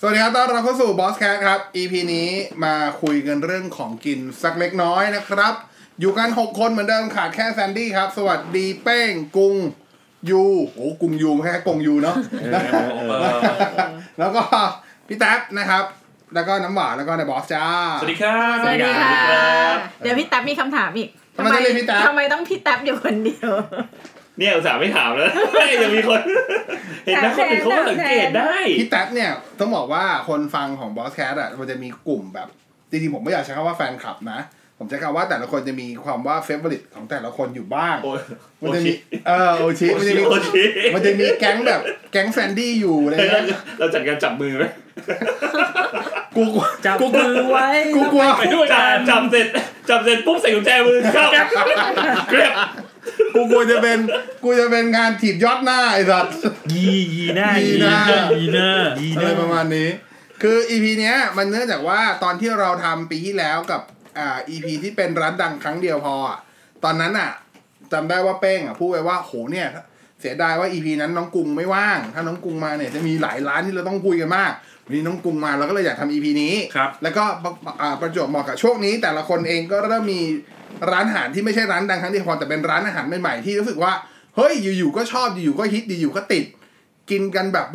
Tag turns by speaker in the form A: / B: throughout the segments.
A: สวัสดีครับ ต้อนรับเข้าสู่ Boss Cat ครับ EP นี้มาคุยกันเรื่องของกินสักเล็กน้อยนะครับ อยู่กัน 6 คนเหมือนเดิมขาดแค่แซนดี้ครับ สวัสดีเป้งกุงยูโอ้กุงยูแค่กงยูเนาะ แล้วก็พี่แท็บนะครับ แล้วก็น้ำหวานแล้วก็นายบอสจ้า
B: สวัสดีครับ
C: สวัสดี
A: สวัสดี
C: ค่ะ
B: รับ
C: เดี๋ยวพี่แท็บมีคำถามอีก
A: ทำไมต้องเรียกพี่แต๊บ
C: ทำไมต้องพี่แท็บอยู่คนเดียว
B: เนี่ยอุตส่าห์ไม่ถามแล้ว ยังมีคน เห็นนะคนอื่นเขาก็สังเกตได้
A: พี่แท็บเนี่ยต้องบอกว่าคนฟังของบอสแคทอ่ะมันจะมีกลุ่มแบบจริงๆผมไม่อยากใช้คำว่าแฟนคลับนะ ผมใช้คำว่าแต่ละคนจะมีความว่าเฟเวอริตของแต่ละคนอยู่บ้าง
B: โอ้ย
A: มันจะมีเออโอชิ
B: โอ้
A: มันจะ
B: ย
A: มี
B: โอ้ย
A: มันจะมีแก๊งแบบแก๊งแซนดี้อยู่อะไรเงี้ย
B: เราจัดการจับมือไหม
A: กูกลัว
D: จับ
A: กูกลั
D: มื
A: ว
D: อไว้
A: กูกลัว
B: ไปด้วยกันจับเสร็จจับเสร็จปุ๊บใส่กุญแจมือเข้าเกรียบ
A: กูกลัวจะเป็นกูจะเป็นงานถีบยอดหน้าไอ้สัส
D: ยียีหน้า
A: ยี
D: ยี
A: ห
D: ห
A: น้า
D: น้ายีหน้ายีห
A: อะไร
D: น้า
A: ประมาณนี้ คืออีพีเนี้ยมันเนื่องจากว่าตอนที่เราทำปีที่แล้วกับอ่าอีพีที่เป็นร้านดังครั้งเดียวพออ่ะตอนนั้นอ่ะจำได้ว่าเป้งอ่ะพูดไว้ว่าโหเนี่ย เสียดายว่าอีพีนั้นน้องกรุงไม่ว่าง ถ้าน้องกรุงมาเนี่ยจะมีหลายร้านที่เราต้องคุยกันมากวันนี้น้องกรุงมาเราก็เลยอยากทำอีพีนี้
D: ครับ
A: แล้วก็ประอ่าประจวบเหมาะกับช่วงนี้ แต่ละคนเองก็เริ่มมีร้านอาหารที่ไม่ใช่ร้านดังครั้งเดียวพอแต่เป็นร้านอาหารใหม่ๆที่รู้สึกว่าเฮ้ยอยู่ๆก็ชอบอยู่ๆก็ฮิตอยู่ๆก็ติด กินกันแบบ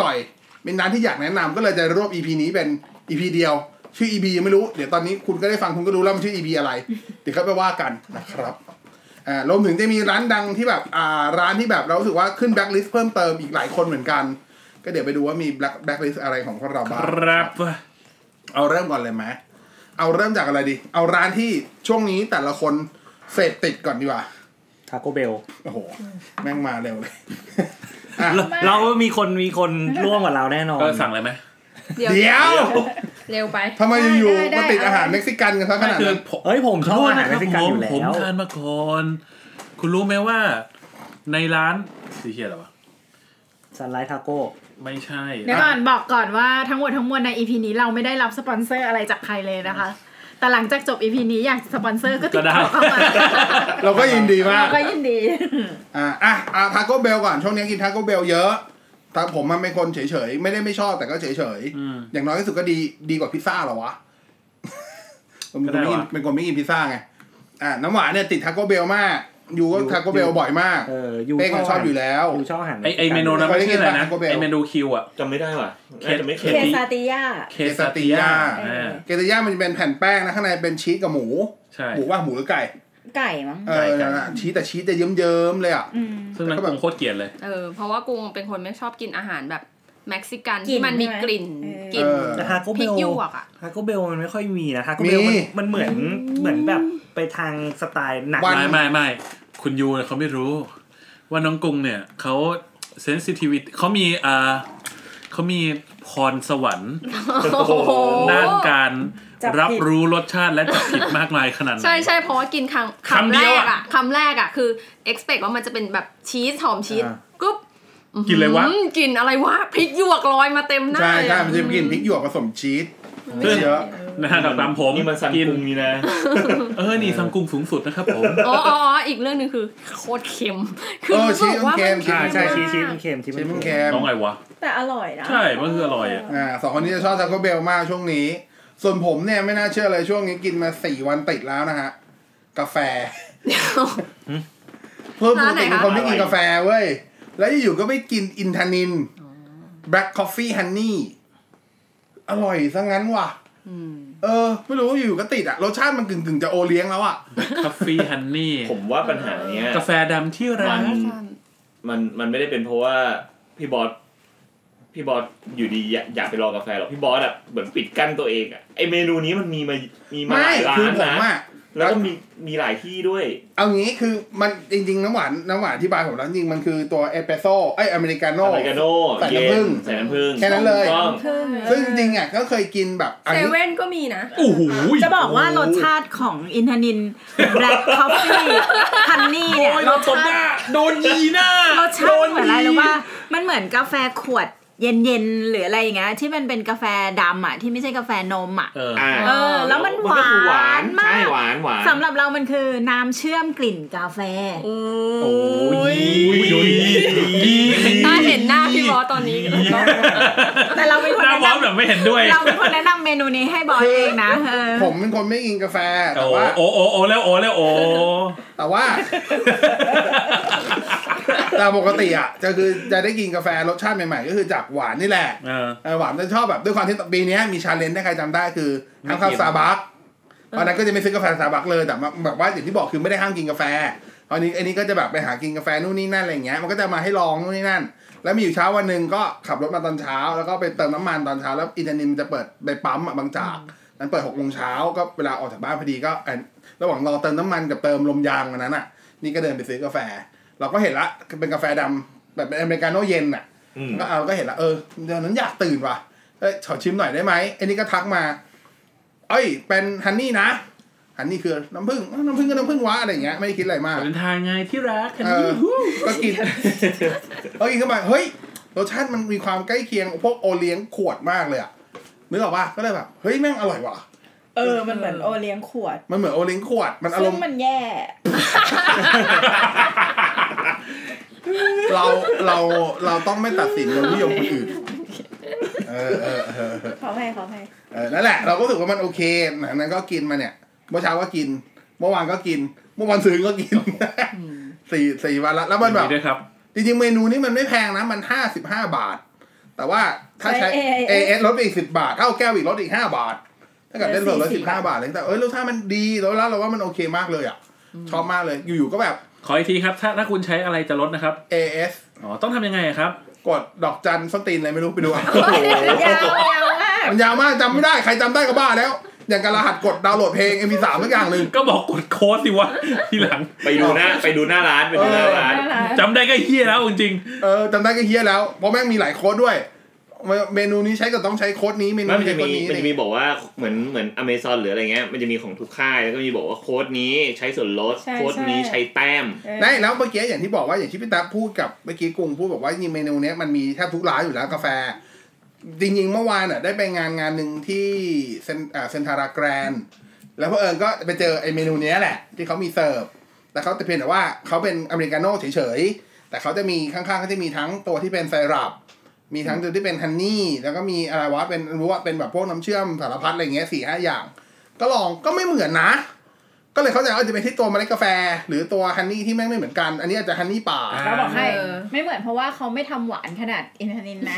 A: บ่อยๆเป็นร้านที่อยากแนะนำก็เลยจะรวบ EP นี้เป็น EP เดียว ชื่อ EP ยังไม่รู้เดี๋ยวตอนนี้คุณก็ได้ฟังคุณก็รู้แล้วมันชื่อ EP อะไรเดี๋ยวก็ไปว่ากันนะครับอ่ารวมถึงจะมีร้านดังที่แบบอ่าร้านที่แบบเรารู้สึกว่าขึ้นแบ็คลิสต์เพิ่มเติมอีกหลายคนเหมือนกัน ก็เดี๋ยวไปดูว่ามีแบ็คลิสต์อะไรของพวกเราบ้าง
D: ครับ
A: เอาเริ่มก่อนเลยไหม เอาเริ่มจากอะไรดี เอาร้านที่ช่วงนี้แต่ละคนเสพติดก่อนดีกว่า
D: ทาโกเบล
A: โอ้โห แม่งมาเร็วเลย
D: เรามีคนมีคนร่วมกับเราแน่นอน
B: ก็สั่งเลยไหม
C: เดี๋ยว
A: เดี๋ยว
C: เร็วไป
A: ทำไมอยู่ๆ
C: ได้ได้
A: มาติดอาหารเม็กซิกันกันซะขนาดนั้น
D: เอ้ยผมชอบอาหารเม็กซิกันอยู่
B: ผม
D: แล้ว
B: ทานมาก่อนคุณรู้ไหมว่า ในร้านสีเขียวหรอวะ
D: ซันไลท์ทาโก้
B: ไม่ใช่
C: เดี๋ยวก่อนบอกก่อนว่าทั้งหมดทั้งมวลใน EP นี้เราไม่ได้รับสปอนเซอร์อะไรจากใครเลย นะคะ แต่หลังจากจบ EP นี้อยากสปอนเซอร์ก็ติดต่อเข้ามา
A: เราก็ยินดีมาก
C: เราก็ยินดี
A: อ่ะอ่ะอ่ะทาโก้เบลก่อน ช่วงนี้กินทาโก้เบลเยอะแต่ผมมันเป็นคนเฉยๆ ไม่ได้ไม่ชอบแต่ก็เฉย
B: อืม
A: อย่างน้อยที่สุดก็ดีดีกว่าพิซซ่าเหรอวะผม
B: ก็
A: เป็น
B: ได้
A: คนไม่กิน
B: วะ
A: เป็นคนไม่กินพิซซ่าไง อ่ะน้ำหวานเนี่ยติดทาโก้เบลมาก อยู่ก็ทาโก้เบลบ่อยมาก
D: เออยู
A: เป้งอะชอบอยู่แล้ว
D: ยูชอบอาหาร
B: ไอไอเมนูนั้น
D: กซิกั
B: ไม่ใช่ออะไรนะ
A: เคยได้ยินปะ
B: ไอเมนูคิวอะ
E: จำไม่ได้ว่ะ
B: เค
E: น่าจะไม่เคย
F: เคซาติยา
B: เคสติยา
F: เออ
A: เกตาย่ามันจะเป็นแผ่นแป้งนะข้างในเป็นชีสกับหมู
B: ใช่
A: หมูว่าหมูหรือไก่
F: ไก่มั้ง
A: เออนั่นน่ะชีสแต่ชีสจะเยิ้มๆเลยอ่ะ
F: อืม
B: ซึ่งนั้นผมโคตรเกลียดเลย
G: เออเพราะว่ากูเป็นคนไม่ชอบกินอาหารแบบเม็กซิกัน
F: กลิ่น
G: ที่มันมี
F: ใช่ไหม
G: กลิ่น
F: เออ
G: กลิ่น
A: เออ
D: แต่ทาโก
G: พ
D: เบ
G: ริ
D: ล
G: กหยวกอะ
D: ทาโกเบลมันไม่ค่อยมีนะทาโกเบล
A: มี
D: มันเหมือนเหมือนแบบไปทางสไตล์หนัก
A: วั
B: ไม่ไม่ไม่คุณยูเนี่ยเขาไม่รู้ ว่าน้องกรุงเนี่ยเขาเซนซิทิวิตเขามีอ่าเขามีพรสวรรค์
G: โอ้โห
B: ด้านการ
F: จับผิด
B: รับรู้รสชาติและจับผิดมากมายขนาดไหน
G: ใช่ใช่เพราะว่ากินครั้ง
B: คำ
G: คำ
B: เดี
G: แร
B: ยวอะ
G: กอะคำแรกอะคือ expect ว่ามันจะเป็นแบบชีสหอมชีส
D: อ่า
G: กุ๊บ
B: กินเลยวะ
G: อืมกลิ่นอะไรวะพริกหยวกลอยมาเต็มหน้า
A: ใช่
G: เลย
A: ใช่
G: อะ
A: มันจะกินพริกหยวกผสมชีส
B: ซึ่ง
A: เยอะ
B: นะฮะกับตามผม
E: นี่มันสัง
B: กิน
E: กุงนี่นะ
B: เออนี่สังกุงสูงสุดนะครับผม
G: อ๋ออ๋ออ๋ออีกเรื่องหนึ่งคือโคตรเค็มคื
A: เออ
G: รู้สึกว่า
A: ชีส
G: มั
A: มันเค็ม
G: น
D: อ่าใช่ชีสชีส
G: มาก
D: มันเค็มชีส
A: ชีสมั
D: มันน
A: แค
D: เค็ม
A: ม
B: น้องไงวะ
F: แต่อร่อยนะ
B: ใช่มันคืออร่อยอะ
A: อ่าสองคนนี้จะชอบทาโก้เบลมากช่วงนี้ ส่วนผมเนี่ยไม่น่าเชื่อเลยช่วงนี้กินมาสี่วันติดแล้วนะฮะ กา แฟเพิ่มปกติเป็นคนไม่กินกาแฟเว้ย แล้วอยู่ๆก็ไปกินอินทานิน black coffee honey อร่อยซะงั้นว่ะเออ ไม่รู้อยู่ๆก็ติดอะรสชาติมันกึ่งๆจะโอเลี้ยงแล้วอะ
B: คาเฟ่ฮันนี่
E: ผมว่าปัญหาเนี้ย
B: กาแฟดำที่ร้า
E: มัน น มันมันไม่ได้เป็นเพราะว่าพี่บอสพี่บอสอยู่ดีอยากอยากไปรอกาแฟหรอกพี่บอสอ่ะเหมือนปิดกั้นตัวเองอ่ะไอเมนูนี้มันมีมามีมาห
A: ไม่
E: ลายร้า
A: คือน ผม
E: นะ
A: อะ
E: แล้วก็มีมีหลายที่ด้วย
A: เอางี้คือมันจริง ๆ น้ำหวานน้ำหวานที่บายผมแล้วจริงๆมันคือตัวเอสเปรสโซ่ไอยอเมริกาโน่
E: อเมริกาโน่
A: ใส่
E: เย็
A: น้ำผึ้ง
E: นใส่น้ำผึ้ง
A: แค่นั้นเลย
E: ถูกต้อง
F: พึ่ง
A: ซึ่งจริงๆอ่ะก็เคยกินแบบอัน
G: เซ
A: นี้
G: เว่นก็มีนะ
B: โอ้โห
C: จะบอกว่ารสชาติของอินทนินแบล็คคอฟฟี่ฮันนี่เนี่ยรสชาติ
B: โดนยีหน้า
C: รสชาติเหมือนอะไรหรือว่ามันเหมือนกาแฟขวด เย็นๆหรืออะไรอย่างเงี้ยที่มันเป็นกาแฟดำอ่ะที่ไม่ใช่กาแฟนมอ่ะ
B: เออ
E: อ่า
C: เออแล้วมัน
E: ก็คือ
C: หวานมาก
E: ใช่หวานหวาน
C: สำหรับเรามันคือน้ำเชื่อมกลิ่นกาแฟ
B: โอ้ย
E: โอ้ย
B: ดี
G: ถ้าเห็นหน้าพี่บอสตอนนี้ก็ต้อง
C: แต่เราเป็นคน
B: หน้า
C: แนะ
B: วอม
C: นำ
B: แบบไม่เห็นด้วย
C: เราเป็นคนแนะนำเมนูนี้ให้บอยเองนะเออ
A: ผมเป็นคนไม่กินกาแฟ แต่
B: โอ้
A: ว่า
B: โอ้โอ้โอ้แล้วโอ้แล้วโอ้
A: แต่ ว่า แต่ปกติอ่ะจะคือจะได้กินกาแฟรสชาติใหม่ๆ ก็คือจากหวานนี่แหละ
B: เออ
A: เออหวานจะชอบแบบด้วยความที่ปีเนี้ยมีชาเลนจ์ถ้าใครจำได้คือห้ามเข้า
B: ไม่กิน
A: ซาบักตอนนั้นก็จะไม่ซื้อกาแฟซาบักเลยแต่ว่าแบบว่าอย่างที่บอกคือไม่ได้ห้ามกินกาแฟตอนนี้อันนี้ก็จะแบบไปหากินกาแฟนู่นนี่นั่นอะไรอย่างเงี้ยมันก็จะมาให้ลองนู่นนี่นั่น แล้วมีอยู่เช้าวันหนึ่งก็ขับรถมาตอนเช้า แล้วก็ไปเติมน้ำมันตอนเช้าแล้วอินทนินมันจะเปิดไปปั๊มอะบางจากนั้นเปิดหกโมงเช้าก็เวลาออกจากบ้านพอดีก็อ่ะระหว่างรอเติมน้ำมันกับเติมลมยางวันนั้นอ่ะ นี่ก็เดินไปซื้อกาแฟ เราก็เห็นละเป็นกาแฟดำแบบเป็นอเมริกาโน่เย็นอ่ะก็เอาก็เห็นละเออเดี๋ยวนั้นอยากตื่นว่ะเอ้ยขอชิมหน่อยได้ไหมไอ้นี่ก็ทักมา เอ้ย เป็นฮันนี่นะฮันนี่คือน้ำผึ้งอ้าวน้ำผึ้งก็น้ำผึ้งวะอะไรอย่างเงี้ยไม่ได้คิดอะไรมาก
B: เป็นทางไงที่รักคัน
A: เอ
B: นี้
A: อ
B: ฮู้
A: ก็กิน ก็กินเข้าไปเฮ้ยรสชาติมันมีความใกล้เคียงพวกโอเลี้ยงขวดมากเลยอะนึกออกป่ะก็เลยแบบเฮ้ยแม่งอร่อยว่ะ
F: เออ มันเหมือนโอเลี้ยงขวด
A: มันเหมือนโอเลี้ยงขวดมันอา
F: ซึ่
A: รง มณ์
F: มันแย่
A: เราเราเราต้องไม่ตัดสินรสนิยมคนอื่นเออเออเออเออ
F: ขอให้ขอให้
A: เออนั่นแหละ เราก็รู้สึกว่ามันโอเคหลังนั้นก็กินมาเนี่ยเมื่อเช้าก็กิน เมื่อวานก็กิน เมื่อวันซื้อก็กินสี่สี่วันละแล้วมันแบบ
B: ดีด้วยครับ
A: จริงๆ เมนูนี้มันไม่แพงนะ มันห้าสิบห้าบาท แต่ว่าถ้าใช้ AS ลดไปอีกสิบาท เข้าแก้วอีกลดอีกห้าบาท ถ้าเกิดได้ส่วนลดสิบห้าบาทเลยแต่เอ้ยรสชาติมันดีแล้วแล้วเราว่ามันโอเคมากเลยอ่ะ ชอบมากเลย อยู่ๆ ก็แบบ
B: ขออีกทีครับ ถ้าถ้าคุณใช้อะไรจะลดนะครับ
A: AS
B: อ๋อ ต้องทำยังไงอะครับ
A: กดดอกจันสนตีนอะไรไม่รู้ไปดู เอา
F: ยาวยาวมาก
A: มันยาวมากจำไม่ได้ ใครจำได้ก็บ้าแล้ว อย่างการรหัสกดดาวน์โหลดเพลง MP3 สักอย่างหนึ่ง
B: ก็บอกกดโค้ดสิวะ ทีหลัง
E: ไปดูหน้าไปดูหน้าร้านไปดูหน้าร้าน
B: จำได้ก็เฮี้ยแล้วจริง
A: เออจำได้ก็เฮี้ยแล้ว เพราะแม่งมีหลายโค้ดด้วย เมนูนี้ใช้ก็ต้องใช้โค้ดนี้ เมนู
E: ไม่มัน
A: นี้
E: จะ
A: ใช้โค้ดนี้
E: มีมันจะมีบอกว่าเหมือนเหมือนอเมซอนหรืออะไรเงี้ยมันจะมีของทุกค่ายแล้วก็มีบอกว่าโค้ดนี้ใช้ส่วนลด
F: ใช่
E: โค้ดนี้
F: ใช่
E: ใช้แต้ม
A: ได้แล้วเมื่อกี้อย่างที่บอกว่าอย่างที่พี่ตาพูดกับเมื่อกี้กรุงพูดบอกว่าจริงๆเมนูเนี้ยมันมีแทบทุกร้านอยู่แล้วกาแฟ จริงๆเมื่อวานอ่ะได้ไปงานงานหนึ่งที่เซนอ่าเซนทาราแกรนแล้วพอเผอิญก็ไปเจอไอ้เมนูเนี้ยแหละ ที่เขามีเสิร์ฟแต่เขาแต่เพียงแต่ว่าเขาเป็นอเมริกาโน่เฉยๆ แต่เขาจะมีข้างๆเขาจะมีทั้งตัวที่เป็นไซรัป มีทั้งตัวที่เป็นฮันนี่ แล้วก็มีอะไรวะเป็นรู้ว่าเป็นแบบพวกน้ำเชื่อมสารพัดอะไรเงี้ยสี่ห้าอย่าง ก็ลองก็ไม่เหมือนนะ ก็เลยเข้าใจว่าจะเป็นที่ตัวเมล็ดกาแฟ หรือตัวฮันนี่ที่แม่งไม่เหมือนกัน อันนี้อาจจะฮันนี่ป่า
F: เขาบอกให้
C: เออ
F: ไม่เหมือนเพราะว่าเขาไม่ทำหวานขนาดอินทนินไง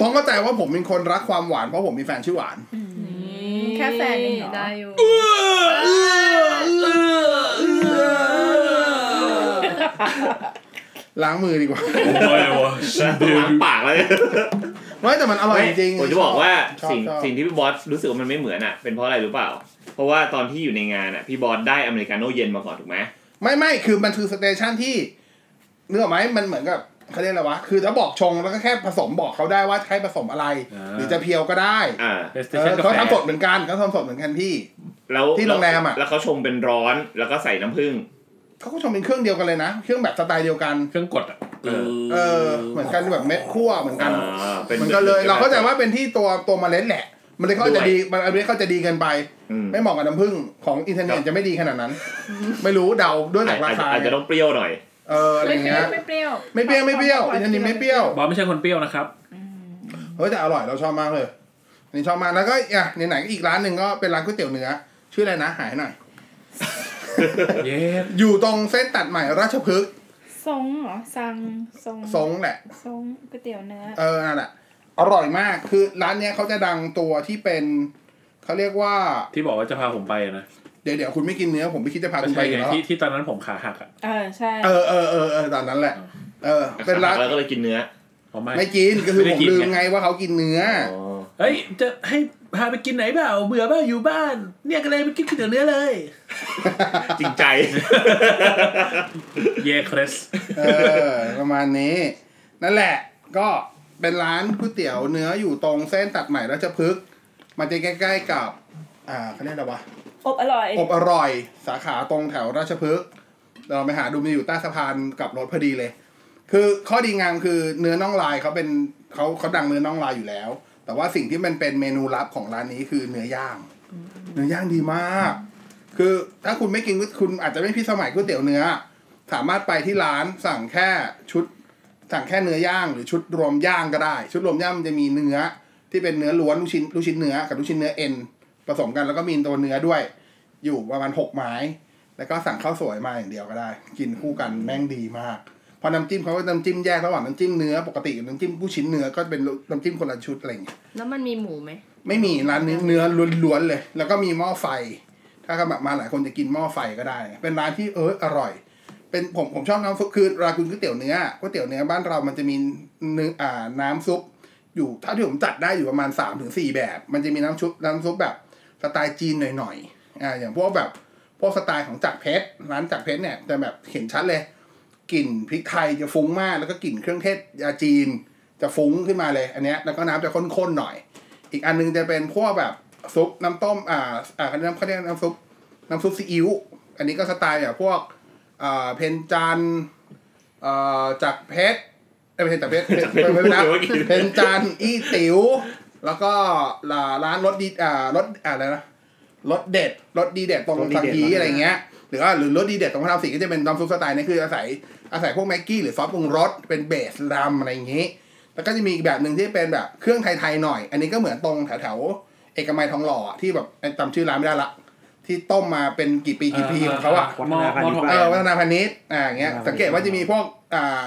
A: ต้องเข้าใจว่าผมเป็นคนรักความหวานเพราะผมมีแฟนชื่อหวาน
F: แค่แฟนเองเหรอ
G: ได้อยู่
A: ล้างมือดีก ว่า
B: ๆ โอ้ยว่ะ
E: ล้างปากเลย
A: ไม่แต่มันอร่อยจริง
E: ผมจะบอกว่า
A: ชอบ
E: สิ่ง
A: ชอบ
E: สิ่งที่พี่บอสรู้สึกว่ามันไม่เหมือนอ่ะ เป็นเพราะอะไรรู้เปล่า เพราะว่าตอนที่อยู่ในงานอ่ะพี่บอสได้อเมริกาโน่เย็นมาก่อนถูกไหม
A: ไม่ไม่คือมันคือสเตชันที่เนื้ออกไหมมันเหมือนกับเขาเรียกอะไรวะคือถ้าบอกชงแล้วก็แค่ผสมบอกเขาได้ว่าให้ผสมอะไร หรือจะเพียวก็ได้
E: อ่า
B: เป็นสเต
A: เอ
B: ชั
A: อก
B: นา
A: เขา
B: แฟ
A: ทำสดเหมือนกันเขาทำสดเหมือนกันพี่
E: แล้ว
A: ที่โรงแรมอะ
E: แล้วเขาชงเป็นร้อนแล้วก็ใส่น้ำผึ้ง
A: เขาก็ชงเป็นเครื่องเดียวกันเลยนะ เครื่องแบบสไตล์เดียวกัน
B: เครื่องกดอ่ะ
E: เออ
A: เออเหมือนกันแบบเม็ดคั่วเหมือนกัน
E: อ่าป็
A: เหมือนกันเลย เราเข้าใจว่าเป็นที่ตัวตัวเมล็ดแหละ มันเลยเขาอาจจะดีมันอันนี้เขาจะดีเกินไป
E: อืม
A: ไม่เหมาะกับน้ำผึ้งของอินเทอร์เน็ตจะไม่ดีขนาดนั้น ไม่รู้เดาด้วยหลักรา
E: อาจจะ
A: คา
E: อาจจะต้องเปรี้ยวหน่อย
A: เอออะไรอย่างเงี้ย
F: ไม่เปรี้ยว
A: ไม่เปรี้ยวไม่เปรี้ยวอินเทอร์เน็ตไม่เปรี้ยว
B: บอสไม่ใช่คนเปรี้ยวนะครับ
A: เฮ้ยแต่อร่อยเราชอบมากเลยอันนี่ชอบมากแล้วก็อ่ะไหนๆก็อีกร้านหนึ่งก็เป็นร้านก๋วยเตี๋ยวเนื้อชื่ออะไรนะหายหน่อย
B: เย้
A: อยู่ตรงเส้นตัดใหม่ราชพฤกษ์
F: ทรงเหรอสั่งทรง
A: ทรงแหละ
F: ทรงก๋วยเตี๋ยวเนื้อ
A: เออนั่นแหละอร่อยมากคือร้านเนี้ยเขาจะดังตัวที่เป็นเขาเรียกว่า
B: ที่บอกว่าจะพาผมไปนะ
A: เดี๋ยวเดี๋ยวคุณไม่กินเนื้อผมไม่คิดจะพา
B: ไม่
A: คุณไป
B: ใช่
A: อยู่
B: ไง
A: แล้ว
B: ที่ที่ตอนนั้นผมขาหักอ่ะ
F: เออ ใช่
A: เออเออเออเออตอนนั้นแหละ เออ เป็นร้าน
E: แล้วก็เลยกินเนื้อ
B: ผมไม่
A: ไม่กินก็คือ
B: ไม่
A: ผม
B: ได้กิน
A: ลืม
B: ไง
A: ไงว่าเขากินเนื้อ
E: อ
A: อ
B: เฮ้ยจะให้พาไปกินไหนเปล่าเบื่อเปล่าอยู่บ้าน เนี่ยก็เลยไปกินก๋วยเตี๋ยวเนื้อเลย
E: จริงใจ
B: เย่คริส
A: เออ ประมาณนี้ นั่นแหละ ก็เป็นร้านก๋วยเตี๋ยวเนื้ออยู่ตรงเส้นตัดใหม่ราชพฤกษ์มันจะใกล้ๆกับ อ่าเขาเรียกอะไรวะ
F: อบอร่อย
A: อบอร่อยสาขาตรงแถวราชพฤกษ์เราไปหาดูมันอยู่ใต้สะพานกลับรถพอดีเลย คือข้อดีงามคือเนื้อน่องลายเขาเป็น เขาเขาดังเนื้อน่องลายอยู่แล้ว แต่ว่าสิ่งที่มันเป็นเมนูลับของร้านนี้คือเนื้อย่าง เนื้อย่างดีมาก คือถ้าคุณไม่กินก๋วยคุณอาจจะไม่พิสมัยก๋วยเตี๋ยวเนื้อ สามารถไปที่ร้านสั่งแค่ชุด สั่งแค่เนื้อย่างหรือชุดรวมย่างก็ได้ ชุดรวมย่างมันจะมีเนื้อ ที่เป็นเนื้อล้วนลูกชิ้นลูกชิ้นเนื้อกับลูกชิ้นเนื้อเอ็นผสมกันแล้วก็มีตัวเนื้อด้วย อยู่ประมาณหกไม้ แล้วก็สั่งข้าวสวยมาอย่างเดียวก็ได้ กินคู่กันแม่งดีมาก พอน้ำจิ้มเขาก็น้ำจิ้มแยกระหว่างน้ำจิ้มเนื้อปกติกับน้ำจิ้มผู้ชิ้นเนื้อก็เป็นน้ำจิ้มคนละชุดอะไรอย่างเงี้ย
G: แล้วมันมีหมูไหม
A: ไม่มีร้านเนื้อเนื้อล้วนๆเลย แล้วก็มีหม้อไฟ ถ้าก็แบบมาหลายคนจะกินหม้อไฟก็ได้ เป็นร้านที่เอออร่อย เป็นผมผมชอบน้ำซุปคือรากุนก๋วยเตี๋ยวเนื้อก๋วยเตี๋ยวเนื้อบ้านเรามันจะมีเนื้ออ่าน้ำซุป อยู่ถ้าที่ผมจัดได้อยู่ประมาณ3าถึงสแบบ มันจะมีน้ำซุปน้ำซุปแบบสไตล์จีนหน่อยๆอ่าอย่างพวกแบบพวกสไตล์ของจักรเพชรร้านจักรเพชรเนี่ยจะแบบเห็นชัดเลยกลิ่นพริกไทยจะฟุ้งมาก แล้วก็กลิ่นเครื่องเทศยาจีนจะฟุ้งขึ้นมาเลย อันเนี้ยแล้วก็น้ำจะข้นๆหน่อย อีกอันนึงจะเป็นพวกแบบซุปน้ำต้มอ่าอ่าเขาเรียกเขาเรียกน้ำซุปน้ำซุปซีอิ๊วอันนี้ก็สไตล์แบบพวกอ่าเพนจันทร์อ่าจักรเพชรเอ้ยไม่ใช่จักรเพ ชรเพนเพนนะเพนจันทร์อี้ติ๋วแล้วก็ร้านร้านรถดีอ่ารถอ่าอะไรนะรถเด็ดรถดีเด็ดตรง
D: รสดี
A: สัง
D: เด็ด
A: ฮีอะไรเงี้ยหรือว่าหรือรถดีเด็ดตรงพระรามสี่ก็จะเป็นน้ำซุปสไตล์นี่คืออาศัยอาศัยพวกแม็กกี้หรือซอสปรุงรสเป็นเบสรำอะไรอย่างงี้ แล้วก็จะมีอีกแบบหนึ่งที่เป็นแบบเครื่องไทยๆหน่อย อันนี้ก็เหมือนตรงแถวๆเอกมัยทองหล่ออะที่แบบจำชื่อร้านไม่ได้ละ ที่ต้มมาเป็นกี่ปี กี่ปีของเขาอะ
B: มอมอทอง
A: เอ
B: แด
A: อง วัฒนาพาณิชย์อ่าอย่างเงี้ย สังเกตว่าจะมีพวกอ่า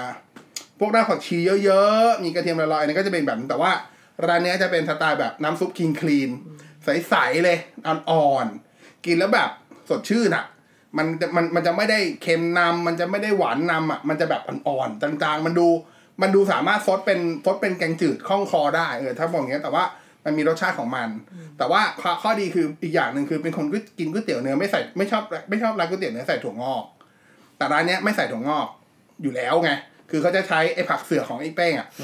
A: พวกรากผักชีเยอะๆ มีกระเทียมละลอยอันนี้ก็จะเป็นแบบนั้นแต่ว่าร้านเนี้ยจะเป็นสไตล์แบบน้ำซุปคิงคลีนใสๆเลยอ่อนๆกินแล้วแบบสดชื่นอะมันจะมันมันจะไม่ได้เค็มนำมันจะไม่ได้หวานนำอะมันจะแบบอ่อนๆจางๆ มันดู มันดูสามารถซดเป็นซดเป็นแกงจืดคล่องคอได้เออถ้าบอกอย่างเงี้ยแต่ว่ามันมีรสชาติของมัน แต่ว่าข้อข้อดีคืออีกอย่างหนึ่งคือเป็นคนก๋วยกินก๋วยเตี๋ยวเนื้อไม่ใส่ไม่ชอบไม่ชอบร้านก๋วยเตี๋ยวเนื้อใส่ถั่วงอก แต่ร้านเนี้ยไม่ใส่ถั่วงอกอยู่แล้วไง คือเขาจะใช้ไอ้ผักเสือของไอ้แป้งอ่ะ
G: อ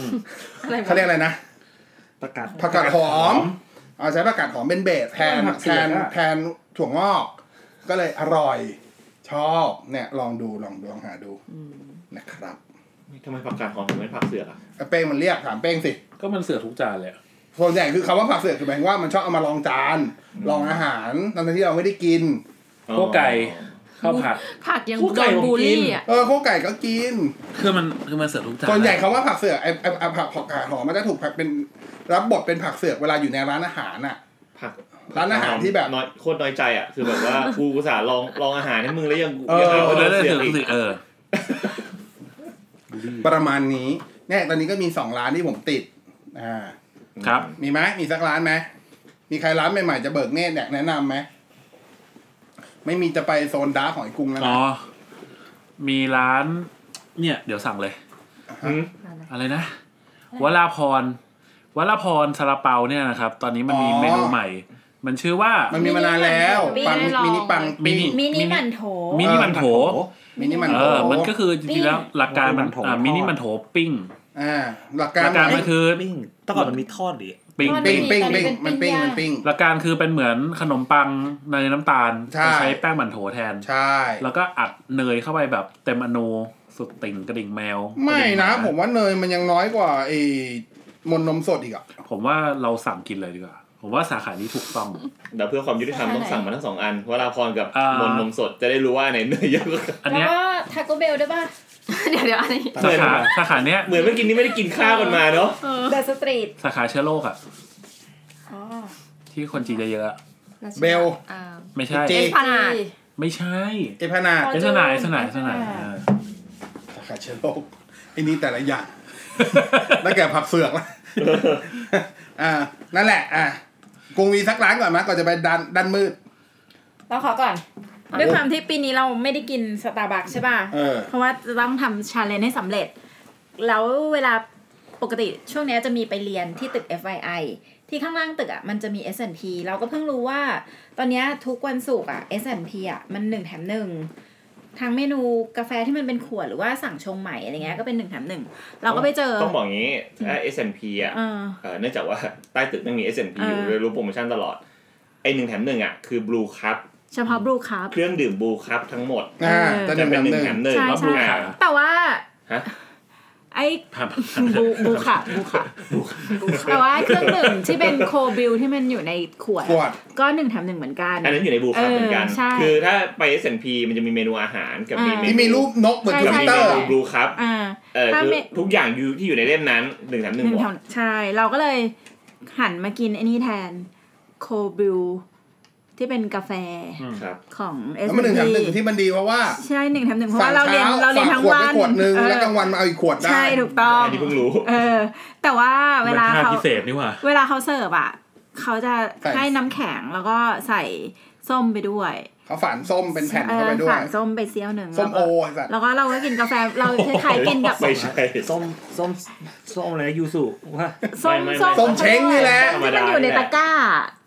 G: ะไรวะ
A: เขาเรียกอะไรนะ
D: ประกาศ
A: ผักกาดหอมเอาใช้ผักกาดหอมเป็นเบสแทน
D: ผักเสื
A: แท
D: อน น่ะ
A: แทนถั่วงอก ก็เลยอร่อยชอบเนี่ยลองดูลองดูลองหาดูนะครับ
E: ทำไมผักกาดหอมถึงไม่ผักเสือกอะ
A: ไอ้เป้งมันเรียกถามเป้งสิ
B: ก็มันเสือกทุกจานเลยอะ
A: ส่วนใหญ่คือคำว่าผักเสือกคือหมายถึงว่ามันชอบเอามาลองจานลองอาหารตอนที่เราไม่ได้กิน
B: พวกไก่ข้าวผัด
G: ผักยัง
D: พวก
G: โด
D: ไก่
G: น
D: ผมกิน
G: บูลลี่อ่ะ
A: เออข้าวไก่ก็กิน
B: คือมันคือมันเสือกทุกจาน
A: ส่วนใหญ่คำว่าผักเสือกไอ้ไอ้ไอ้ผักผักกาดหอมมันจะถูกผักเป็นรับบทเป็นผักเสือกเวลาอยู่ในร้านอาหารน่ะ
E: ผัก
A: ร้านอาหารที่แบบ
E: น้อยโคตรน้อยใจอ่ะคือแบบ ว่า กูอุตส่าห์ลองลองอาหารให้มึงแล้วยังกู
A: เออ
E: ยังหาว่า
B: แล้
E: เรา
B: วได้
E: เสื
B: เสื
E: อ
B: อก ก
E: อี
B: สิ
E: ก
B: เออ
A: ประมาณนี้เนี่ยตอนนี้ก็มีสองร้านที่ผมติดอ่า
B: ครับ
A: มีไหมมีสักร้านไหมมีใครร้านใหม่ๆจะเบิกเนตรอยากแนะนำไหมไม่มีจะไปโซนดาร์กของไอ้กรุงแล้ว
B: อ๋
A: นะ
B: อ มีร้าน เนี่ย เดี๋ยวสั่งเลย
E: หืม
B: อะไรนะวลาพรวลาพรซาลาเปาเนี่ยนะครับ ตอนนี้มันมีเมนูใหม่ มันชื่อว่า
A: มันมีมานานแล้วปังมินิปังปิ้ง
F: มินิมันโถ
B: มินิมันโถ
A: มินิมัน
B: เอ
A: โถ
B: อ มันก็คือจริงๆแล้วหลักการมั
D: มั
B: น
D: นโถทอด
B: อ่ามินิมันโถปิ้ง
A: อ่าหลัก
B: ห
A: การ
B: ลักการมันคือ
D: ปิ้งแต่ก่อนมันมีทอดดิ
B: ปิ้ง
F: ทอด
A: ปิ้งปิ้ง
F: ตอนนี้
A: ปิ้งมั
F: เป็
A: น
F: นปิ้
A: ปิ้ง
F: ง
A: มัน
F: ย่าง
A: ปิ้ง
B: หลักการคือเป็นเหมือนขนมปังเนยน้ำตาล
A: ใช่
B: แต่ใช้แป้งมันโถแทน
A: ใช่
B: แล้วก็อัดเนยเข้าไปแบบเต็มอนูสุดติ่งกระดิ่งแมว
A: ไม่
B: กรดิ่งห
A: นะผมว่าเนยมันยังน้อยกว่าไอ้มนต์นมสดอีกอ่ะ
B: ผมว่าเราสั่งกินเลยดีกว่า ผมว่าสาขานี้ถูกต้อง
E: เดี๋ยวเพื่อความยุติธรรมต้องสั่งมาทั้งสองอันวราพรกับ
B: อ่า
E: มนต์นมสดจะได้รู้ว่าไหนเนยเยอะกว่ากัน
B: อัน
F: แล้ว
B: เนี้ย
F: ก็ทาโกเบลด้วยป่ะ
G: เดี๋ยวเดี๋ ยวอันนี้
B: สาขาสาขาเนี้ย
E: เหมือนเมื่อกี้นี้ไม่ได้กินข้าวกันมาเนาะ
F: เดอะสตรีท
B: สาขาเชื้อโรคอะ
F: อ๋อ
B: ที่คนจีนเยอะๆอะ
A: เบล
G: อ่า
B: ไม่ใช่
A: เจ๊
G: เอสพานาด
B: ไม่ใช่
A: ไอ้พนาด
F: อ๋อ
B: เอสนายเอสนายเอสนายเออ
A: สาขาเชื้อโรคไอ้นี่แต่ละอย่าง แล้วแกผักเสือกละอ่า นั่นแหละ อ่ะกรุงมีสักร้านก่อนไหมก่อนจะไปดันดันมืด
F: เราขอก่อน ด้วยความที่ปีนี้เราไม่ได้กินสตาร์บัคใช่ป่ะ
A: เออ
F: เพราะว่าจะต้องทำชาเลนจ์ให้สำเร็จ แล้วเวลาปกติช่วงเนี้ยจะมีไปเรียนที่ตึก FYI ที่ข้างล่างตึกอ่ะมันจะมี S&P เราก็เพิ่งรู้ว่า ตอนเนี้ยทุกวันศุกร์อ่ะ S&P อ่ะมันหนึ่งแถมหนึ่งทางเมนูกาแฟที่มันเป็นขวดหรือว่าสั่งชงใหม่อะไรเงี้ยก็เป็นหนึ่งแถมหนึ่งเราก็ไปเจอ
E: ต้องบอกงี้ถ้า S&P อ่ะ
F: เออ
E: เอ่อเนื่องจากว่า ใต้ตึกไม่มี S&P
F: อ่า
E: อยู่เลยรู้โปรโมชั่นตลอด ไอหนึ่งแถมหนึ่งอ่ะ คือบ u ูคัพ
F: เฉพาะบลูครับ
E: เครื่องดื่มบ u ูคัพทั้งหมด
A: อ่า
F: เออ
A: จะห
E: จะ
A: นึ่ง
E: เป็น
A: ดัน
E: ห
A: ห
E: นึ่ง
A: นึ่ง
E: แถมหนึ่ง
F: ใช่
E: แล้ว
F: ใช่
E: บลูคัพ
F: แต่ว่า
E: ฮะ
F: ไอ้
B: ผ่าน
F: บูบูค่ะบู ค่ะแต่ว่าเครื่องดื่มที่เป็นโคบิลที่มันอยู่ในขวด
A: ขวด
F: ก็หนึ่งแถมหนึ่งเหมือนกัน
E: อันนั้นอยู่ในบูคับ
F: เออ
E: เหมือนกัน
F: ใช่
E: คือถ้าไป S&P มันจะมีเมนูอาหารกับมี
F: อ่า
E: เมนู
A: ที่มีรูปนกเหมือนท
E: กับ
A: วิ
E: มี
A: ตเต
E: เม
A: อร์
E: นูบลูครับ
F: อ่า
E: เออ
F: ถ้า
E: คือ
F: ไม่
E: ทุกอย่างอยู่ที่อยู่ในเล่มนั้นหนึ่งแถมหนึ่ง
F: หนึ่
E: บว
F: งแถ
E: ก
F: วใช่ เราก็เลยหันมากินไอ้นี่แทนโคบิลที่เป็นกาแฟ
E: ครับ
F: ของเอส
A: แล้วมันหนึ่งแถมหนึ่งที่มันดีเพราะว่า
F: ใช่หนึ่งแถมหนึ่งเพราะ
A: สั่ง
F: ว่าเราเรี
A: เช้าย
F: นเราเรี
A: สั่ง
F: ยนทั้ง
A: ขวด
F: วั
A: ไป
F: น
A: ขวดหนึ่ง
F: เออ
A: แล้วกลางวันมาเอาอีกขวดได้
F: ใช่ถูกต้อง
E: อันนี้เพิ่งรู้
F: เออ แต่ว่าเวลา
B: ป็นภ
F: เขา
B: พิเศษนี่หว่า
F: เวลาเขาเสิร์ฟอ่ะ เขาจะ
A: ใส่
F: ให้น้ำแข็งแล้วก็ใส่ส้มไปด้วย
A: เขาฝานส้มเป็นแผ่นเข้าไปด้ว
F: ฝาย นส้มไปเซี่ยวหนึ่ง
A: ส้มโอไอ้สั
F: แล้วก็
A: ตว์
F: แล้วก็เราก็กินกาแฟเราคล้ายๆกินกับ
E: ไม่ใช่
D: ส้มส้มส้มอะไรนะยูสุว่า
F: ส้ม
E: ไม่ไม่
F: ส้ม
A: ส้มเช้งนี่แหละ
E: ธรรม
F: ที่
E: ดา
F: มันอยู่ใน
E: แห
F: ตะ
E: ละ
F: กร้า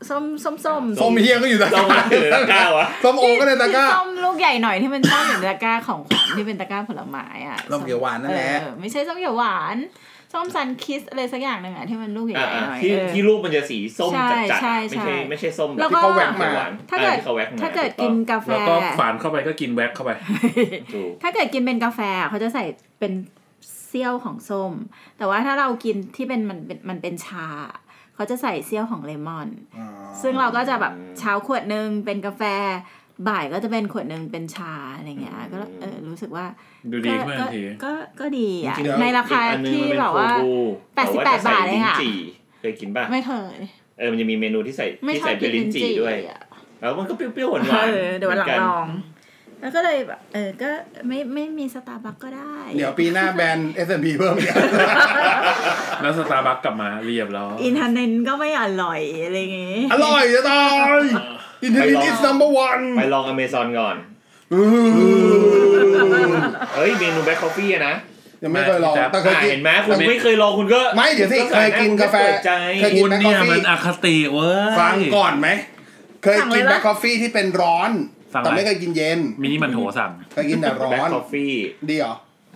F: ส้มส้มส้ม
A: ส้มเฮียก็อยู่ตะก
E: เรา
A: ร้า
E: มาเจอตะกร้าวะ
A: ส้มโอก็ในตะกร้า
F: ที่ส้มลูกใหญ่หน่อยที่มันชอบอยู่ในตะกร้าของขวัญที่เป็นตะกร้าผลไม้อ่ะ
A: ส้มเขียวหวานนั่นแหละ
F: เออไม่ใช่ส้มเขียวหวานส้มซันคิสอะไรสักอย่างหนึ่งอ่ะที่มันลูกใหญ่
E: อ่า
F: ๆหน่อย
E: ที่
F: เออ
E: ที่รูปมันจะสีส้ม
F: ใช่
E: จัดจัด
F: ใช่
E: ไม่ใช่
F: ใช่
E: ไม่ใช่ส้ม
F: แล้วก็
E: ที่เขาแหวกมา
F: ถ้าเกิ
E: อ
F: ด
E: อที่เขาแหวกมา
F: ถ้าเกิดกินกาแฟ
B: แล้วก็ฝานเข้าไปก็กินแว็กเข้าไป
E: ถูก
F: ถ้าเกิดกินเป็นกาแฟอ่ะเขาจะใส่เป็นเซี่ยวของส้ม แต่ว่าถ้าเรากินที่เป็นมันเป็นมันเป็นชา เขาจะใส่เซี่ยวของเลมอน
A: อ๋อ
F: ซึ่งเราก็จะแบบเช้าขวดหนึ่งเป็นกาแฟ บ่ายก็จะเป็นขวดหนึ่งเป็นชาอะไรเงี้ย ก็เออรู้สึกว่า
B: ดูดี
F: ก็
B: ขึ้นมา
F: ก็
B: ทันที
F: ก็ก็ดีอ่ะ
E: จงๆ
F: ในราคา
E: อีกอันนึง
F: ที่
E: มันเป็น
F: แบบว่า
E: โคบู
F: แปดสิบแปด
E: ต่ว่จะใส่
F: บาทเองอะ
E: ลิ้นจี่เคยกินป่ะ
F: ไม่เคย
E: เออมันจะมีเมนูที่ใส่
F: ไม่
E: ที่
F: ชอ
E: ใส่
F: บ
E: เป็
F: กิ
E: น
F: น
E: ลิ้นจี่
F: จี่
E: ด้วย
F: อ่ะ
E: แล้วมันก็เปรี้ยวๆหวาน
F: เอ
E: หวาน
F: อเดี๋ยววันหลังลอง แล้วก็เลยแบบเออก็ไม่ไม่มีสตาร์บัคก็ได้
A: เดี๋ยวปีหน้าแบรนด์ S&P เพิ่มอีก
B: แล้วสตาร์บัคกลับมาเรียบแล้ว
F: อินเทอร์เน็ตก็ไม่อร่อยอะไรเงี้ย
A: อร่อยจะตาย อินเทอร์เน็ต number one
E: ไปลองอเมซอนก่อน
A: อื้อ
E: เฮ้ยเมนูแบล็คคอฟฟี่อะนะ
A: ยังไม่เคยลองแต่เคย
E: อ่า
A: กิน
E: เห็นไหมคุณไม่เคยลองคุณก็
A: ไม่เดี๋ยวสิเคยกินกาแฟ
E: เปิดใจ
A: เคยกิ
B: คุ
A: น
B: ณ
A: แบ็ค
B: เนี่ย
A: คอฟ
B: มัน
A: ฟี่
B: อคติเว้ย
A: ฟังก่อนไหม เคยกิน
F: สั่งเลยนะ
A: แบ็คคอฟฟี่ที่เป็นร้อน
B: สั่งอะไร
A: แต่ไม่เคยกินเย็น
B: มินิมันโถสั่ง
A: เคยกินแต่ร้
E: แบล็ค
A: อน
E: คอฟฟี่
A: ดีเหรอ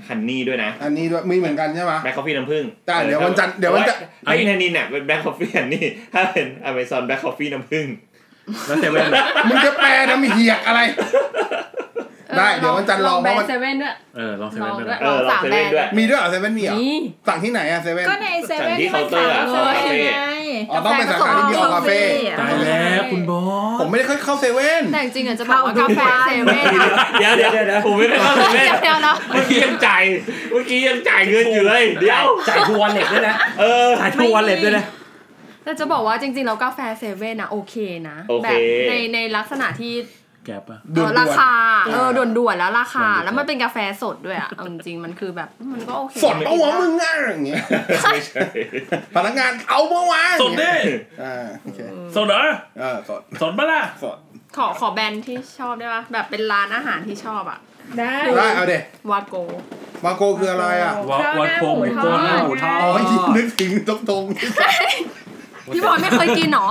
E: ฮันนี่ด้วยนะ
A: อันนี้ด้วยมีเหมือนกันใช่ไหม
E: แบล็คคอฟฟี่น้ำผึ้ง
A: ได้เดี๋ยววันจันทร์เดี๋ยววันจันทร์
E: ไอ้ฮันนี่เนี่ยเป็นแบล็คคอฟฟี่ฮันนี่ถ้าเป็นอเมซอนแบล็คคอฟฟี่น้ำผึ้ง
B: แล้วเซเว่น
A: มึงจะแปลน้ำเหียกอะไร ได้เดี๋ยววันจันทร์ลอง
G: แบร
A: เพ
G: น
A: ราะว่า
G: ด์เซเว่นด้วย
B: เออลองเซเว่นไป
G: ลองด้ว
B: ละ
G: ย
E: เออลองเซเว่นด้วย
A: มีด้วยเหรอเซเว่นมีเหรอ
G: นี่
A: สั่งที่ไหนอะเซเว่น
F: ก็ในเซเว่นที่มันขาย
E: สั่งที่เคาน์เตอร์อะ
F: ไง
A: อ๋อต้องเป็นสาขาที่มีออกคาเฟ่
B: ตายแล้วคุณบอส
A: ผมไม่ได้เคยเข้าเซเว่น
G: แต่จริงๆอ่ะจะบอกว่ากาแฟเซเว่น
E: เดี๋ยวเดี๋ยวเดี๋ยวผมไม่ได้เข้าเซเว่น
G: เดียวเนาะ
E: เมื่อกี้ยังจ่ายเมื่อกี้ยังจ่ายเงินอยู่เลยเดี๋ยว
D: จ่ายทัวร์เล็ตด้วยนะ
E: เออ
D: จ่ายทัวร์เล็ตด้วยนะ
G: แต่จะบอกว่าจริงๆแล้วกาแฟเซเว่นนะโอเคนะ
E: โอเค
G: แบบในในลักษณะที่
B: แกปอะ
A: ด่วน
G: เออ
A: ๆ
G: ราคาเออด่วนๆแล้วราคาแล้วมันเป็นกาแฟสดด้วยอ่ะเอาจริงๆมันคือแบบมันก็โอเค
A: สดปะวะมึงอ่ะอย่างเงี้ย
E: ไม่ใช่
A: พนักงานเอาปะวะ
B: สดดิ
A: อ่าโอเค
B: สดเหรอ
A: เออสด
B: สดปะล่ะ
A: สด
G: ขอขอแบรนด์ที่ชอบได้ปะแบบเป็นร้านอาหารที่ชอบอะ
F: ได้
A: ได้เอาเด็
G: วาโก
A: มาโกคืออะไรอ่ะ
B: วะวะโคม
D: โกนหน้าหมูทอด
A: อ๋อนึกถึงตรงตรง
G: พี่บอลไม่เคยกินเหรอ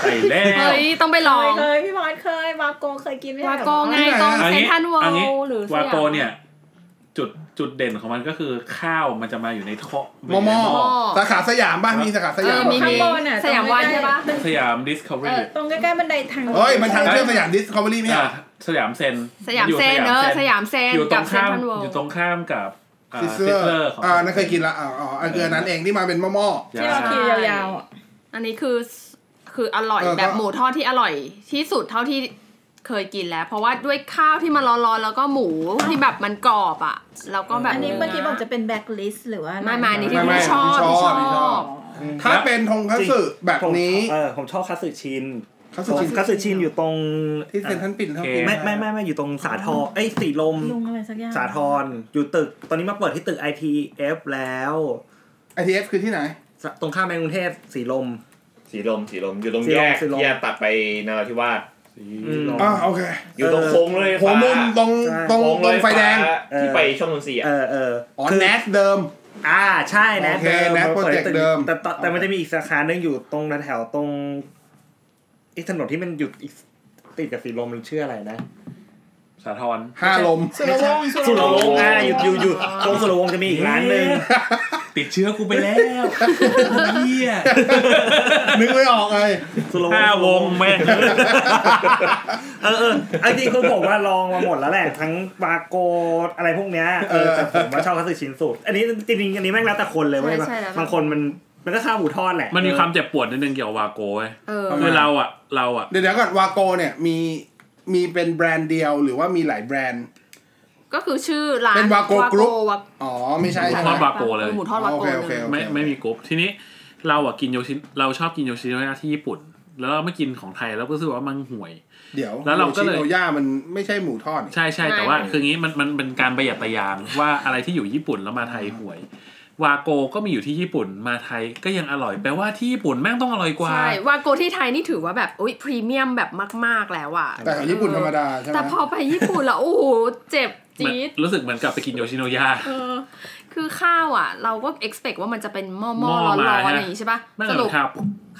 B: ใส่แล้ว
G: เฮ้ย ต้องไปลอง
F: เคยพี่มอสเคยมาโกเคยกินไม่ใช่
G: วา
F: เหรอ
G: โกไงตรง
B: อัน
G: เซน
B: นี้
G: ทรันเวิ
B: อันนี้
G: ลด์หรือส
B: วาย
G: าม
B: โกเนี่ย จุดจุดเด่นของมันก็คือข้าวมันจะมาอยู่ในท่อ
A: ๆมอมอสาขาสยามป่ะมีสาขาสยาม
G: มี
A: ป่ะ
G: มีสยามวันใช่ปะ
B: สยามดิสคัฟเวอ
F: เอ
B: รี่
F: อตรงใกล้ๆบันไดทาง
A: เฮ้ยมันทางเชื่อมสยามดิสคอมเบอรี่ไหม
B: อ่ะ
A: อ่ะ
B: สยามเซน
G: สยาม
B: อยู่
G: เซนเออสยามเซน
B: อยู่ตร
G: กับ
B: ง
G: เซน
B: ข้าม
G: ทรันเวิล
B: อ
G: ด์
B: ยู่ตรงข้ามกับอ่า
A: ซิส
B: ซิ
A: เล
B: ส
A: อร์
B: เลอร์ของ
A: อ่านั่นเคยกินละอ๋ออ๋ออันคืออันนั้นเองที่มาเป็นมอมอ
F: ที่เราคิวยาวๆอ่ะ
G: อันนี้คือคืออร่อย
A: เออก็
G: แบบหมูทอดที่อร่อยที่สุดเท่าที่เคยกินแล้ว เพราะว่าด้วยข้าวที่มันร้อนๆแล้วก็หมูที่แบบมันกรอบอ่ะ แล้วก็แบบ
F: อันนี้เมื่อกี้บอกจะเป็นแบ็คลิสต์หรือว่า
G: ไม่ไม่อันนี้
A: ไม่
G: ที่
A: ไม่
G: พี่ชอบ
A: ที่
G: ที่
A: ช
G: ช
A: อ
G: อบ บ
A: ถ้าเป็นทงคัตสึแบบนี้
D: เออผมชอบคัตสึชิน
A: คัต
D: ผ
A: สึ
D: ม
A: ชิน
D: คัตสึชินอยู่ตรง
A: ที่เซ็นทรัลปิ่นเท่า
D: ไม่ไม่ไม่ไม่อยู่ตรงสาทรเอ้ยสีลม
F: ลุงอะไรสักอย่าง
D: สาทรอยู่ตึก ตอนนี้มาเปิดที่ตึก ITF แล้ว
A: ITF คือที่ไหน
D: ตรงข้ามในกรุงเทพสีลม
E: สีลมสีลมอยู่ตรง
D: สีลม
E: แยก
D: สีลม
E: แยกตัดไปนาราธิวาส
D: อืม
A: อ่าโอเค
E: อยู่ตรงโค้งเลย
A: หัวมุมตรง
D: ใช่
A: ตรงตรงไฟแดง
E: ที่ไปช่องนนทรีอ่ะ
D: เออเออ
A: อ๋อ
D: คือ
A: แนสเดิม
D: อ่าใช่นะ
A: โอเคนะ project เดิม
D: แต่แต่แต่มันจะมีอีกสาขาหนึ่งอยู่ตรงแถวๆตรงไอ้ถนนที่มันอยู่อีกติดกับสีลมมันชื่ออะไรนะ
B: สาทร
A: ห้าลม
F: สุรวงศ์
D: สุรวงศ์อ่ะอยู่อยู่อยู่ตรงสุรวงศ์จะมีอีกร้านหนึ่ง
B: ติดเชื้อกูไป แล้วเฮีย
A: นึกไม่ออกไง
D: สโลว์
B: ห้าวงแม่ง
D: เออเออไอ้จริงคือผมว่าลองมาหมดแล้วแหละ ทั้งปาโกดอะไรพวกเนี้ยเออแต่ผมว่าชอบคัตสึชินสูตรอันนี้จริงๆอันนี้แม่งแล้วแต่คนเลยเว้ย
G: ใช่ใช่แล้วแต่
D: บางคนมันมันก็ข้าวหมูทอดแหละ
B: มันมีความเจ็บปวดนิดนึงเกี่ยวกับวาโกเว้ย
G: เออ
B: คือเราอ่ะ เราอ่ะ
A: เดี๋ยวเดี๋ยวก่อนวาโกเนี่ยมีมีเป็นแบรนด์เดียวหรือว่ามีหลายแบรนด์
G: ก็คือชื่อร้าน
A: เป็นวาโกกรุ๊ป
G: วาโก
A: อ๋อไม่ใช่ใช่
B: ห
A: ไหม
B: มูทอดวา โกเลย
G: หมูทอดวาโก
A: โอเคโอเค
G: เลย
A: โอเค
B: ไม่ไม่มีกรุ๊ปทีนี้เราอ่ะกินโยชิเราชอบกินโยชิโนยะที่ญี่ปุ่น แล้วเราไม่กินของไทยเราก็รู้สึกว่ามันห่วย
A: เดี๋ยว
B: แล้วเราก็เลย
A: โยชิโอย่ามันไม่ใช่หมูทอดนี่
B: ใช่ใช่แต่ว่าคืองี้มันมันเป็นการประหยัดประยางว่าอะไรที่อยู่ญี่ปุ่นแล้วมาไทยห่วย วาโกก็มีอยู่ที่ญี่ปุ่นมาไทยก็ยังอร่อยแปลว่าที่ญี่ปุ่นแม่งต้องอร่อยกว่า
G: ใช่ วาโกที่ไทยนี่ถือว่าแบบอุ้ยพรีเมียมแบบมาก ๆ แล้วอ่ะ
A: แต่ของญี่ปุ่นธรรมดาใช่ไหม
G: แต่พอไปญี่ปุ่นแล้วโอ้โหเจ็บจี๊ด
B: รู้สึกเหมือนกลับไปกินโยชิโนยะ
G: เออคือข้าวอ่ะ เราก็ expect ว่ามันจะเป็นหม้อห
B: หม้
G: ม้อ
B: อ
G: ร้อน
B: มาฮะ
G: ๆอะไรอย่างงี้ใช่ปะ
B: นั่น
G: ส
B: แห
G: รุป
B: ละครับ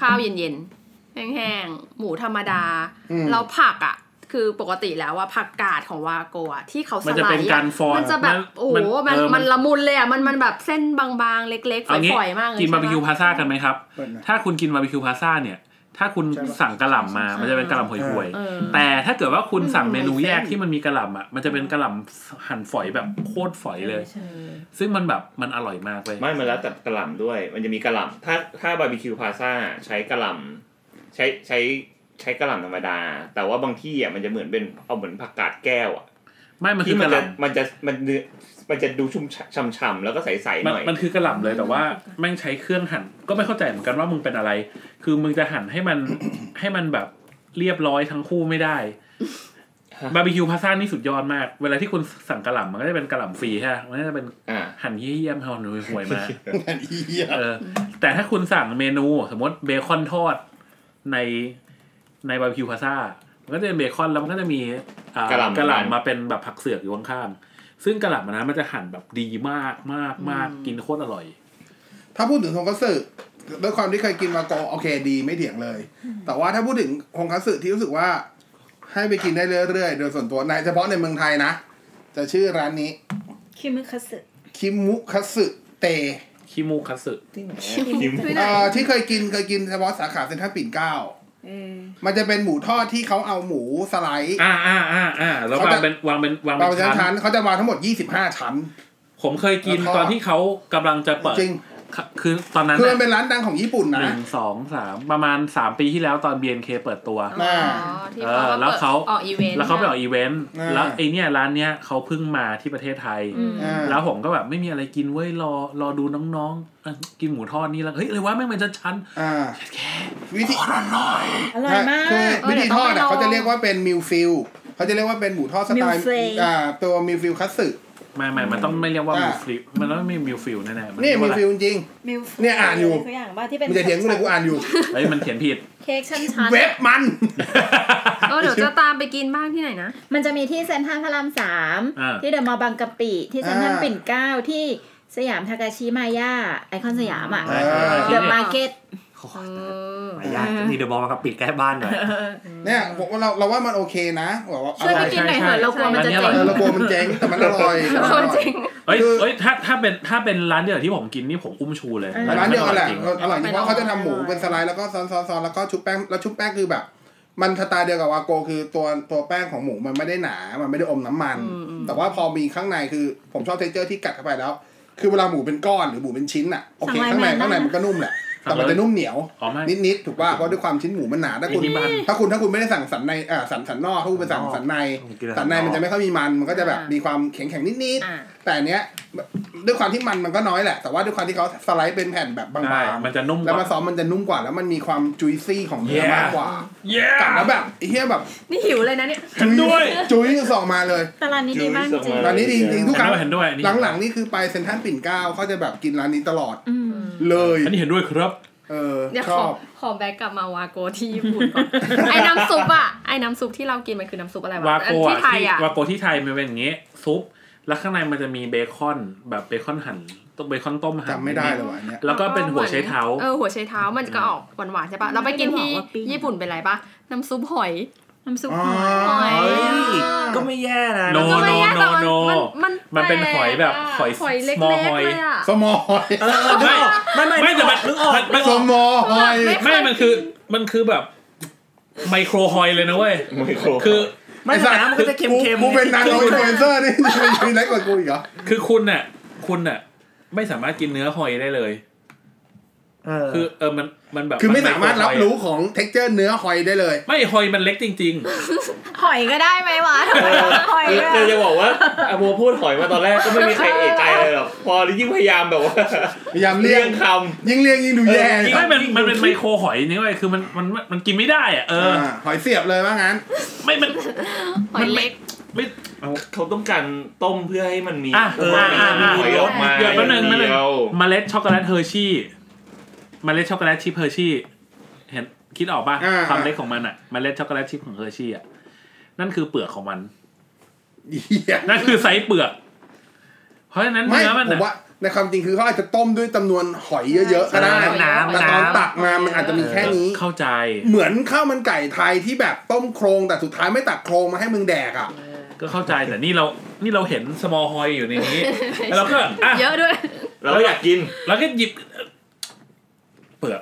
G: ข้าวเย็นๆ แห้งๆ หมูธรรมดา
A: อืม
G: เราผักอ่ะ คือปกติแล้วว่าผักกาดของวาโกะอะที่เขาส
B: มันจะ
G: ลาย
B: เป็นการฟอน
G: มันจะแบบ
B: มัน
G: โอ้โห
B: มั
G: มัน
B: นเออมัน
G: มันละมุนเลยอ่ะมันมันแบบเส้นบางๆ เล็กๆ
B: เอางี้
G: ฝอยๆ มากเลย
B: กินบาร์บีคิว
G: ใช่ปะ
B: พาซ่ากันไหมครับ
A: เปิดหน่อย
B: ถ้าคุณกินบาร์บีคิวพาซ่าเนี่ย ถ้าคุณ
A: ใช่ปะ
B: สั่งกระหล่ำมา มันจะเป็นกระหล่ำห่วย
G: เออ
B: ๆแต่ถ้าเกิดว่าคุณสั่ง
G: อืม
B: เมนูแยก
G: เส้น
B: ที่มันมีกระหล่ำอ่ะ มันจะเป็นกระหล่ำหั่นฝอยแบบโคตรฝอยเลย ซึ่งมันแบบมันอร่อยมากเลย
E: ไม่มาแล้วแต่กระหล่ำด้วย มันจะมีกระหล่ำถ้าถ้าบาร์บีคิวพาซ่าใช้กระหล่ำใช้ใช้ใช้กระหล่ำธรรมดา แต่ว่าบางที่อ่ะมันจะเหมือนเป็นเอาเหมือนผักกาดแก้วอ่ะ
B: ไม่มันคื
E: ที่
B: อ
E: มั
B: ก
E: น
B: ระห
E: จะ
B: ล่ำ
E: มันจะมันเนื้อมันจะดูชุ่มช่ำๆแล้วก็ใสๆ
B: มั
E: ห
B: น
E: น่อย
B: มันคือกระหล่ำเลยแต่ว่าแม่งใช้เครื่องหั่นก็ไม่เข้าใจเหมือนกันว่ามึงเป็นอะไร คือมึงจะหั่นให้มัน ให้มันแบบเรียบร้อยทั้งคู่ไม่ได้
E: ฮะ
B: บาร์บีคิวพาซ่านี่สุดยอดมาก เวลาที่คุณสั่งกระหล่ำมันก็จะเป็นกระหล่ำฟรีฮะมันก็จะเป็น
E: อ่า
B: หั่นเยี่ยมๆหั่นห่วยๆมา
A: อีเหี้ย
B: เออ แต่ถ้าคุณสั่งเมนูสมมติเบคอนทอดในในบาร์บีคิวพาซ่ามันก็จะเป็นเบคอนแล้วมันก็จะมีอ่าก
E: ระหล่ำ
B: กระหล่ำมาเป็นแบบผักเสือกอยู่ข้างๆซึ่งกระหล่ำอันนั้นมันจะหั่นแบบดีมากมากมากกินโคตรอร่อย
A: ถ้าพูดถึงทงคัตสึด้วยความที่เคยกินมาโกโอเคดีไม่เถียงเลย แต่ว่าถ้าพูดถึงทงคัตสึที่รู้สึกว่า ให้ไปกินได้เรื่อยๆ โดยส่วนตัวในเฉพาะในเมืองไทยนะ จะชื่อร้านนี้
F: คิมุคัตสึ
A: คิมุคัตสึเต
B: คิมูคัตสึ
E: คิม
A: เอ่อที่เคยกินเคยกินเฉพาะสาขาเซ็นทรัลปิ่นเกล้า
F: เออ
A: มันจะเป็นหมูทอดที่เขาเอาหมูสไลด์
B: อ่าอ่าอ่าอ่าแล้ว
A: เขา
B: วาง
A: จะ
B: เป็นวางเป็นวาง
A: วาง
B: เป็
A: เป็น นชั้
B: ชั้
A: น
B: น
A: ๆเขาจะวางทั้งหมด 25 ชั้น
B: ผมเคยกิน
A: แล้วก็
B: ตอนที่เขากำลังจะเปิด
A: จริง
B: ค่ะคือตอนนั้น
A: คือ
B: น่ะ
A: มันเป็นร้านดังของญี่ปุ่น
B: ห
A: นะ
B: นึ่งสองสามประมาณสามปีที่แล้วตอน BNK เปิดตัว
A: มา
G: อ๋อที่
B: เอ
G: เขา
B: อ
G: ก็
B: แล้วเขา
G: ปิดออกอีเวนต์
A: อ่า
B: แล้วเขาไปออกอีเวนต์แล้วไอเนี่ยร้านเนี้ยเขาเพิ่งมาที่ประเทศไทย
G: อืม
A: อ่า
B: แล้วผมก็แบบไม่มีอะไรกินเว้ยรอรอดูน้องๆอ่ะกินหมูทอดนี่แล้วเฮ้ยเลยว่าแม่งเป็นชั้น
A: อ่าวิ
B: ๆ
A: ธี
B: โคตรอร่อย
F: อร่อยมาก
A: คือวิธีทอด
G: เออเดี๋ยว
A: อ่ะ
G: ต้องไปลอง
A: เขาจะเรียกว่าเป็นมิลฟิลเขาจะเรียกว่าเป็นหมูทอดสไตล์
F: Milfray
A: อ่าตัวมิลฟิลคัตสึ
B: ไม่ไม่มันต้องไม่เรียกว่า
A: อ่า
B: มิวฟิลมันต้องไม่มิวฟิลแน่ๆมั
A: นี่
B: เรียก
A: มิ
B: ว่า
A: ล
B: อะไร
A: ฟิลจริง
F: มิล
A: เนี่ยอ่านอยู่
F: คืออย่างว่าที่เป็น
A: มันจะเถียงกูเลยกูอ่านอยู่
B: เฮ้ยมันเขียนผิด
F: เค้กชั้น
A: เว็บมัน
G: เออเดี๋ยวจะตามไปกินบ้างที่ไหนนะ
F: ๆมันจะมีที่เซ็นทรัลพระรามสาม
B: อ่า
F: ที่เดอะมอลล์บางกะปิ ที่เซ็นทรัล
A: อ่า
F: ปิ่นเกล้าที่สยามทากาชิมาย่าไอคอนสยามอ่ะ
A: เออ
F: เดอะมาร์เก็ต
G: เออ
D: หายากมีเดอะบอลมากับปิดใกล้บ้านหน่อย
A: เนี่ยผมว่าเราเราว่ามันโอเคนะบอกว่าอ
G: ช่วย
A: ร่
G: ไป
A: อย
G: กินหน่อยเถอะเรากลัวมันจะ
B: ใช่
G: เจ๊
B: ใช่
G: ง
A: เออเรากลัวมันเจ๊งแต่มันอร่อย
G: เรากลัวจริง
B: เอ้ย
A: คือ
B: เอ้ยถ้าถ้าเป็นถ้าเป็นร้านเดียวกับที่ผมกินนี่ผมอุ้มชูเลย
F: เออ
A: ร้านเดียวกันแหละ
B: จริง
A: อร่อยจริงเพราะเขาจะทำหมู
F: อร่อย
A: เป็นสไลด์แล้วก็ซ้อนซ้อนซ้อนแล้วก็ชุบแป้งแล้วชุบแป้งคือแบบ มันสไตล์เดียวกับวาโกคือตัวตัวแป้งของหมูมันไม่ได้หนา มันไม่ได้อมน้ำมัน
G: อืมอืม
A: แต่ว่าพอมีข้างในคือผมชอบเท x t เจอร์ที่กัดเข้าไปแล้ว คือเวลาหมูเป็นก้อนหรือหมูเป็นชิ้นอ่ะโอเค
F: สั่งไลน์
A: ข้างใน
F: แม
A: ข้างใน
F: นได้นะ
A: มันก็นุ่มแหละแต่มันจะนุ่มเหนียว
B: อ๋อไม่
A: นิดๆถูกป่ะเพราะด้วยความชิ้นหมูมันหนาถ้าคุณ
B: นี่มัน
A: ถ้าคุณถ้าคุณไม่ได้สั่งสันในอ่าสันสันนอกถ้าคุณไปสั่งสันใน
D: ผมกินแล้ว
A: สันในมันจะไม่ค่อยมีมันมันก็จะแบบมีความแข็งๆนิด
F: อ่า
A: ๆแต่อันเนี้ยด้วยความที่มันมันก็น้อยแหละ แต่ว่าด้วยความที่เขาสไลด์เป็นแผ่นแบบบาง
B: ใช่
A: ๆ
B: มันจะนุ่มก
A: แล้วมา
B: ว่า
A: ซ้อมมันจะนุ่มกว่าแล้วมันมีความจุยซี่ของเนื้อ
B: Yeah
A: มากกว่า
B: เย้
A: กัดแล้วแบบไอ้เฮียแบบ
G: นี่หิวเลยนะเนี่ย
B: เห็นด้วย
A: จุยส่องมาเลย
F: แต่ร้านนี้ดีมากจริง
A: ร้านนี้ดีจริงๆทุกครั้ง
B: เห็นด้วยอันนี้
A: หลังๆนี่คือไปเซนทรัลปิ่นเกล้าเขาจะแบบกินร้านนี้ตลอด
F: อืม
A: เลย
B: อันนี้เห็นด้วยครับ
A: เออ
G: เดี๋ยว
A: ช
G: ขอ
A: อบ
G: ขอแบกกลับมาวาโกที่ญี่ปุ่น ก่อน ไอ้น้ำซุปอะไอ้น้ำซุปที่เรากินมันคือน้ำซุปอะไรวะ
B: วาโกะ
G: ที่ไทยอะ
B: วาโกะที่ไทยมันเป็นอย่างงี้ ซุป แล้วข้างในมันจะมีเบคอนแบบเบคอนหั่นต้มเบคอนต้มหั่น
A: จำไม่ได้เลยว่ะอันเนี้ย
B: แล้วก็เป็นหัวใช้เท้า
G: เออหัวไชเท้ามันก็ออกหวานๆใช่ปะเราไปกินที่ญี่ปุ่นเป็นไรปะน้ำซุปหอย
F: น้ำซุป
A: อ๋
F: ห
A: อ
F: อย
G: หอย
H: เฮ้ยก็ไม่แย่นะ
B: โน
G: ก็ไม่แย่แต่มัน
B: no, no, no
G: มัน
B: มันเป็นหอยแบบหอย
G: หอยเล็ก
B: small
G: ๆ
B: หอย
G: เลยอะ
A: สมอหอย
H: เออเออนึกออกไม่ไม่
B: ไม่แต่มัน
H: นึกออก
B: มันมัน
A: สมอหอย
G: ไม่
B: ไม่มันคือมันคือแบบไมโครหอยเลยนะเว้ย
E: ไมโคร
B: คือ
H: ไม่แต่น้ำมันก็จะเค็มๆ
A: กูเป็นนางโอินฟลูเอนเซอร์นี่ มีเล็กกว่ากูอีกเหรอ
B: คือคุณน่ะ คุณน่ะ ไม่สามารถกินเนื้อหอยได้เลย
H: เออ
B: คือเออมันมันแบบ
A: คือไม่
B: น
A: สามารถ
B: โค
A: รับ
B: หอย
A: รู้ของเท็กเจอร์เนื้อหอยได้เลย
B: ไม่หอยมันเล็กจริง
F: หอยก็ได้ไหม วะหอย
E: คือ
F: ก็
E: เราจะบอกว่าอาโบพูดหอยมาตอนแรกก็ไม่มีใครเอะใจเลยหรอกพอยิ่งพยายามแบบว่า
A: พยายาม
E: เลี่
A: เลี่ย
E: ย
A: ง
E: งค
A: ยิ่งเลี่ยงยิ่งดูแย่
B: ๆ
A: เนี่ย
B: ไม่มันมันเป็นไมโครหอยนี่เว้ยคือมันมันมันกินไม่ได้อะเออ
A: าหอยเสียบเลยว่างั้น
B: ไม่มัน
G: หอยเล็ก
B: ไม่
E: ำเขาต้องการต้มเพื่อให้มันมี
B: อ่ะ
E: เออ
B: อ่ะอ่ะ
E: มี
B: อ่ะ
E: หอยออกมา
B: เดี๋ยวแป๊บนึงแป๊บนึง
E: เดียว
B: เมล็ดช็อกโกแลตเฮอร์ชี่เมล็ดช็อกโกแลตชิพเฮอร์ชี่เห็นคิดออกป่ะ
A: อ่า
B: ความเล็กของมันอ่ะเมล็ดช็อกโกแลตชิพของเฮอร์ชี่อ่ะนั่นคือเปลือกของมัน
A: เหี้ย
B: นั่นคือไซส์เปลือก เพราะฉะนั้น
A: ไม่
B: เนื้อมัน
A: ผ
B: น่ะ
A: มว่าในความจริงคือเขาอาจจะต้มด้วยจำนวนหอยเยอะๆก็ได้
B: ใช่น้ำ
A: แต่ตอน
B: น้ำ
A: ตักมามันอาจจะมีแค่นี้
B: เข้าใจ
A: เหมือนข้าวมันไก่ไทยที่แบบต้มโครงแต่สุดท้ายไม่ตักโครงมาให้มึงแดกอ่ะ
B: ก็เข้าใจแต่นี่เรานี่เราเห็นสมอลฮอยอยู่ในนี้ แล้วเราก็อ่ะ
G: เยอะด้วย
E: เราก็อยากกิน
B: เราก็หยิบเปลือก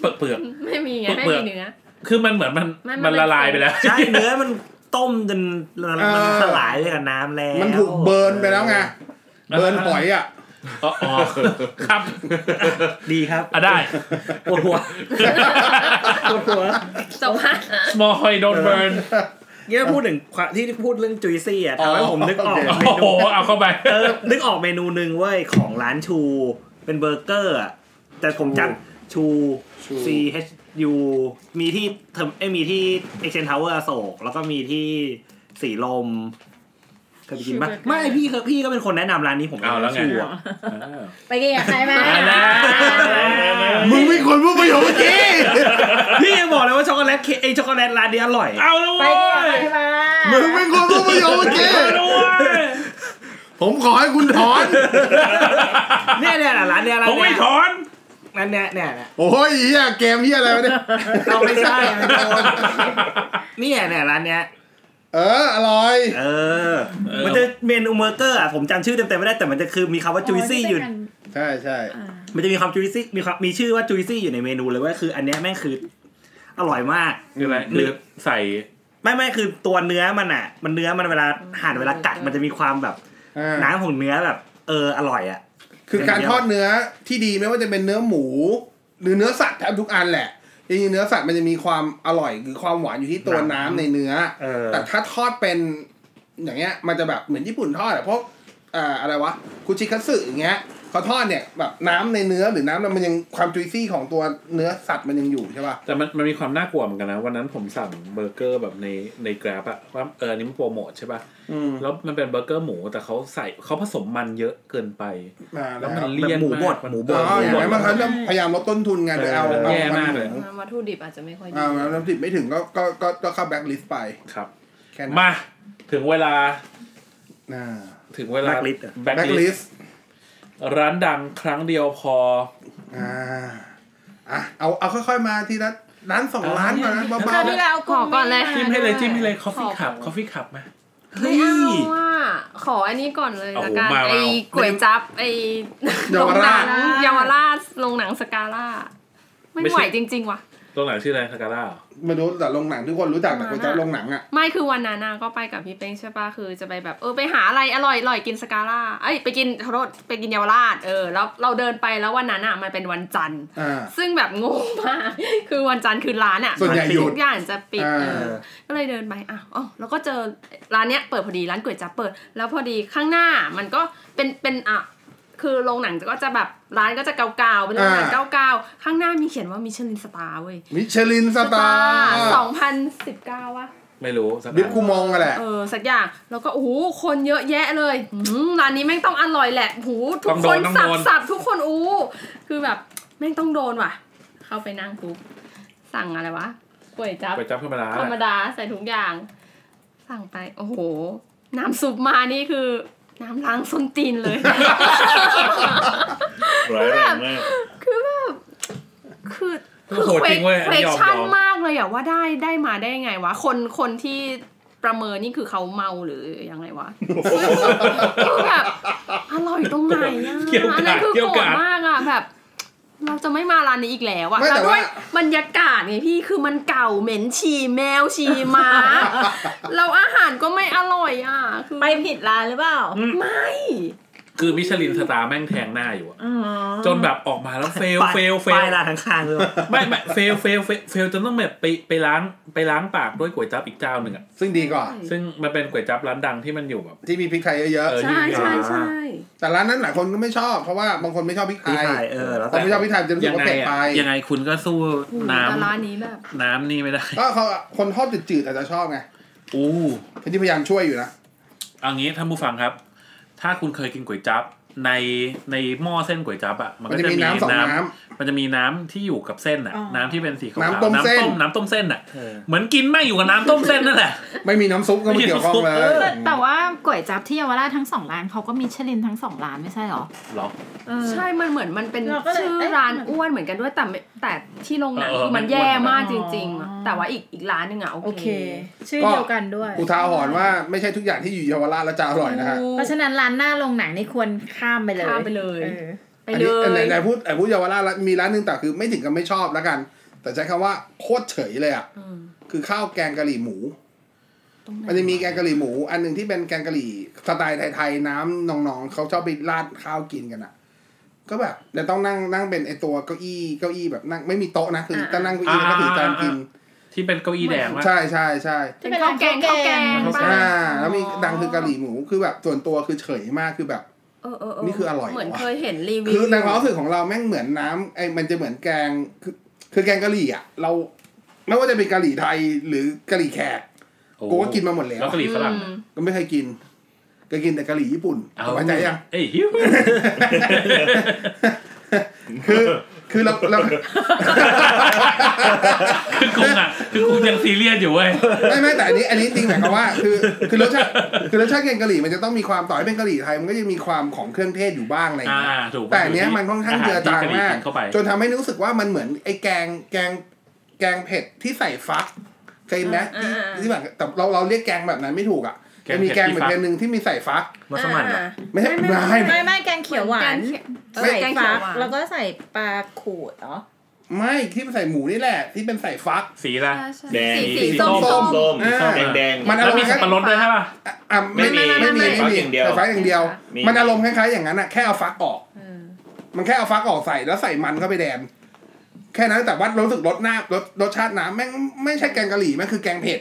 B: เปลือกเปลือก
G: ไม่มีไง ไม่
B: เปลือ
G: มี
B: ก
G: เนื้อ
B: คือมันเหมือนมัน
G: มันมั
B: มัน
G: น
B: ละลายไปแล้ว
H: ใช่เนื้อมันต้มจนมัน
A: เออ
H: สลายไปกับน้ำแล้ว
A: มันถูกเบิร์นไปแล้วไง
B: ออ
A: เบิร์นหอยอ่ะ
B: อ๋ออ๋อครับ
H: ดีครับ
B: อ่ะได้
H: ปวดหัวปวดหัว
G: จบค่ะ
B: สมอลฮอยโดนเบิร์น
H: เนี่ยพูดถึงความที่พูดเรื่องจุยซี่อ่ะทำให้
A: อ๋อ
H: ผมนึกออก
A: โอเค
H: เม
B: โอ้โห
H: นู
B: เอาเข้าไป
H: เออนึกออกเมนูหนึ่งเว้ยของร้านชู เป็นเบอร์เกอร์อะแต่ผมจำชู
A: ชู
H: C H U มีที่เทอมเอ้ยมีที่เอ็กเซนทาวเวอร์อโศกแล้วก็มีที่สีลมเคยไปกินปะไม่พี่เคยพี่ก็เป็นคนแนะนำร้านนี้ผม
B: เอาแล้วไง
H: ชูอะ
I: ไปกินกับใครมา
B: อ่ะนะ
A: มึงไม่ควรพูดประโยคเมื่อกี้
H: พี่ยังบอกเลยว่าช็อกโกแลตเค้กไอช็อกโกแลตร้านนี้อร่อย
B: เอาแล้ว
I: ไป
B: เว้ย
I: กินกับใครมา
A: มึงไม่ควรพูดประโยคเมื่อกี้
B: เอาแล้วเว้ย
A: ผมขอให้คุณถอน
H: เนี่ยเนี่ยร้านเนี้ยร้า
B: ผ
H: น
B: ม
H: เนี้
B: ไม่
H: ย
B: ถอน
H: ร้านเนี้ยเนี่ยเนี่ย
A: โอ้ยเฮียเกมเฮียอะไรวะเนี่ย
H: เราไม่ใช่ไม่โดนเนี่ยเนี่ยร้านเนี้ย
A: เออ อร่อย
H: เออ มันจะเมนูเมอร์เกอร์อ่ะผมจำชื่อเต็มๆไม่ได้แต่มันจะคือมีคำว่าจุยซี่อยู่
A: ใช่ใช่
H: มันจะมีคำจุยซี่มีคำมีชื่อว่าจุยซี่อยู่ในเมนูเลยเว่าคือ อันเนี้ยแม่งคืออร่อยมาก
B: คืออะไรคือใส่
H: ไม่ไม่คือตัวเนื้อมันอ่ะ มันเนื้อมันเวลาหั่นเวลากัดมันจะมีความแบบ
A: อ่า
H: น้ำของเนื้อแบบ เอออร่อยอ่ะ
A: คือการทอดเนื้อที่ดีไม่ว่าจะเป็นเนื้อหมู หรือเนื้อสัตว์แทบทุกอันแหละจริงๆเนื้อสัตว์มันจะมีความอร่อยคือความหวานอยู่ที่ตัวน้ำ
H: น้ำ
A: ในเนื้อ
H: เออ
A: แต่ถ้าทอดเป็นอย่างเงี้ย มันจะแบบเหมือนญี่ปุ่นทอดอะเพราะอ่าอะไรวะคุชิคัตสึอย่างเงี้ยเขาทอดเนี่ยแบบน้ำในเนื้อหรือน้ำมันยังความจุยซี่ของตัวเนื้อสัตว์มันยังอยู่ใช่ป่ะ
B: แต่มันมันมีความน่ากลัวเหมือนกันนะ วันนั้นผมสั่งเบอร์เกอร์แบบในในแกร็บอะว่าเอออนนี่มันโปรโมทใช่ปะ
A: อืม
B: ่ะ แล้วมันเป็นเบอร์เกอร์หมูแต่เขาใส่เขาผสมมันเยอะเกินไป
A: มาแล้
B: แล้ว วมัน
A: อ
B: เลี่ยน
H: แบบหมูบ
B: า
H: ด
B: ก
H: หมูบ
A: ๋
H: ด
A: ออย่าง
B: หมู
A: นั้น
B: บด
A: มันเขาจะพยายามลดต้นทุนไงโดยเอา
B: เออ
A: เอา
B: แย่มากเลย
G: วัตถุดิบอาจจะไม่ค่อยดี
A: อ่าแล้วน้ำดิบไม่ถึงก็ก็ก็ก็เข้าแบ็คลิสต์ไป
B: ครับ
A: แค่นั้น
B: มาถึงเวลา
A: อ่า
B: ถึงเวลา
H: Blacklist เหรอ
B: แบ็ค
A: แบ็ค
B: ลิ
A: ลิ
B: ส
A: สต์
B: ร้านดังครั้งเดียวพอ
A: อ่าอ่ะเอาเอาค่อยๆมาทีละร้านสองร้านก่อนนะ
F: ค
A: เบาร
F: าว
A: ๆ
F: ที่
A: นะ
F: แล้ว
G: ขอก่อนเลย
B: จิ้มให้เลยจิ้มให้เลยคอฟฟี่คับคอฟฟี่คับไหม
G: ไม่เอาอ่ะขออันนี้ก่อนเลยละกัน
B: โอ้โหมามา
G: ไอ้ก๋วยจับไอ้โรงหนังเยาวราชโรงหนังสกาล่าไม่ไหวจริง ๆ ว่ะ
B: ตรงไหนชื่ออะไรทาการ่าเหรอ
A: ไม่รู้แต่โรงหนังทุกคนรู้จักแต่กูจะโรงหนังอ่ะ
G: ไม่คือวันนั้นน่ะก็ไปกับพี่เป้งใช่ปะคือจะไปแบบเออไปหาอะไรอร่อยอร่อยกินสกาล่าเอ้ยไปกินขอโทษไปกินเยาวราชเออแล้วเราเดินไปแล้ววันนั้นอ่ะมันเป็นวันจันทร์
A: อ่า
G: ซึ่งแบบงงมาก คือวันจันทร์คือร้านอ่ะ
A: ส่วนใหญ่หยุด
G: ทุกอย่างจะปิด
A: อ่า
G: เออก็เลยเดินไปอ้าวอ๋อแล้วก็เจอร้านเนี้ยเปิดพอดีร้านก๋วยจั๊บเปิด แล้วพอดีข้างหน้ามันก็เป็นเป็นอ่ะคือโรงหนังก็จะแบบร้านก็จะเก่าๆเป็นโรงหนังเก่าๆข้างหน้ามีเขียนว่ามิชลินสตาร์เว้ย
A: มิชลินสตาร์
G: สองพันสิบเก้าวะ
B: ไม่รู้สักอัน
A: บิ๊กคูมองกันแหละ
G: เออสักอย่างแล้วก็โอ้โหคนเยอะแยะเลยอืมร้านนี้แม่งต้องอร่อยแหละหูทุกคนสับสับทุกคนอู้คือแบบแม่งต้องโดนว่ะ เข้าไปนั่งปุ๊บสั่งอะไรวะก๋วยจั๊บ
B: ไปจับธรรมดา
G: ธรรมดาใส่ถุงอย่าง สั่งไป โอ้โห น้ำซุปมานี่คือ น้ำล้างส้นตีนเลย
E: ร้ายแรงมาก
G: คือแบบคือ
B: โหดจริงเว้ยอัน
G: เฟ
B: นี้
G: ก
B: ยอมย
G: ชั่น
B: อม
G: มาก เลยอะว่าได้ได้มาได้ยังไงวะคนคนที่ประเมินนี่คือเขาเมาหรือยังไงวะคือแบบอร่อยตรงไหนอะ
B: เกี่ยวกาด
G: อันนั้นคือ
B: เกี่ยว
G: โกรธ
B: กาด
G: มากอะแบบ เราจะไม่มาร้านนี้อีกแล้วอะ
A: ไม่แต่
G: แล้วด้วย
A: ว่า
G: บรรยากาศไงพี่คือมันเก่าเหม็นฉี่แมวฉี่ หมาเราอาหารก็ไม่อร่อยอะคือ
F: ไปผิดร้านหรือเปล่า
G: ไม่
B: คือมิชลินสตาร์แม่งแทงหน้าอยู่อะ
F: อ๋อ
B: จนแบบออกมาแล้วเฟลเฟลเฟ
D: ไป
B: ล
D: ลานข้างๆเลย
B: ไม่ไม่เฟลเฟลเฟลเฟลจนต้องแบบไปไปล้างไปล้างปากด้วยก๋วยจั๊บอีกเจ้าหนึ่งอ่ะ
A: ซึ่งดีกว่า
B: ซึ่งมันเป็นก๋วยจั๊บร้านดังที่มันอยู่แบบ
A: ที่มีพริกไทยเยอะ
B: เออ
G: ใช่ใช่ใช่
A: ๆแต่ร้านนั้นหลายคนก็ไม่ชอบเพราะว่าบางคนไม่ชอบพริกไท
D: พี่
A: ย
D: ถ่ายเออแล้ว
A: คนไม่ช
D: แต่
A: อบพริกไทยจะรู้สึ
B: ยั
A: ก
B: ง
A: ว่า
B: ไง
A: เผ็ด
B: อะ
A: ไป
B: ยังไงคุณก็สู้น้
G: แต่ร้านนี้แบบ
B: ำน้ำนี่ไม่ได้
A: ก็เขาคนทอดจืดๆอาจจะชอบไง
B: อู้
A: พี่ที่พยายามช่วยอยู่นะ
B: เอางี้ท่านผู้ฟังครับ ถ้าคุณเคยกินก๋วยจั๊บในในหม้อเส้นก๋วยจั๊บอ่ะมัน
A: มัน
B: ก็
A: จะ
B: จะ
A: มี
B: มี
A: น้ำสอง
B: น้
A: น้ำ
B: ำมันจะมีน้ำที่อยู่กับเส้นอ่ะ น้ำที่เป็นสีขาวๆ
A: น้ำต้มเส้น
B: น้ำต้มเส้นอ่ะเหมือนกินแม่งอยู่กับน้ำต้มเส้นนั่นแหละ
A: ไม่มีน้ำซุปก็ไม่เกี่ยวข้องเลย
B: ไม่มีน้ำซุปเออ
F: แต่ว่าก๋วยจั๊บที่เยาวราชทั้งสองร้านเขาก็มีชลินทั้งสองร้านไม่ใช่เหรอ
B: หรอ
F: เออ
G: ใช่ มันเหมือนมันเป็น
F: เราก็เลย
G: ชื่อ
F: เอ๊ะ
G: ร้าน
F: มัน
G: อ้วนเหมือนกันด้วยแต่ไม่แต่ที่โรงหนัง
B: เออ
G: คือมัน
B: มันอ้วน
G: แย่มากจริงๆอะแต่ว่าอีกอีกร้านหนึ่งอ่ะ
C: โอ
G: โอ
C: เค
G: เค
C: ชื่อเดียวกันด้วย
A: อุทาหรณ์ว่าไม่ใช่ทุกอย่างที่อยู่เยาวราชแล้วจะอร่อยนะฮะ
G: เพ
F: เพ
G: ราะ
F: ราะ
G: ฉะ
F: ฉะ
G: นั้น
F: นั้นร้านหน้าโรงหนังนี่ควรข้ามไปเลย
G: ข้ามไปเลย
F: เออ
G: ไป
A: อัน
G: เล
A: นี้อันไหน
G: ย
A: ไหนพูดไหนพูดเยาวราชละมีร้านหนึงแต่คือไม่ถึงกับไม่ชอบแล้วกัน แต่ใช้คำว่าโคตรเฉยเลยอ่ะ
G: อืม
A: คือข้าวแกงกะหรี่หมู
G: ตรงไหน
A: มันจะมีแกงกะหรี่หมู อันหนึ่งที่เป็นแกงกะหรี่สไตล์ไทยๆน้ำนองๆเขาชอบไปราดข้าวกินกันอ่ะ ก็แบบเดี๋ยวต้องนั่งนั่งเป็นไอตัวเก้าอี้เก้าอี้แบบนั่งไม่มีโต๊ะนะคือต้องนั่งเก้าอี้แล้วก็ถือจานกิน
B: ที่เป็นเก้าอี้แดงวะ
A: ใช่ใช่ใช่
G: เป็นข้าวแกงข้าวแกง
B: ข้าวแกง
G: ปะ
A: อ่าแล้วมีดังคือกะหรี่หมูคือแบบส่วนตัวคือเฉยมากคือแบบ
G: เออเออเ
A: นี่คืออร่อย
G: เหมือน
A: วะ
G: เคยเห็นรีวิว
A: คือในความรู้สึกของเราแม่งเหมือนน้ำไอ้มันจะเหมือนแกงคือคือแกงกะหรี่อ่ะ เราไม่ว่าจะเป็นกะหรี่ไทยหรือกะหรี่แขก กูก็กินมาหมดแล้ว
B: แล้วกะหรี่ฝรั่ง
G: อืม
A: ก็ไม่เคยกินก็กินแต่กะหรี่ญี่ปุ่นสบายใจยัง
B: เอ้ยหิว
A: คือคือเราเรา
B: คือกูอ่ะคือกูยังซีเรียสอยู่เว้ย
A: ไม่ไม่แต่อันนี้อันนี้จริงหมายความว่า คือคือรสชาติคือรสชาติแกงกะหรี่มันจะต้องมีความต่อให้เป็นกะหรี่ไทยมันก็จะมีความของเครื่องเทศอยู่บ้างอะไรอย่าง
B: อ่า
A: เงี้ย
B: ถูก
A: แต่อันเนี้ยมันค่อนข้างเจือจางมาก
B: เข้าไป
A: จนทำให้รู้สึกว่ามันเหมือนไอ้แกงแกงแกงเผ็ดที่ใส่ฟักเคยไหมที่ที่แบบแต่เราเราเรียกแกงแบบนั้นไม่ถูกอ่ะ
B: แก
A: จะ
B: งเผ็ด
A: มีแกงเหมือน
B: ที่ฟัก
A: แกงหนึ่งที่มีใส่ฟัก
D: มาสมันเหรอ
A: ไม่ใช่ไม่
F: ไม่
A: ไม่
F: ไม่ไม่แกงเขียวหวาน
G: เออ
F: ใส่
G: แกง
F: ฟั
G: เขียว
F: ก
G: หวาน
F: แล้วก็ใส่ปลาขูดเหรอ
A: ไม่ที่ใส่หมูนี่แหละ ที่เป็นใส่ฟัก
B: สีละ
G: ใช่ใช่
E: แดง
G: สี
B: สี
G: สี
B: ส้
G: ส้
B: ม
G: มส้ม
E: ส้ม
A: อ่า
E: แดงแดง
A: มันอ
B: แล้ว
A: ร่อย
B: มีสับปะรดด้วยใช่ป่ะ
A: อ่ะไม่
E: ไม่
A: มีไม่มี
E: มีใส่ฟักอย่างเดียว
A: ใส่ฟักอย่างเดียว
E: มี
A: มันอารมณ์คล้ายๆอย่างนั้นอ่ะแค่เอาฟักออกมันแค่เอาฟักออกใส่แล้วใส่มันเข้าไปแดนแค่นั้นแต่ว่ารู้สึกรสหน้ารสรสชาติน้ำแม่งไม่ใช่แกงกะหรี่แม่งคือแกงเผ็ด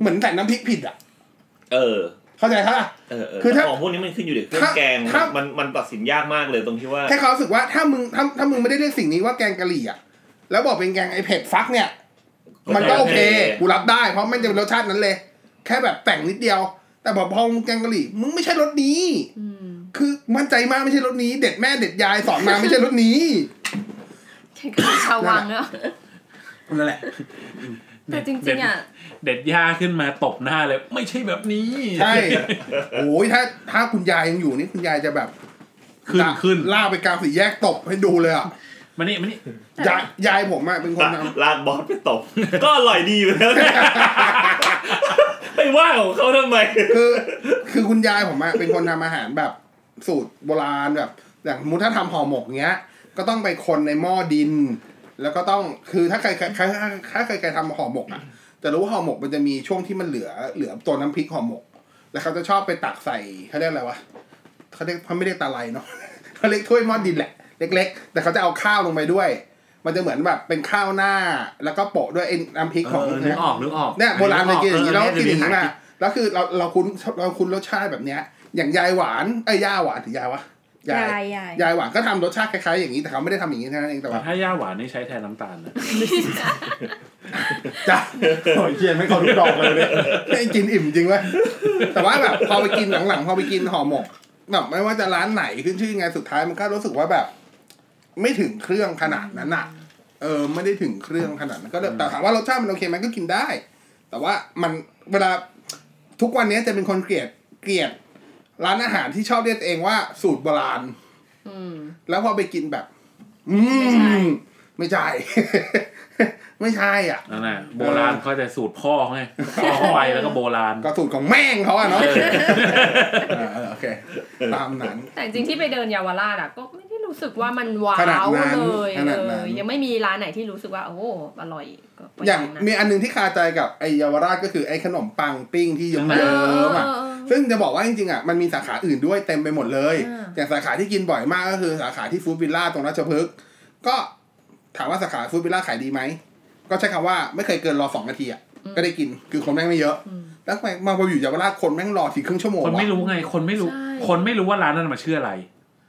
A: เหมือนใส่น้ำพริกผิดอ่ะ
E: เออ
A: เข้าใจครับ
E: เออเออ
A: คือถ้า
E: ของพวกนี้มันขึ้นอยู่ในเครื่องแกง
A: ถ้า
E: มันมันตัดสินยากมากเลยตรงที่ว่า
A: แค่เขามรู้สึกว่าถ้ามึงถ้าถ้ามึงไม่ได้เรียกสิ่งนี้ว่าแกงกะหรี่อ่ะ แล้วบอกเป็นแกงไอเผ็ดฟักเนี่ย มันก็โอเค กูรับได้ เพราะมันจะเป็นรสชาตินั้นเลย แค่แบบแต่งนิดเดียว แต่บอกพอมึงแกงกะหรี่ มึงไม่ใช่รสนี้ คือมั่นใจมากไม่ใช่รสนี้ เด็ดแม่เด็ดยายสอนมาไม่ใช่รสนี้
G: แกงข้าวชาววังเนอะ
A: นั่นแหละ
G: แต่จริงๆอ่ะ
B: เด็ดยาขึ้นมาตบหน้าเลย ไม่ใช่แบบนี้
A: ใช่โอ้ยถ้าถ้าคุณยายยังอยู่นี่คุณยายจะแบบ
B: ขึ้นขึ้น
A: ล่ากไปกลางสี่แยกตบให้ดูเลยอ่ะ
B: มานี่มานี่
A: ยายยายผมอ่ะเป็นคนทำ
E: ลากบอสไปตบ ก็อร่อยดีอยู่แล้วเนี่ยไปว่าของเขาทำไม
A: คือคือคุณยายผมอะเป็นคนทำอาหารแบบสูตรโบราณแบบอย่างสมมุติถ้าทำห่อหมกเงี้ย ก็ต้องไปคนในหม้อดิน แล้วก็ต้องคือถ้าใครใครใครถ้าใครใครทำห่อหมกอะจะรู้ว่าห่อหมกมันจะมีช่วงที่มันเหลือเหลือตัวน้ำพริกห่อหมก แล้วเขาจะชอบไปตักใส่เขาเรียกอะไรวะเขาเรียกเขาไม่เรียกตาไลเนาะ เขาเรียกถ้วยหม้อดินแหละ เล็ก ๆ แต่เขาจะเอาข้าวลงไปด้วย มันจะเหมือนแบบเป็นข้าวหน้า แล้วก็โปะด้วยไอ้น้ำพริกของ
B: เออนึกออกนึกออก
A: เนี่ยโบราณเลยกินอย่างนี้แล้วก็กินอย่างนี้
B: เเเ
A: มาแล้วคือเราเราคุ้นเราคุ้นรสชาติแบบเนี้ย อย่างยายหวานไอ้ยย่าหวานถือยายวะ
F: ยายยาย
A: ยายหวานก็ทำรสชาติคล้ายๆอย่างนี้แต่เขาไม่ได้ทำอย่างนี้เท่านั้นเองแต่
B: แต่
A: ว่า
B: ถ้าย่าหวานนี่ใช้แทนน้ำตาลนะ
A: จ้ะโอ้ยเชียนไม่เขาลูกดอกเลยเนี่ยไม่กินอิ่มจริงเว้ยแต่ว่าแบบพอไปกินหลังๆพอไปกินห่อหมกแบบไม่ว่าจะร้านไหนขึ้นชื่อยังไงสุดท้ายมันก็รู้สึกว่าแบบ ไม่ถึงเครื่องขนาดนั้นอ่ะ เออไม่ได้ถึงเครื่องขนาดนั้นก็เลยแต่ถามว่ารสชาติมันโอเคไหมก็กินได้ แต่ว่ามันเวลาทุกวันนี้จะเป็นคนเกลียดเกลียด ร้านอาหารที่ชอบเรียกตัวเองว่าสูตรโบราณแล้วพอไปกินแบบ อืม ไม่ใช่ ไม่ ใช่อ่ะ
B: นั่นแหละโบราณเขาจะสูตรพ่อเขาไงพ่อเข้าไปแล้วก็โบราณ
A: ก็สูตรของแม่งเขาอ่ะเนาะ
B: เออ
A: เออเออโอเค ตามนั้น
G: แต่จริงๆที่ไปเดินเยาวราชอ่ะก็ไม่ได้รู้สึกว่ามันว้า
A: ขนาด
G: ว
A: นั้น
G: เลย
A: ข
G: เล
A: นาดนั้น
G: ยยังไม่มีร้านไหนที่รู้สึกว่าโอ้โหอร่อยก็ไป
A: อย่าง
G: นะ
A: มีอันหนึงที่คาใจกับไอเยาวราชก็คือไอขนมปังปิ้งที่เยิ้ม
G: เอ
A: เยิ้
G: อ
A: ม
G: เอ
A: อ่ะ
G: อเออ
A: ซึ่งจะบอกว่าจริงๆอ่ะมันมีสาขาอื่นด้วยเต็มไปหมดเลย
G: อ่า
A: อย่างสาขาที่กินบ่อยมากก็คือสาขาที่ฟู้ดวิลล่าตรงราชพฤกษ์ก็ถามว่าสาขาฟู้ดวิลล่าขายดีไหม ก็ใช้คำว่าไม่เคยเกินรอสองนาทีอ่ะก็ได้กินคือคนแม่งไม่เยอะแล้วทำไมมาพออยู่เยาวราชคนแม่งรอถึงครึ่งชั่วโมง
B: คนไม่
A: วะ
B: รู้ไง คนไม่รู้
G: ใช่
B: คนไม่รู้ว่าร้านนั้นมาชื่ออะไร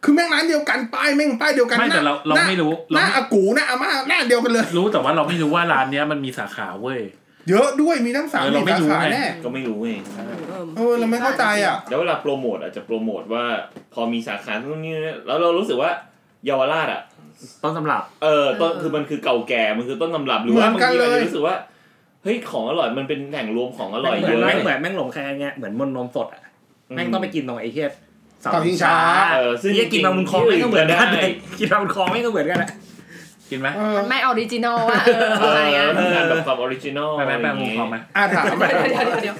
A: คือแม่งร้านเดียวกันป้ายแม่งป้ายเดียวกัน
B: ไม่แต่เราเรา
A: หน้
B: ไม่รู้
A: ห
B: เรา
A: น้า
B: ไม่
A: อากูหน้าอาม่าหน้าเดียวกันเลย
B: รู้แต่ว่าเราไม่รู้ว่าร้านเนี้ยมันมีสาขาเว้ย
A: เยอะด้วยมีทั้งสาม
B: เออเรา
A: สี่
B: ไม่
A: สา
B: รู้
A: ขา
B: ไง
A: แน่
E: ก็ไม่รู้ไง
G: เออ
A: เออเราไม่เข้าใจอ่ะ
E: แล้วเวลาโปรโมทอาจจะโปรโมทว่าพอมีสาขาตรงนี้แล้วเรารู้สึกว่าเยาวราชอ่ะ
B: ต้นตำรับ
E: เออต้นคือมันคือเก่าแก่มันคือต้นตำรับหรือว่า
A: เหมื
E: บา
A: อง นกัน
E: ทีอาจ
A: เลย
E: จะรู้สึกว่าเฮ้ยของอร่อยมันเป็นแหล่งรวมของอร่อย
D: เหมื
E: เย
D: อน
E: อะ
D: แม่งเหมือนแม่งหลงแคร์เงี้ยเหมือนมนต์นมสดอ่ะแม่งต้องไปกินตรงไอ้เทียเสา
A: เสาชิงช้า
E: เออซึ่ง
D: ที่กินมาบุญคลองแม่งก็เหมือนกันเลยกินมาบุญคลองแม่งก็เหมือนกันอะ
B: กินไหม
A: เออ
G: มันไม่ออริจินอลว่ะเออ
E: เอ
G: อะไร
E: อ
G: เงี้ย
E: มันงานแบบความออริจินอล
B: ไปไหมไปมุมของไหม
A: อาถามแบบ
G: เดี๋ยวเดี๋ยวเดี๋ยว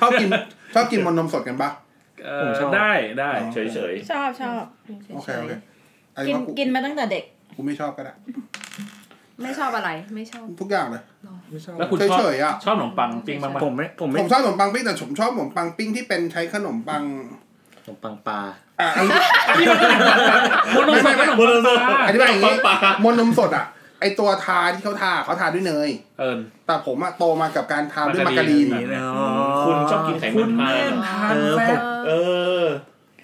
A: ชอบกินชอบกินมันนมสดกันปะ
B: เออ
D: ผมชอบ
B: ได้ได้
A: อ๋อ
E: เฉยเฉย
F: ชอบชอบ
A: โอเคโอเคไอ้
F: กิน
A: ว่ากู
F: กินมาตั้งแต่เด็ก
A: กูไม่ชอบก็ได้
G: ไม่ชอบอะไรไม่ชอบ
A: ทุกอย่างเลย
D: ไม่ชอบ
B: แล้วคุณชอบ
A: เฉยๆอะ
B: ชอบขนมปังปิ้งบ้างไหม
D: ผมไม่ผมไม่
A: ผมชอบขนมปังปิ้งแต่ผมชอบขนมปังปิ้งที่เป็นใช้ขนมปัง
D: ขนมปังปลา
A: อ่ะอันนี้
B: คนนมสดขนมปัง
A: อธิบายอย่างนี้
E: ปลา
A: มนนมสดอ่ะ ไอตัวทาที่เขาทาเขาทาด้วยเนย
B: เออ
A: แต่ผมอะโตมากับการทาด้วยมาการีน
B: มาการีน
E: คุณชอบกินไข่
B: คุ
E: มั
B: ณ
E: นมา
B: แม่
E: ก
B: นทาน
D: เออผ
B: แฟบ
D: ม
E: เออ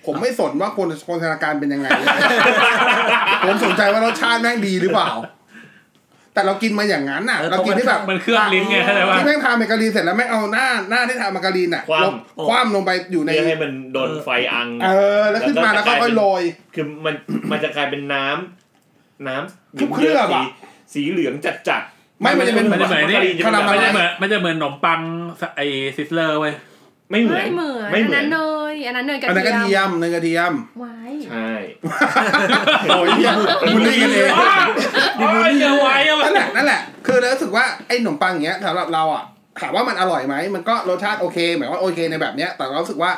A: ผมไม่สนว่าคนโฆษณาการเป็นยังไง ผมสนใจว่ารสชาติแม่งดีหรือเปล่า แต่เรากินมาอย่างนั้นน่ะ เรากินที่แบบ
B: มันเคลือบลิ้นไงเข้าใจป่ะ
A: ที่แม่งทามาการีนเสร็จแล้วแม่งเอาหน้าหน้าที่ทามาการีนอ่ะ
E: คว่ำ
A: ลงคว่ำลงไปอยู่ใน
E: เพื่อให้มันโดนไฟอัง
A: เออ แล้วขึ้นมาแล้วก็ค่อยโรย
E: คือมันมันจะกลายเป็นน้ำน้ำ
A: ทุกเคลือบอะ
E: สีสีเหลืองจัดจัด
A: ไม่มันจะเป็น
B: มันจะเหมือนนี่
E: คาราเมล
B: มันจะเหมือนมันจะเหมือนขนมปังไอซิสเลอร์เว้ย
E: ๆไม่เหมือน
G: ไม่เหมือน
E: ไม่
G: อั
E: เห
G: น
E: มือ
G: นั้น นเนยอันนั้นเนยกระ
A: อันนั้นกระ
G: เที
A: เที
G: ย
A: ย
G: ม
A: มเนยกระเทียม
G: ไว้
E: ใช่
A: โอ้ยเหี้ยบุลลี่กันเอง
B: อ้าวโอ้ยเจอไว้อะ
A: นั่นแหละนั่นแหละ คือเรารู้สึกว่าไอ้ขนมปังอย่างเงี้ยสำหรับเราอ่ะถามว่ามันอร่อยไหมมันก็รสชาติโอเคหมายว่าโอเคในแบบเนี้ย แต่เรารู้สึกว่า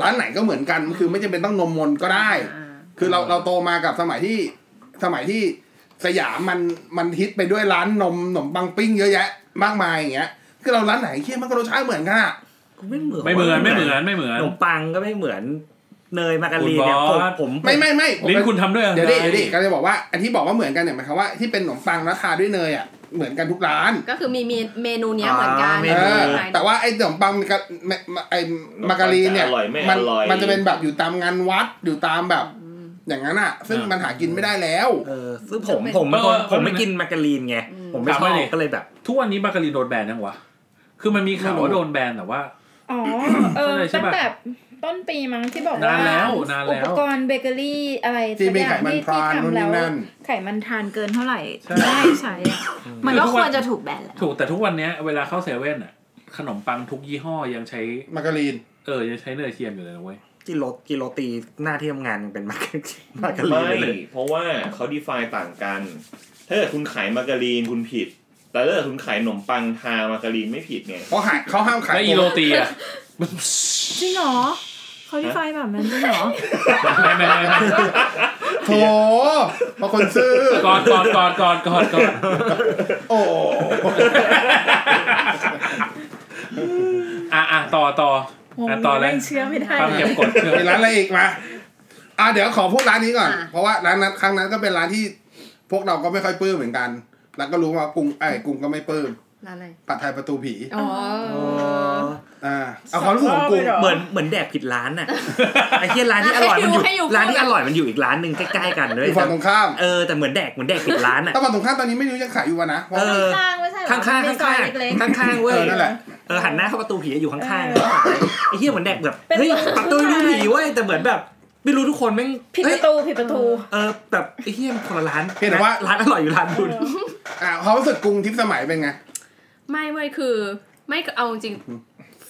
A: ร้านไหนก็เหมือนกันคือไม่จำเป็นต้องนมมนก็ได้
G: อ่า
A: คือเราเราโตมากับสมัยที่สมัยที่สยามมันมันฮิตไปด้วยร้านนมขนมปังปิ้งเยอะแยะ มากมายอย่างเงี้ยคือเราร้านไหนเคี้ยมันก็รสชาติเหมือนกันอะ
D: ไม่เหมือน
B: ไม่เหมือนไม่เหมือนไม่เหมือ
D: ข
B: น
D: นมปังก็ไม่เหมือนเนยมาการีนเนี่ย
B: คุ
D: ผ
B: ณ
D: ม
B: บอส
D: ผม
A: ไม่ไม่ไม่ผม
B: ลิ้นคุณทำด้วยอะไร
A: เดี๋ยวดิเดี๋ยวดิก็เลยบอกว่าอันที่บอกว่าเหมือนกันเนี่ยหมายความว่าที่เป็นขนมปังแล้วทาด้วยเนยอ่ะเหมือนกันทุกร้าน
G: ก็คือมีเมนูเนี้ยเหมือนกัน
A: เออแต่ว่าไอ้ขนมปังกับแม่ไอ้มาการีนเนี่ย
E: อร่อยไม่
A: มั
E: อร่อย
A: มันจะเป็นแบบอยู่ตามงานวัดอยู่ตามแบบ อย่างนั้นอ่ะ ซึ่งมันหากินไม่ได้แล้ว
D: เออซึ่งผมผมเป็นคนผมไม่กินมาการีนไงผมไม่ชอบก็เลยแบบ
B: ทุกวันนี้มาการีนโดนแบนยังวะคือมันมีข่าวว่าโดนแบนแต่ว่า
F: อ๋อ เออ
B: เข้า
F: ตั้ง
B: ใจใช่ปะ
F: แต่ต้นปีมั้งที่บอก
B: นา
F: ว่าน
B: แล้วนานแล้ว
F: อุปกรณ์เบเกอรี่อะไร
A: ที่มีไขมันทรานนู่นนี่นั่น
F: ไขมันทานเกินเท่าไหร่
B: ใช่
F: ไม่ได้ใช้อะมันก็ควรจะถูกแบนแล้ว
B: ถูกแต่ทุกวันเนี้ยเวลาเข้าเซเว่นอ่ะ ขนมปังทุกยี่ห้อยังใช้
A: มาการีน
B: เออยังใช้เนยเทียมอยู่เลยนะเว้ย
D: กิโลกิโลตีหน้าที่ทำงานยังเป็นมาการีนมาการี
E: ไม่
D: นเลย
E: เพราะว่าเขาดีไฟต่างกัน ถ้าเกิดคุณขายมาการีนคุณผิด แต่ถ้าเกิดคุณขายขนมปังทามาการีนไม่ผิดไง
A: เพราะหาเขาห้ามขาย
B: แล้วอีโรตีอ่ะ
F: จริงเหรอเขาดีไฟแบบนั้นจริงเหรอ
B: ไม่ไม่ไม่ไม่
A: โถเพราะคนซื้อ
B: ก่อนก่อนก่อนก่อนก่อนก่อน
A: โอ้
B: อ่ะอ่ะต่อต่ออ่ะต่อเลย
C: เชื่อไม่ได้
B: ความเก็บกดเชื่อ
A: มีร้านอะไรอีกมา อ่ะเดี๋ยวขอพูดร้านนี้ก่อน
G: อ่ะ
A: เพราะว่าร้านนั้นครั้งนั้นก็เป็นร้านที่ พวกเราก็ไม่ค่อยปลื้มเหมือนกัน แล้วก็รู้ว่ากรุงไอ้ยกรุงก็ไม่ปลื้ม
G: ร้านอะไร
A: ปัดไทยประตูผี
G: อ๋อ
A: อ่า เอาความรู้สึกของกรุง
D: เหมือนเหมือนแดกผิดร้านน่ะ ไอ้เหี้ยร้านที่อร่อยมันอยู่ร้านที่อร่อยมันอยู่อีกร้านหนึ่งใกล้ๆกัน
A: อ
D: ด้วย
A: ยู่ฝั่งตรงข้าม
D: เออแต่เหมือนแดกเหมือนแดกผิดร้านอ่ะ
A: แต่ฝั่งตรงข้ามตอนนี้ไม่รู้ยังขายอยู่วะนะเพราะ
D: เออ
F: ข้างๆไม่ใช่เหรอ
D: ข้างๆข้าง
F: มีซอยเล็ก
D: ๆข้างๆ
A: เอ
D: เว้ย
A: อนั่นแหละ
D: เออหันหน้าเข้าประตูผีอยู่ข้างๆแล้วขายไอ้เหี้ยเหมือนแดกแบบเฮ้ยประตูผีเว้ยแต่เหมือนแบบไม่รู้ทุกคนแม่ง
F: ๆผิดป
D: เอ้ย
F: ระตูผิดประตู
D: เออแบบไอ้เฮียมันคนละร้าน
A: เพียงแต่ว่า
D: ร้านอร่อยอยู่ร้านดุน
A: อ่าความรู้สึกกรุงทิพย์สมัยเป็นไง
G: ไม่เว้ยคือ ไม่เอาจริง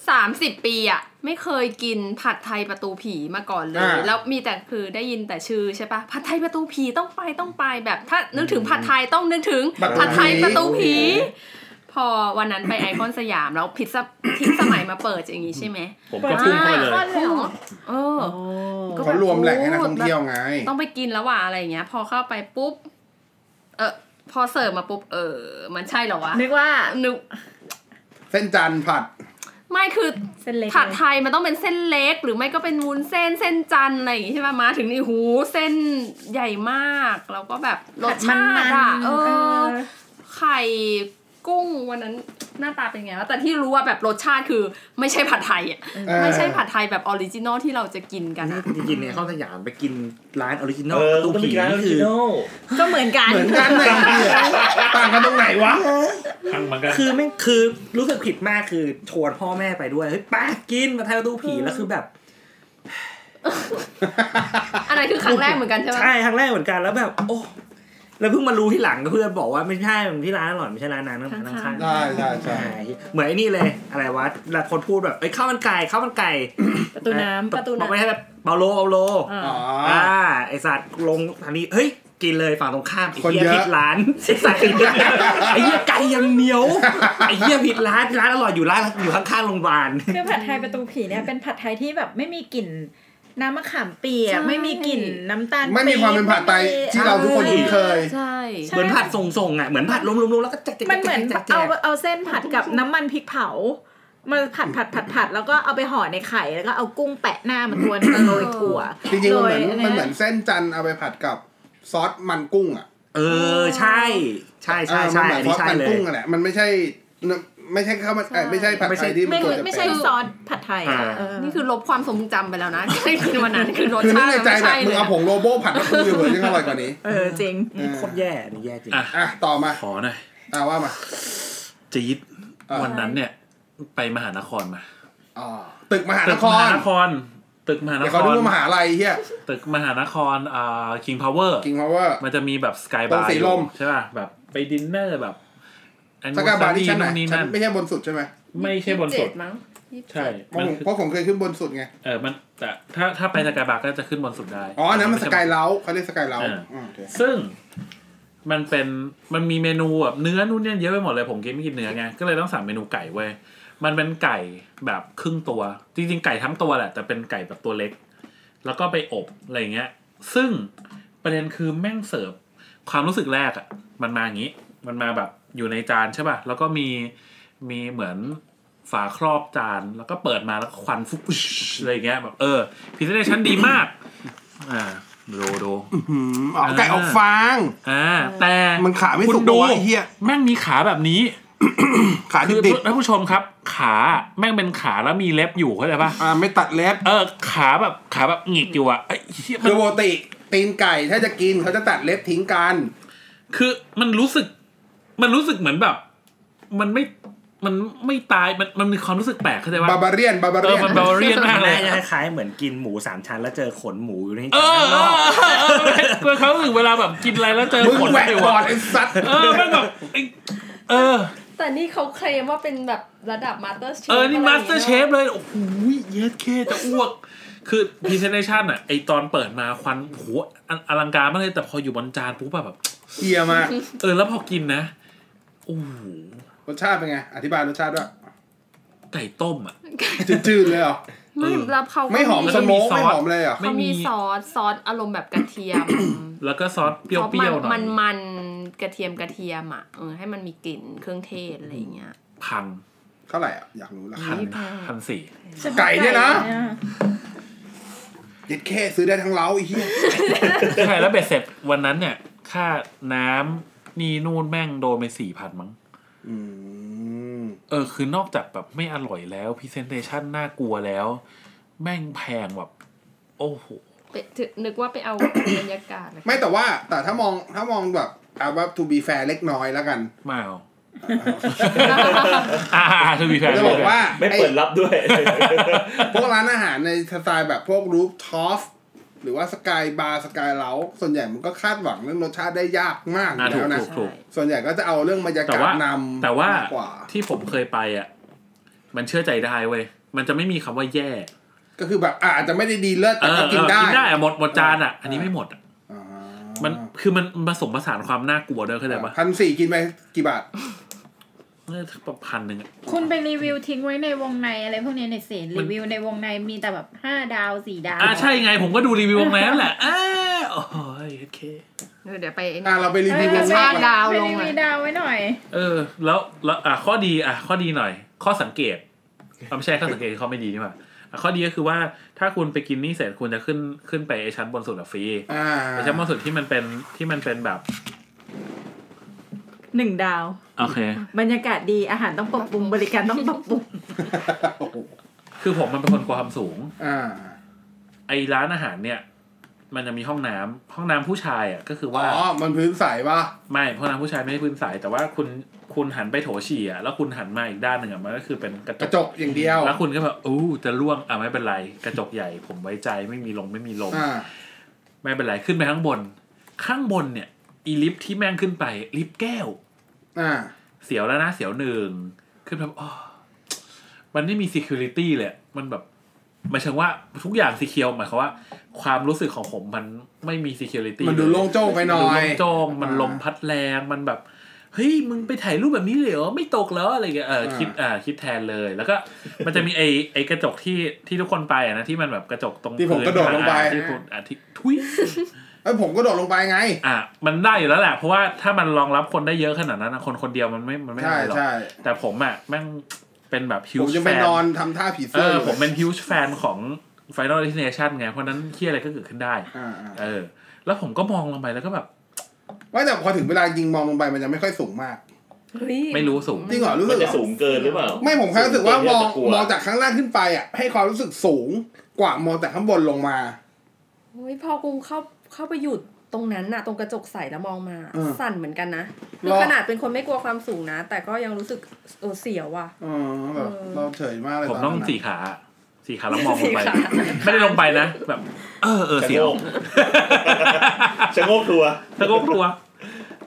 G: สามสิบปีอ่ะ ไม่เคยกินผัดไทยประตูผีมาก่อนเลย
A: อ่า
G: แล้วมีแต่คือได้ยินแต่ชื่อใช่ปะผัดไทยประตูผีต้องไปต้องไปแบบถ้านึกถึงผัดไทยต้องนึกถึง ผัดไทยประตูผี พอวันนั้นไปไอคอนสยามแล้วพิซซ่าทิศสมัยมาเปิดอย่างงี้ใช่ไหม
B: ผมก็พุ่งเข้าไปเลย
F: อ่า
G: พุ่งเออ ก็
A: เขารวมแหล่งให้นักท่องเที่ยวไง
G: ต้องไปกินแล้วว่ะอะไรอย่างเงี้ย พอเข้าไปปุ๊บ เออพอเสิร์ฟมาปุ๊บ เออ มันใช่เหรอวะ
F: นึกว่า
G: นึก
A: เส้นจันทร์ผัด
G: ไม่คือ
F: เส้นเล็ก
G: ผัดไทยมันต้องเป็นเส้นเล็ก หรือไม่ก็เป็นวุ้นเส้นเส้นจันทร์อะไรอย่างงี้ใช่ป่ะมาถึงนี่หูเส้นใหญ่มากแล้วก็แบบรสชา
F: มั
G: ติ
F: น
G: อะ
F: ๆ
G: เอ
F: เอ
G: อ
F: อ
G: ไข่กุ้งวันนั้นหน้าตาเป็นไงวะแต่ที่รู้ว่าแบบรสชาติคือไม่ใช่ผัดไทยอะ
A: เออ
G: ไม่ใช่ผัดไทยแบบออริจินอลที่เราจะกินกันอะ
H: จริงๆเนี่ยเข้าสยามไปกินร้านออริจินอ
E: เออ
H: ลประตู
E: ต้อง
H: ผี
E: มีร้านออ
H: นี่
E: ริ
H: คื
E: จิ
H: อ
E: นอล
F: ก็เหมือนกัน
A: เหมือนกันไหน ยต่างกันตรงไหนวะ
B: ทางมันก็
H: คือไม่คือรู้สึกผิดมากคือชวนพ่อแม่ไปด้วยเฮ้ยป้ากินมาไทยประตูผีแล้วคือแบบ
G: อะไรคือครั้งแรกเหมือนกันใช่ไหม
H: ใช่ครั้งแรกเหมือนกันแล้วแบบ โอ้แล้วเพิ่งมารู้ที่หลังก็เพื่อนบอกว่าไม่ใช่มันที่ร้านอร่อยไม่ใช่ร้านนั้นมันร้านข้าง
A: ใช่ใช่ใช่
H: ใช่เหมือนไอ้นี่เลยอะไรวะแล้วคนพูดแบบไอ้ยข้าวมันไก่ข้าวมันไก่
F: ประตูน้ำ
H: ประตูน้ำไม่ใช่แบบเปาโลเปาโล
F: อ่า
A: อ๋อ
H: อ่าไอสัตว์ลงทางนี้เฮ้ยกินเลยฝั่งตรงข้ามไอ้
A: คนเย
H: เหี้ย
A: อะ
H: ผิดร้านไอ้สัตว์ไอ้เหี้ยไก่ยังเหนียวไอ้เหี้ยผิดร้านร้านอร่อยอยู่ร้านอยู่ข้างๆโรงพยาบาล
J: คือผัดไทยประตูผีเนี่ยเป็นผัดไทยที่แบบไม่มีกลิ่นน้ำมะขามเปีย
G: ใช่
J: กไม่มีกลิ่นน้ำตาล
A: ไม่มีความเป็นผัดไทยที่เราทุกคนคุ้นเคย
G: ใช่
H: เหมือนผัดส่งๆอ่ะเหมือนผัดลมๆแล้วก็แจกๆๆๆๆๆ
F: มันเหมือนเอาเอาเส้นผัดกับน้ำมันพริกเผามาผัดผัดผัดผัดแล้วก็เอาไปห่อในไข่แล้วก็เอากุ้งแปะหน้ามันตัวหนึงโรยถั่ว
A: จริงๆมันเหมือน
F: โรยะไะ
A: มันเหมือนเส้นจันทร์เอาไปผัดกับซอสมันกุ้งอ่ะ
H: เออใช่ ใช่ใช่
A: เออมั
H: ใช่
A: เหมือ
H: อั
A: น
H: น
A: ซ
H: นี้
A: อส
H: ใช่
A: มัน
H: เลย
A: กุ้งอ่ะแหละมันไม่ใช่เนอะไม่ใช่ข้าวมันเอ้ยไม่ใช่ผัดไทยที่มัน
F: ไม่
A: ควรจะ
F: ไม่
A: เป็
F: ใช่
A: น
F: ซอสผัดไทยอะ
H: อ่า
F: เออ
G: นี่คือลบความทรงจำไปแล้วนะ ที่ได้กินวันนั้นคือรส
A: คือนึ
G: ชา
A: ใน
G: ก ติมัน
A: ใจแบบ
G: ไม่ใช่
A: มึ
G: เล
A: ง
G: ย
A: เอาผงโลโบ้ผัดกับกุ้งเดียวเหมือนยังอร่อยกว่านี้
F: เออจริง
H: โคตรแย่อันนี่แย่จริง
B: อ่ะ
A: อ่ะต่อมา
B: ขอหน่อย
A: อ่ะว่ามา
B: จี๊ด
A: อ่า
B: วันนั้นเนี่ย ไปมหานครมา
A: อ๋อตึกมหาน
B: ตึก
A: ค
B: ม
A: ร
B: หานคร ตึกมหาน
A: เดี๋ยว
B: ค
A: เขา
B: ร
A: ดูว่ามหาลัยเฮีย
B: ตึกมหานครอ่าคิงพาวเวอร์
A: กิงเพราะว่า
B: มันจะมีแบบสกาย
A: ตร
B: บาง ร์
A: สีลม
B: ใช่ป่ะแบบไปดินเนอร์แบบอัน
A: สกายบาร์ที่ชั้นไหน
B: นี่
A: ชั้น
B: นั่น
A: ไม่ใช่บนสุดใช่ไหม
B: ไม่ใช่บนสุ
G: เจ็
B: ด
G: ดมั้งยี่สิบ
B: ใช่
G: เจ็ด
A: เพราะผมเพ
B: มันคือ
A: ราะผมเคยขึ้นบนสุดไง
B: เออมันแต่ถ้าถ้าไปสกายบาร์ก็จะขึ้นบนสุดได้
A: อ๋ออันนั้นมันสกายเล้าเขาเรียกสกายเล้า
B: อ่า
A: อืมโอเค
B: ซึ่งมันเป็นมันมีเมนูแบบเนื้อนู่นเนี่ยเยอะไปหมดเลยผมกินไม่กินเนื้อไงก็เลยต้องสั่งเมนูไก่เว้ยมันเป็นไก่แบบครึ่งตัว จริงๆไก่ทั้งตัวแหละ แต่เป็นไก่แบบตัวเล็ก แล้วก็ไปอบอะไรอย่างเงี้ย ซึ่งประเด็นคือแม่งเสิร์ฟความรู้สึกแรกอะ่ะ มันมาอย่างนี้ มันมาแบบอยู่ในจานใช่ป่ะแล้วก็มีมีเหมือนฝาครอบจานแล้วก็เปิดมาแล้วก็ควันฟุบอะไรอย่างเงี้ยแบบเออพรีเซนเทชันดีมากอ่าโดโด
A: หืมอ๋อไก่ออกฟาง
B: อ่าแต่
A: มันขาไม่
B: คุณ
A: สุก
B: ดู
A: วะไอ้เฮีย
B: แม่งมีขาแบบนี้
A: ขา
B: คือ
A: ดิบ
B: ท่านผู้ชมครับ ขาแม่งเป็นขาแล้วมีเล็บอยู่เข้าใจป่ะ
A: ๆอ่าไม่ตัดเล็บ
B: เออขาแบบขาแบบหงิกอยู่อ่ะไอ้เหี้ยมั
A: คือน ปกติตีนไก่ถ้าจะกินเขาจะตัดเล็บทิ้งกัน
B: คือมันรู้สึก มันรู้สึกเหมือนแบบ มันไม่มันไม่ตายมันมันมีความรู้สึกแปลกเข้าใจป่ะ
A: บาบาเรียน บาบา
B: เอ
A: เรี
B: อ
A: น
B: ยมันบาเรียนมากเลย
H: น่าจะคล้ายๆเหมือนกินหมูสามชั้นแล้วเจอขนหมูอยู่ใน
B: เอ
H: จาน
B: อ
H: ข้าง
B: เอน อเออ
H: อก
B: เออเออเขาถึงเวลาแบบกินอะไรแล้วเจอ
A: มึง
B: ขน
A: แหวก
B: อยู่
A: บอ
B: อะ
A: ดไอ้สัตว์
B: เออแม่งแบบไอ้เออ
G: แต่นี่เขาเคลมว่าเป็นแบบระดับมาสเตอร์เชฟ
B: เออ นี่มาสเตอร์เชฟเลย โอ้โหเยสเคจะอ้วก คือพรีเซนเ t ชันอะไอตอนเปิดมาควันโอ้โหออลังการมากเลย แต่พออยู่บนจานปุ๊บอะแบบ
A: เอียมาก
B: เออ แล้วพอกินนะ โอ้โห
A: รสชาติเป็นไง อธิบายรสชาติด้วย
B: ไก่ต้มอะ
A: จืดๆเลยเหรอ
G: ไม่แล้วเขาก็
A: ไม่หอม
B: แล้ว
A: ส
B: ก็
A: โม
B: มี
A: ก
B: ซ
A: ไม่
B: อส
A: หอมเลยเหรอ
G: เขามีซอสซอสอารมณ์แบบกระเทียม
B: แล้วก็ซอส เปรี้
G: ซอส
B: ยวๆหน่อ
G: มั
B: ย
G: นมันๆกระเทียมกระเทียมอ่ะเออให้มันมีกลิ่นเครื่องเทศอะไรอย่างเงี้ย
B: พัน
A: เท่าไหร่อ่ะ อยากรู้ราคา
B: พัน
G: แพง
B: พันสี่
A: ไก่เนี่ยนะเย็ดแค่ซื้อได้ทั้งเล้าไอ้เหี้ย
B: ใช่แล้วเบ็ดเสร็จวันนั้นเนี่ย ค่าน้ำนี่นู่นแม่งโดนไปสี่พันมั้ง
A: อืม
B: เออ คือนอกจากแบบไม่อร่อยแล้วพรีเซนเ t ชันน่ากลัวแล้ว แม่งแพงแบบ โอ้โห
G: ไปถึงนึกว่าไป เอาบรรยากาศเลย
A: ไม่แต่ว่าแต่ถ้ามองถ้ามองแบบเอาว่า to be fair เล็กน้อยแล้วกัน
B: ไม่เอา อ่าทูบีแฟน
A: จะบอกว่า
E: ไม่
A: ไอ้
E: เปิดรับด้วย
A: พวกร้านอาหารในสไตล์แบบพวกรูฟท็อฟหรือว่าสกายบาร์สกายเล้าส่วนใหญ่มันก็คาดหวังเรื่องรสชาติได้ยากมากอ
B: อ่า
A: ยู่
B: ถู
A: แล้ว
B: ก
A: นะ
B: ถูกถูก
A: ส่วนใหญ่ก็จะเอาเรื่องบรรยา
B: แต่
A: กาศ
B: ว่าน
A: ำ
B: แต่ว่าม
A: กกว่า
B: ที่ผมเคยไปอ่ะ มันเชื่อใจได้เว้ย มันจะไม่มีคำว่าแย่
A: ก็คือแบบอะอาจจะไม่ได้ดีเลิศ
B: เอ
A: แต่ก็
B: อเอ
A: กิน
B: อ
A: ได้
B: กินได้อะหมดหมดจานอ่ะ อันนี้ไม่หมดอะ
A: อ่า
B: มันคือมันมันผสมผสานความน่ากลัวด้วยเข้าใจปะ
A: พันสี่กินไปกี่บาท
B: เออประพันหนึ่งอะ
F: คุณไปรีวิวทิ้งไว้ในวงในอะไรพวกนี้ในอยสิรีวิวในวงในมีแต่แบบห้าดาวสี่ดาว
B: อ่าใช่ไงผมก็ดูรีวิววงแล้วแหละอ้าโอ้ยโอเค
G: เดี๋ยวไปไอ้
A: อ่ะ
G: นี่
A: เราไปรีวิว
G: เออ
A: วงนอก
G: ก
A: ก่อน
G: ดาวล
F: ไป
G: งอะ
F: รีวิวดาวไว้หน่อย
B: เออ แล้วแล้วอ่ะข้อดีอ่ะข้อดีหน่อย ข้อสังเกตเอาไม่ใช่ข้อสังเกตข้อไม่ดีนี่หว่าอ่ะข้อดีก็คือว่าถ้าคุณไปกินนี่เสร็จคุณจะขึ้นขึ้นไปไอ้ชั้นบนสุดอะฟรี
A: อ่า
B: ไอ้ชั้นบนสุดที่มันเป็นที่มันเป็นแบบ
C: หนึ่งดาว
B: โอเค
C: บรรยากาศดีอาหารต้องปรับปรุงบริการต้องปรับปรุง
A: โอ้โห
B: คือผมมันเป็นคนกลัวความสูง
A: อ่า
B: ไอ้ร้านอาหารเนี่ย มันจะมีห้องน้ำห้องน้ำผู้ชายอ่ะก็คือว่า
A: อ๋อ มันพื้นใสป่ะ
B: ไม่เพราะน้ำผู้ชายไม่ได้พื้นสาย แต่ว่าคุณคุณหันไปโถฉี่อ่ะแล้วคุณหันมาอีกด้านหนึ่งอ่ะมันก็คือเป็นกระจ
A: กระ
B: ก
A: จกอย่างเดียว
B: แล้วคุณก็แบบอู้จะล่วงอ่ะไม่เป็นไร กระจกใหญ่ ผมไว้ใจไม่มีลงไม่มีลม
A: อ่า
B: ไม่เป็นไรขึ้นไปข้างบน ข้างบนเนี่ย อีลิฟท์ที่แม่งขึ้นไป ลิฟต์แก้ว
A: อ่า
B: เสียวแล้วนะเสียวหนึ่งขึ้นแบบอ๋อมันไม่มี security เลย มันแบบหมายถึงว่าทุกอย่างสีเคียวหมายความว่า ความรู้สึกของผมมันไม่มี security
A: มันดู
B: เย
A: โล่งโจ้งไปหน่อย
B: มัดูโล่งโจงมัน
A: อ่า
B: ลมพัดแรงมันแบบเฮ้ยมึงไปถ่ายรูปแบบนี้เลยเหรอไม่ตกแล้วอะไรเงี้ยเออ
A: อ่า
B: คิดอ่าคิดแทนเลย แล้วก็ มันจะมีไอไอกระจกที่ที่ทุกคนไปอะนะที่มันแบบกระจกตรง
A: ที่ผม
B: พื้น
A: กระโดดลงไป
B: อ่าที่ผมอ่ะที่ทุย
A: เอ้ยผมก็โดดลงไปไง
B: อ่ะมันได้อยู่แล้วแหละเพราะว่าถ้ามันรองรับคนได้เยอะขนาดนั้นอะคนคนเดียวมันไม่มันไม่
A: ใช่
B: ได้หรอก
A: ใช่
B: แต่ผมอ่ะแม่งเป็นแบบฮิว
A: ผม
B: จ์
A: จะ
B: แฟ
A: ไป
B: น
A: นอนทำท่าผี
B: เอ
A: เสื้อ
B: อ
A: อยู่
B: ผมเป็นฮิวจ์แฟนของ Final Destination ไง เพราะนั้นเที่ยอะไรก็เกิดขึ้นได้
A: อ่าอ่า
B: เออ แล้วผมก็มองลงไปแล้วก็แบบ
A: ไม่แต่พอถึงเวลายิงมองลงไปมันยังไม่ค่อยสูงมาก
G: เฮ้ย
B: ไม่รู้สูง
A: จริงเหรอ รู้สึ
E: มัน
A: กเหร
E: จะ
A: อ
E: สูงเกินหรือเปล่า
A: ไม่ผมแค่รู้สึกว่ามอง
E: สูเน
A: ม
E: ที่จะลั
A: องจากข้างล่างขึ้นไปอ่ะ ให้ความรู้สึกสูงกว่ามองจากข้างบนลงมา
G: โอ้ยพอกูเข้าเข้าไปหยุดตรงนั้นน่ะ ตรงกระจกใสแล้วมองมา
A: เออ
G: สั่นเหมือนกันนะ
A: ห
G: คื
A: ร
G: อ
A: อ
G: ขนาดเป็นคนไม่กลัวความสูงนะ แต่ก็ยังรู้สึกเออเสียวว่ะ
A: อ๋อแบบเราเฉยมากเลย
B: ผมต้อง
A: นนั้น
B: สี่ขาสี่ขาแล้วมองลงไป
G: สี่ขา
B: ไม่ได้ลงไปนะ แบบ เออเออ
E: ชะ
B: เสีย
E: โง
B: ว
E: กชะโงก ตัว
B: ถ้าก็กลัว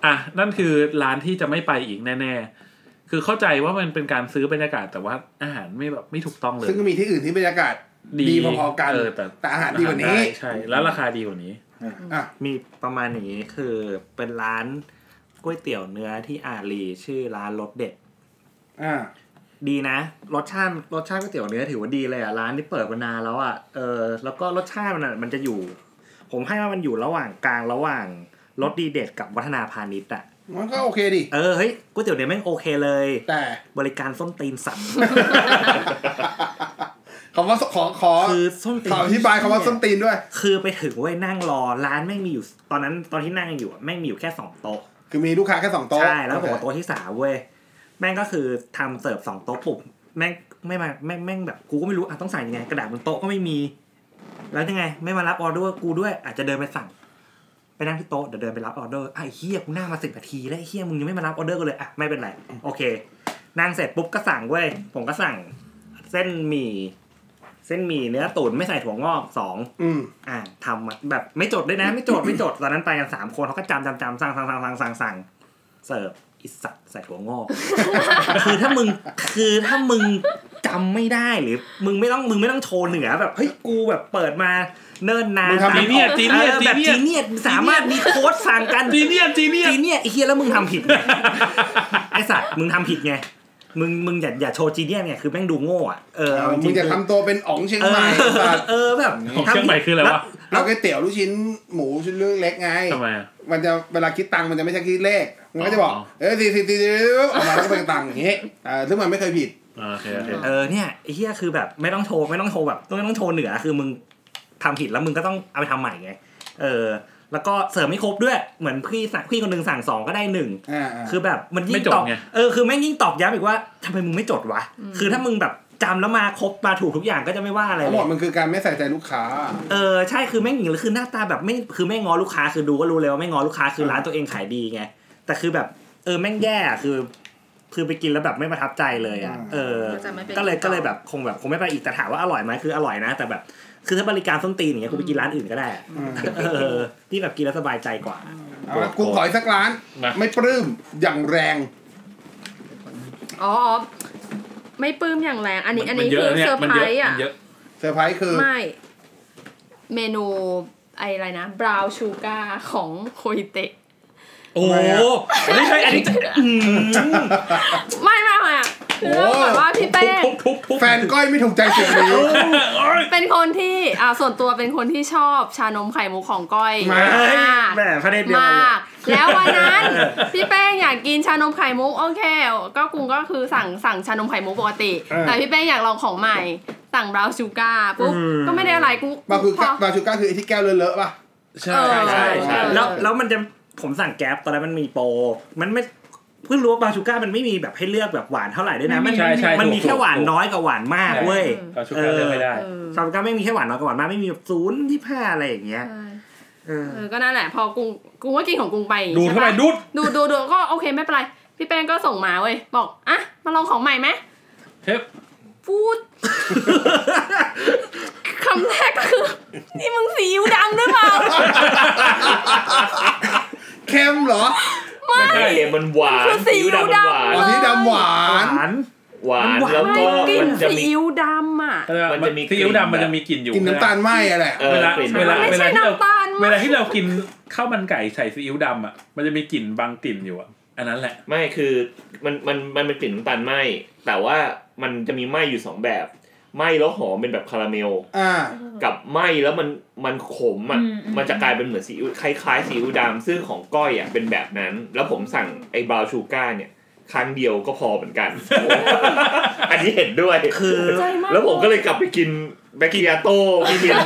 B: อ่ะ นั่นคือร้านที่จะไม่ไปอีกแน่ๆ คือเข้าใจว่ามันเป็นการซื้อบรรยากาศแต่ว่าอาหารไม่แบบไม่ถูกต้องเลย
A: ซึ่งก็มีที่อื่นที่บรรยากาศดีพอๆกัน
B: เออแต่
A: แต่อาหารดีกว่านี้
B: ได้ใช่ แล้วราคาดีกว่านี้
A: อ่ะ
H: มีประมาณอย่างนี้คือเป็นร้านก๋วยเตี๋ยวเนื้อที่อารีชื่อร้านรสเด็ด
A: อ่า
H: ดีนะ รสชาติรสชาติก๋วยเตี๋ยวเนื้อถือว่าดีเลยอ่ะร้านที่เปิดมานานแล้วอ่ะเออแล้วก็รสชาติมันอะมันจะอยู่ ผมให้ว่ามันอยู่ระหว่างกลางระหว่างรสดีเด็ดกับวัฒนาพาณิชย์อ่ะ
A: มันก็โอเคดิ
H: เออเฮ้ยก๋วยเตี๋ยวเนื้อแม่งโอเคเลย
A: แต่
H: บริการส้นตีนสัตว์
A: คำว่าขอขอ
H: คือส้นตีน
A: ขออธิบายคำว่าส้นตีนด้วย
H: คือไปถึงเว้ยนั่งรอร้านแม่งมีอยู่ ตอนนั้นตอนที่นั่งอยู่อะแม่งมีอยู่แค่สองโต๊ะ
A: คือมีลูกค้าแค่สองโต๊ะ
H: ใช่ แล้วผม
A: โอ
H: ว่า
A: เค
H: โต๊ะที่สามเว้ย แม่งก็คือทำเสิร์ฟสองโต๊ะปุ๊บแม่งไม่มาแม่งแม่งแบบกูก็ไม่รู้อ่ะต้องสั่งยังไง กระดาษบนโต๊ะก็ไม่มี แล้วยังไง ไม่มารับออเดอร์กูด้วย อาจจะเดินไปสั่ง ไปนั่งที่โต๊ะเดี๋ยวเดินไปรับออเดอร์อ่ะไอ้เฮียกูนั่งมาสิบนาทีแล้วไอ้เฮียมึงยังไม่มารับออเดอร์กูเลยอ่ะไม่เป็นไรโอเคนั่งเสร็จปุ๊บก็สั่งเว้ยผมก็สั่ง เส้นหมี่เส้นหมี่เนื้อตุ๋นไม่ใส่ถั่วงอกสอง
A: อืม
H: อ่าทำมาแบบไม่จดด้วยนะ ไม่จดไม่จดตอนนั้นไปกันสามคนเขาก็จำจำจำสั่งสั่งสั่งสั่งสั่งสั่งเสิร์ฟอิสัตว์ใส่หัวง อก คือถ้ามึงคือถ้ามึงจำไม่ได้หรือ มึงไม่ต้องมึงไม่ต้องโชว์เหนือแบบเฮ้ยกูแบบเปิดมาเนิ่นนาน
A: มึงทำ
H: สาม
B: Genius
H: ออ
B: Genius
H: แบบ
B: Genius
H: จีเนียสามารถมีโค้ดสั่งกัน
B: จีเนียสจีเนียส
H: จีเนียไอ้เฮียแล้วมึงทำผิดไงไอสัตว์มึงทำผิดไงมึงมึงอย่าอย่าโชว์จีเนียไงคือแม่งดูโง่อ่ะเออเจริ
A: มึง
H: ๆ
A: จะทำตัวเป็นอ๋องเชียง
H: เอ
A: ใหม่
H: อ
A: สัตว์
H: เออแบบ
B: ของเชียงใหม่คืออะไรวะ
A: เราก๋วยเตี๋ยวลูกชิ้นหมูชิ้นเรื่องเล็กไง
B: ทำไมอ่ะ
A: มันจะเวลาคิดตังค์มันจะไม่ใช่คิดเลข มันก็จะบอก
B: อ๋อ
A: เออสี่สี่สี่ออกมาแล้วก็เป็นตังค์อย่างเงี้ยอ่าซึ่งมันไม่เคยผิด
B: อ่าโอเคโอเค
H: เออเนี่ยไอ้เฮียคือแบบไม่ต้องโชว์ไม่ต้องโชว์แบบไม่ต้องโชว์เหนือคือมึงทำผิดแล้วมึงก็ต้องเอาไปทำใหม่ไงเออ แล้วก็เสริมไม่ครบด้วยเหมือนพี่สั่งพี่คนหนึ่งสั่งสองก็ได้หนึ่ง
A: อ่าอ่า
H: คือแบบมันยิ่
B: ไม่
H: ง
B: จด
H: ตอบ
B: ไง
H: เออคือแม่งยิ่งตอบย้ำอีกว่าทำไมมึงไม่จดวะคือถ้ามึงแบบจำแล้วมาครบมาถูกทุกอย่างก็จะไม่ว่าอะไร
A: ทั้งห
H: เล
A: มด
H: ย
A: มันคือการไม่ใส่ใจลูกค้า
H: เออใช่คือแม่งหญิงนี้คือหน้าตาแบบไม่คือไม่งอลูกค้าคือดูก็รู้เลยว่าไม่งอลูกค้าคือร้านตัวเองขายดีไงแต่คือแบบเออแม่งแย่อะคือ คือไปกินแล้วแบบไม่ประทับใจเลยอ่ะเออ
G: ก็จะไม่เป็น
H: ก็เลย
G: ต่อ
H: ก็เลยแบบคงแบบคงไม่ไปอีกแต่ถามว่าอร่อยไหมคืออร่อยนะ แต่แบบคือถ้าบริการส้นตีนอย่างเงี้ยคุณไปกินร้านอื่นก็ได้อะ
A: อืม
H: เออที่แบบกินแล้วสบายใจกว่า
A: เอาละกูขออีกสักร้าน
B: มา
A: ไม่ปลื้มอย่างแรง
G: อ๋อ ไม่ปลื้มอย่างแรง อันนี้อันนี้
B: มั
G: คือ
B: มั
G: เซอร์
B: มั
G: ไพร
B: เย
G: ส์อ่ะ
B: มันเยอะ
A: เซอร์ไพรส์คือ
G: ไม่ เมนูไออะไรนะบราวชูการ์ของโคอิเตะ
B: โอ้โห
A: ทำไมอะ
B: อันนี้ใช่อันนี้
G: ไม่ไม่ไม่อะคือต้องบอกว่าพี่เป้
B: ทุบทุบทุบ
A: แฟนก้อยไม่ถูกใจเสียงนี้
G: เป็นคนที่อ่าส่วนตัวเป็นคนที่ชอบชานมไข่มุกของก้อย
A: มา
G: อ่า
D: แหมพระเดชเดียวกันเลย
G: มาก แล้ววันนั้น พี่เป้งอยากกินชานมไข่มุกโอเค ก็กรุงก็คือสั่งสั่งชานมไข่มุกปกติ
A: เออ
G: แต่พี่เป้งอยากลองของใหม่ สั่งบราวน์ชูการ์ปุ๊บก็ไม่ได้อะไรกู
A: มาคือ
G: พอ
A: มาชูก้าคือไอ้ที่แก้วเลอะๆป่ะ
B: ใช่ใช่ใช่ใช่
G: เออ
H: แล้วแล้วมันจะผมสั่งแก๊ปตอนนั้นมันมีโปรมันไม่เพิ่งรู้ว่าบาชูก้ามันไม่มีแบบให้เลือกแบบหวานเท่าไหร่ด้วยนะมัน
B: ใช่ใช่
H: มันมี
B: ถูก
H: แค่หวาน
B: ถูก
H: น้อยกับหวานมากเว้ย
B: ก็ชูการเลือกไม่ได้
G: เออ
H: ชาวบาชูก้าไม่มีแค่หวานน้อยกับหวานมากไม่มีแบบศูนย์ที่ผ้าอะไรอย่างเงี้ย
G: ใช่
H: เออ
G: เออก็นั่นแหละ พอกรุงกรุงก็กินของกรุงไป
B: ดูดเข้าไป
G: ใช่ปะ
B: ดูด
G: ดูดูดูก็โอเคไม่เป็นไร พี่เป้งก็ส่งมาเว้ยบอกอ่ะมาลองของใหม่ไหม
B: เฮ้ย
G: พู ดคำแรกก็คือนี่มึงสีอิ๊วดำหรือเปล่า
A: เค็มเหรอ
E: ไม่ใช่มันหวาน
G: คือซีอิ๊ว
E: ซี
G: ดำ
E: หวา
A: อ๋
E: น
A: อที่ดำหวาน
H: หวาน
E: หวาน
H: มันหวาน
E: แล้ว
G: ไม่
E: ก็
G: กลิ่
E: มัน นจะ
G: ซี
E: มี
G: อิ๊วดำอ่ะ
E: มันจะมีกลิ่น
B: ซีอิ๊วดำมันจะมีกลิ่นอยู่
A: กินน้ำตาลไหมอะไร
E: เออ
B: เวลา
E: เปลี่ยน
B: เวลา
G: ไม่
B: เว
G: ใช่
B: ลาที่เรา
G: น้ำตาลมั้ย
B: เวลาที่เรากินข้าวมันไก่ใส่ซีอิ๊วดำอ่ะมันจะมีกลิ่นบางกลิ่นอยู่อ่ะอันนั้นแหละ
E: ไม่คือมันมันมันเป็นกลิ่นน้ำตาลไหมแต่ว่ามันจะมีไหมอยู่สองแบบไหมแล้วหอมเป็นแบบคาราเมล
A: อ่า
E: กับไหมแล้วมันมันขมอ่ะ
F: อืมอืม
E: มันจะกลายเป็นเหมือนซีอิ๊วคล้ายๆซีอิ๊วดำซึ่งของก้อยอ่ะเป็นแบบนั้น แล้วผมสั่งไอ้บราวน์ชูการ์เนี่ย ครั้งเดียวก็พอเหมือนกัน อันนี้เห็นด้วย
H: คือ
G: ใจมาก
E: แล้วผมก็เลยกลับไปกินแบคทียาโต้ไปกิน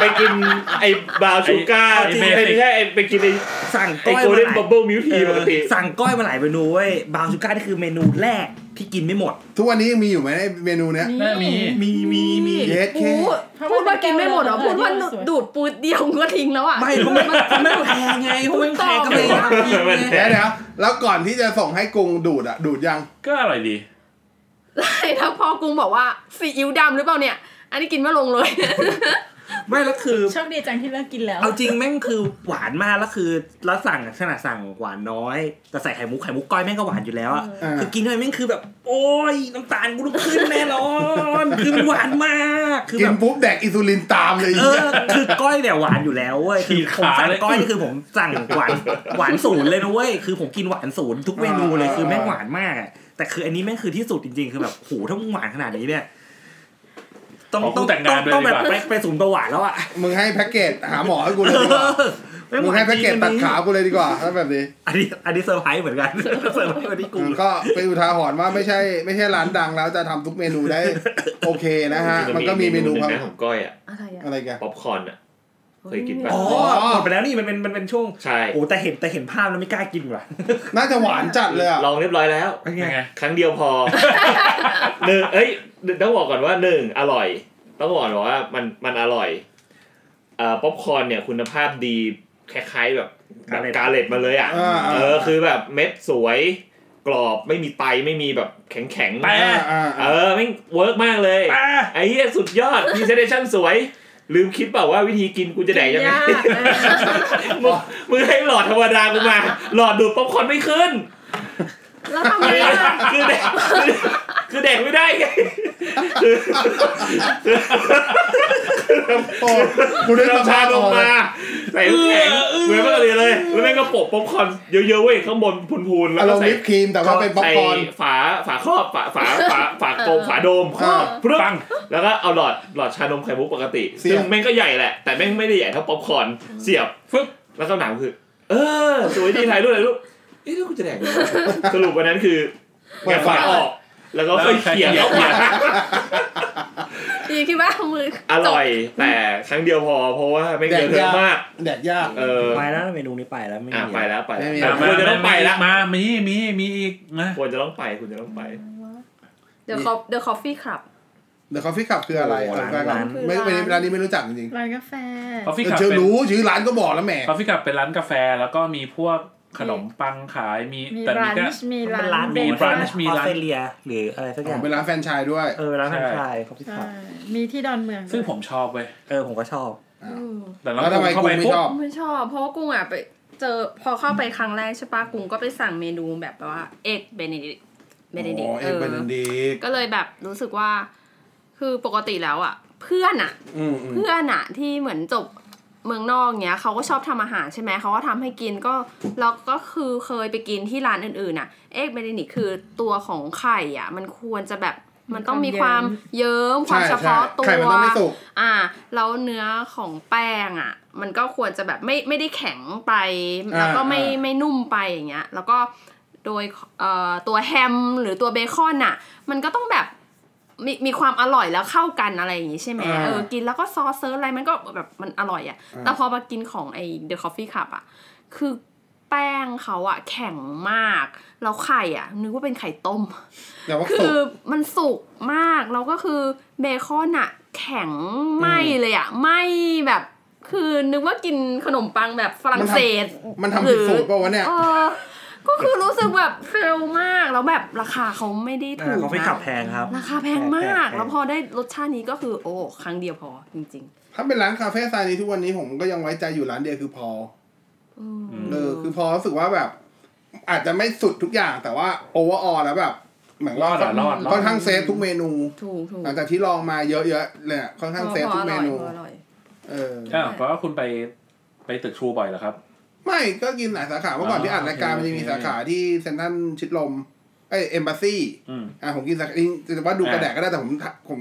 E: ไปกินไอ้บราวน์ชูการ์
B: ไอ้
E: ที่
B: ไอ้
E: ไม่ใช่ไอ้ไปกินไอ้
H: สั่ง
E: ไอ้
H: ก้อย
E: โกล
H: มา
E: เด้น
H: หลาย
E: บับเบิลมิลค์ทีปกติ
H: เออสั่งก้อยมาหลายเมนูเว้ยบาวชูก้านี่คือเมนูแรกที่กินไม่หมด
A: ทุกวันนี้ยังมีอยู่ไหมในเมนูเนี้ย
B: น่ามี
H: มีมีมี
A: เย็ดแค่
G: พูดพูดว่ากินไม่หมดเหรอพูดว่าดูดปูดเดียวก็ทิ้งแล้วอ่ะ
H: ไม่เพราะมันมันไม่แพงไงเพราะมันแพงก็ไม่อยากกินไง
A: เดี๋ยวเดี๋ยวแล้วก่อนที่จะส่งให้กรุงดูดอะดูดยัง
B: ก็อร่อยดี
G: ใช่แล้วพอกุ้งบอกว่าซีอิ๊วดำหรือเปล่าเนี่ย อันนี้กินไม่ลง เลย
H: ไม่แล้วคือ
F: โชคดีจังที่เลิกกินแล้ว
H: เอาจริงแม่งคือหวานมากแล้วคือแล้วสั่งอะขนาดสั่งหวานน้อย แต่ใส่ไข่มุกไข่มุกก้อยแม่งก็หวานอยู่แล้วอ่ะ
A: เออ
H: คือกินเข้าไปแม่งคือแบบ โอ้ยน้ำตาลกูลุกขึ้นแน่นอนคือมันหวานมากคือ
A: กิ
H: แบ
A: น
H: บ
A: ปุ๊บแดกอิซูลินตามเลย
H: เออคือก้อยเนี่ยหวานอยู่แล้วเว้ยคือ
B: ฉีก
H: ผม
B: ขา
H: สั่ง
B: เลย
H: ก้อยนี่คือผมสั่งหวาน หวานศูนย์เลยนะเว้ยคือผมกินหวานศูนย์ทุกเมนูเลยคือแม่งหวานมากอะแต่คืออันนี้แม่งคือที่สุดจริงๆ คือแบบโหถ้ามึงหวานขนาดนี้เนี่ยต้อง
B: ขอกู
H: ต้อง
B: แต่งงาน
H: ต้อง
B: ไปเลย
H: แบ
B: ดีก
H: บ
B: ว่า
H: ไปไปศูนย์ประวัติแล้ว อ่ะ
A: มึงให้แพ็กเกจหาหมอให้กูเลยดีกว่า
H: แม่ง
A: มึ
H: ห
A: ง
H: วาน
A: ให้แพ็กเกจ
H: จริงๆ
A: ตัด
H: อันนี้
A: ขากูเลยดีกว่าถ้าแบบนี้
H: อันนี้อันนี้เซอร์ไพรส์เหมือนกัน เซอร์ไพรส์วัน นี้กู
A: ก็เป็นอุทาหรณ์ว่าไม่ใช่ไม่ใช่ร้านดังแล้วจะทำทุกเมนูได้ โอเคนะฮะ มันก็มีเมนู
E: ห
A: ครับ
E: งะของก้อยอ่ะ
G: อะไรอ่ะ
A: อะไรกัน
E: ป๊อปคอร์นอ่ะเคยกินปะ
H: อ๋อหมดไปแล้วนี่มันเป็นมันเป็นช่วง
E: ใช่
H: โอ้แต่เห็นแต่เห็นภาพแล้วไม่กล้ากินว่ะ
A: น่าจะหวานจัดเลยอะ
E: ลองเรียบร้อยแล้ว
H: เป็นไง
B: ยังไง
E: ครั้งเดียวพ อ หนึ่งเอ้ยต้องบอกก่อนว่าหนึ่งอร่อย ต้องบอกก่อนว่ามันมันอร่อยเอ่อป๊อปคอร์นเนี่ยคุณภาพดีคล้ายๆแบบแบบกาเลตมาเลยอ่ะ
A: า
E: เออคือแบบเม็ดสวยกรอบไม่มีไตไม่มีแบบแข็งแข็งๆ
B: แปะ
A: อ่า
E: เอ
A: อ่า
E: อไม่งเวิร์กมากเลย
B: อ่ะ
E: ไอ้เหี้ยสุดยอด พรีเซนเ t ชันสวย ลืมคิดเปล่าว่าวิธีกินกูจะแดกยังไง
G: ยากนะ
E: มึงมึงให้หลอดธรรมดากูมา หลอดดูดป๊อปคอร์นไม่ขึ้น
G: แล้วทำไงอ่ะ
E: คือเด็กคือคือเด็กไม่ได้ไงคือ
A: โอ้กูได้
E: คือ
A: สภา
E: เราชา
A: พ
E: ล
A: อองกเลย
E: มาใส่น้ำแข็งเหมือนปกติเลย แล้วแม่งก็โปะป๊อปคอร์นเยอะๆเว้ยข้างบนพูนๆ แล้
A: อาว ร
E: ก็
A: มณ์
E: ใส่
A: วิปครีมแต่ว่าเป็นป๊อปคอร์น
E: ใส่ฝาฝาครอบฝาฝาฝาฝากรงฝาโดมครอบ
A: เออ
E: พรึ่ง
B: ปัง
E: แล้วก็เอาหลอดหลอดชานมไข่มุกปกติ
A: เสียบ
E: ซึ่งแม่งก็ใหญ่แหละ แต่แม่งไม่ได้ใหญ่เท่าป๊อปคอร์นเสียบฟึ๊บแล้วก็หนังคือ เออสวยดีถ่ายรูปถ่ายรูปเอ๊ะแล้วกูจะแดกยังไงสรุปวันนั้นคือ
A: เปิด
E: ฝา
A: ฝา
E: ออก แล้วก็ค่อยเขี่ยเข้ามา
G: ดีคิดว่ามือ
E: อร่อย
G: จ
E: แต่ครั้งเดียวพอ เพราะว่าไม่เกินเยอะมาก
A: แดกยาก
E: เออ
H: ไปแล้วเมนูนี้ไปแล้วไม่
E: อ่ะ
H: มี
E: ไปแล้วไปแล้
A: ไม่
E: ว
A: มี
E: แต่ควรจะต้องไปละ
B: มามีมีมีอีกนะ
E: ควรจะต้องไปคุณจะต้องไป
G: บเดี๋ยวเขาเดี๋ยวคอฟฟี่ครับ
A: เดี๋ยวคอฟฟี่คับคืออะไรเอาไปก่อนไม่ไม่ร้านนี้ไม่รู้จักจริง
F: ร้านกาแฟ
B: คอฟฟี่
A: ๆ
B: คัพ
A: เชื่อ
B: เป็น
A: รู้ชื่อร้านก็บอกแล้วแหม
B: คอฟฟี่คัพเป็นร้านกาแฟแล้วก็มีพวกขนมปังขายมี
F: มี
B: แต่
F: ร้า
B: มี
F: นมี
B: ก็
H: มันเป็น
F: ร้า
H: ร้าน
F: น
H: ของ
B: มี
H: อ
B: ร้านมี
H: อส
B: ร้าน
H: เตรเลียหรืออะไรสักอ
A: ข
H: ย่า
A: อง งเป็นร้านแฟรนไชายด้วย
H: เออร้านแฟรนไชส์ครับที่
F: ใช่
H: ขับ
F: มีที่ดอนเมือง
B: ซึ่งผมชอบเว้ย
H: เออผมก็ชอบ
B: แต่เรา
A: แล้วทำไม
B: เข้า
A: กู
B: ไป
A: ไม่
B: ปุ๊บ
A: ชอบ
G: ไม่ชอบ เพราะว่ากุ้งอ่ะไปเจอพอเข้าไปครั้งแรกใช่ปะกุ้งก็ไปสั่งเมนูแบบว่าเอ็กเบเนดิก เบเนดิก
A: อ๋อ
G: ต์
A: เอ็กเบนเดก
G: ก็เลยแบบรู้สึกว่า คือปกติแล้วอ่ะ เพื่อนอ่ะ
A: อืมอืม
G: เพื่อนอะที่เหมือนจบเมืองนอกเงี้ยเขาก็ชอบทำอาหารใช่ไหมเขาก็ทำให้กินก็แล้วก็คือเคยไปกินที่ร้านอื่นๆน่ะ เอ็กเบเนดิกคือตัวของไข่อ่ะ มันควรจะแบบมันต้องมีความเยิ้มความ
A: ใช่
G: เฉ
A: ใช่
G: พาะตัว
A: ไข่มันต้องไม่สุก
G: อ่าแล้วเนื้อของแป้งอ่ะ มันก็ควรจะแบบไม่ไม่ได้แข็งไป แล้วก็
A: อ่า
G: ไม่
A: อ่า
G: ไม่นุ่มไปอย่างเงี้ย แล้วก็โดยเอ่อตัวแฮมหรือตัวเบคอนอ่ะ มันก็ต้องแบบมีมีความอร่อยแล้วเข้ากันอะไรอย่างงี้ใช่ไหม
A: อ่า
G: เออกินแล้วก็ซอสเซิร์ฟอะไรมันก็แบบมันอร่อยอ่ะ
A: อ่า
G: แต่พอมากินของไอเดอะคอฟฟี่คัพอ่ะ คือแป้งเขาอ่ะแข็งมาก แล้วไข่อ่ะ นึกว่าเป็นไข่ต้ม
A: แต่ว่า
G: คื
A: สุก
G: อมันสุกมากแล้วก็คือเบคอนอะแข็งไหมเลยอะไหมแบบคือนึกว่ากินขนมปังแบบฝรั่งเศส
A: มันทำผิดสูตรเปล่าวะเนี่ย
G: เออก็คือรู้สึกแบบเฟลมากแล้วแบบราคาเขาไม่ได้ถูก
H: เขาไม่
G: นะ
H: ขับแพงครับ
G: ราคาแพงมาก
H: แพง
G: แล้วพอได้รสชาตินี้ก็คือโอ้ครั้งเดียวพอจริง
A: ถ้าเป็นร้านคาเฟ่สไตล์นี้ทุกวันนี้ผมก็ยังไว้ใจอยู่ร้านเดียวคือพอ
G: ๆอืม
A: เออคือพอรู้สึกว่าแบบ อาจจะไม่สุดทุกอย่างแต่ว่าโอเวอร์ออแล้วแบบเหมือน
B: ร
A: ว่า
B: อดอะรอดรอ
A: ค่อ
B: ด
A: นข้างเซฟทุกเมนู
G: ถูกถูก
A: หลังจากที่ลองมาเยอะๆเลยอะค่อนข้างเซฟทุกเมนู
G: อร่อย
A: เออ
B: อ้าวเพราะว่าคุณไปไปตึกชูบ่อยเหรอครับ
A: ไม่ก็กินหลายสาขาเมื่อก่อน
B: อ๋อ
A: ที่อัดรายการ
B: โอ
A: มันจะ
B: เค
A: มี
B: โอเค
A: สาขาที่เซนทรันชิดลมเอ้ยเอมบาซี่
B: อืม
A: อ่ะผมกินสาขาจริงแต่ว่าดูก
B: อ่า
A: ระแดกก็ได้แต่ผมผม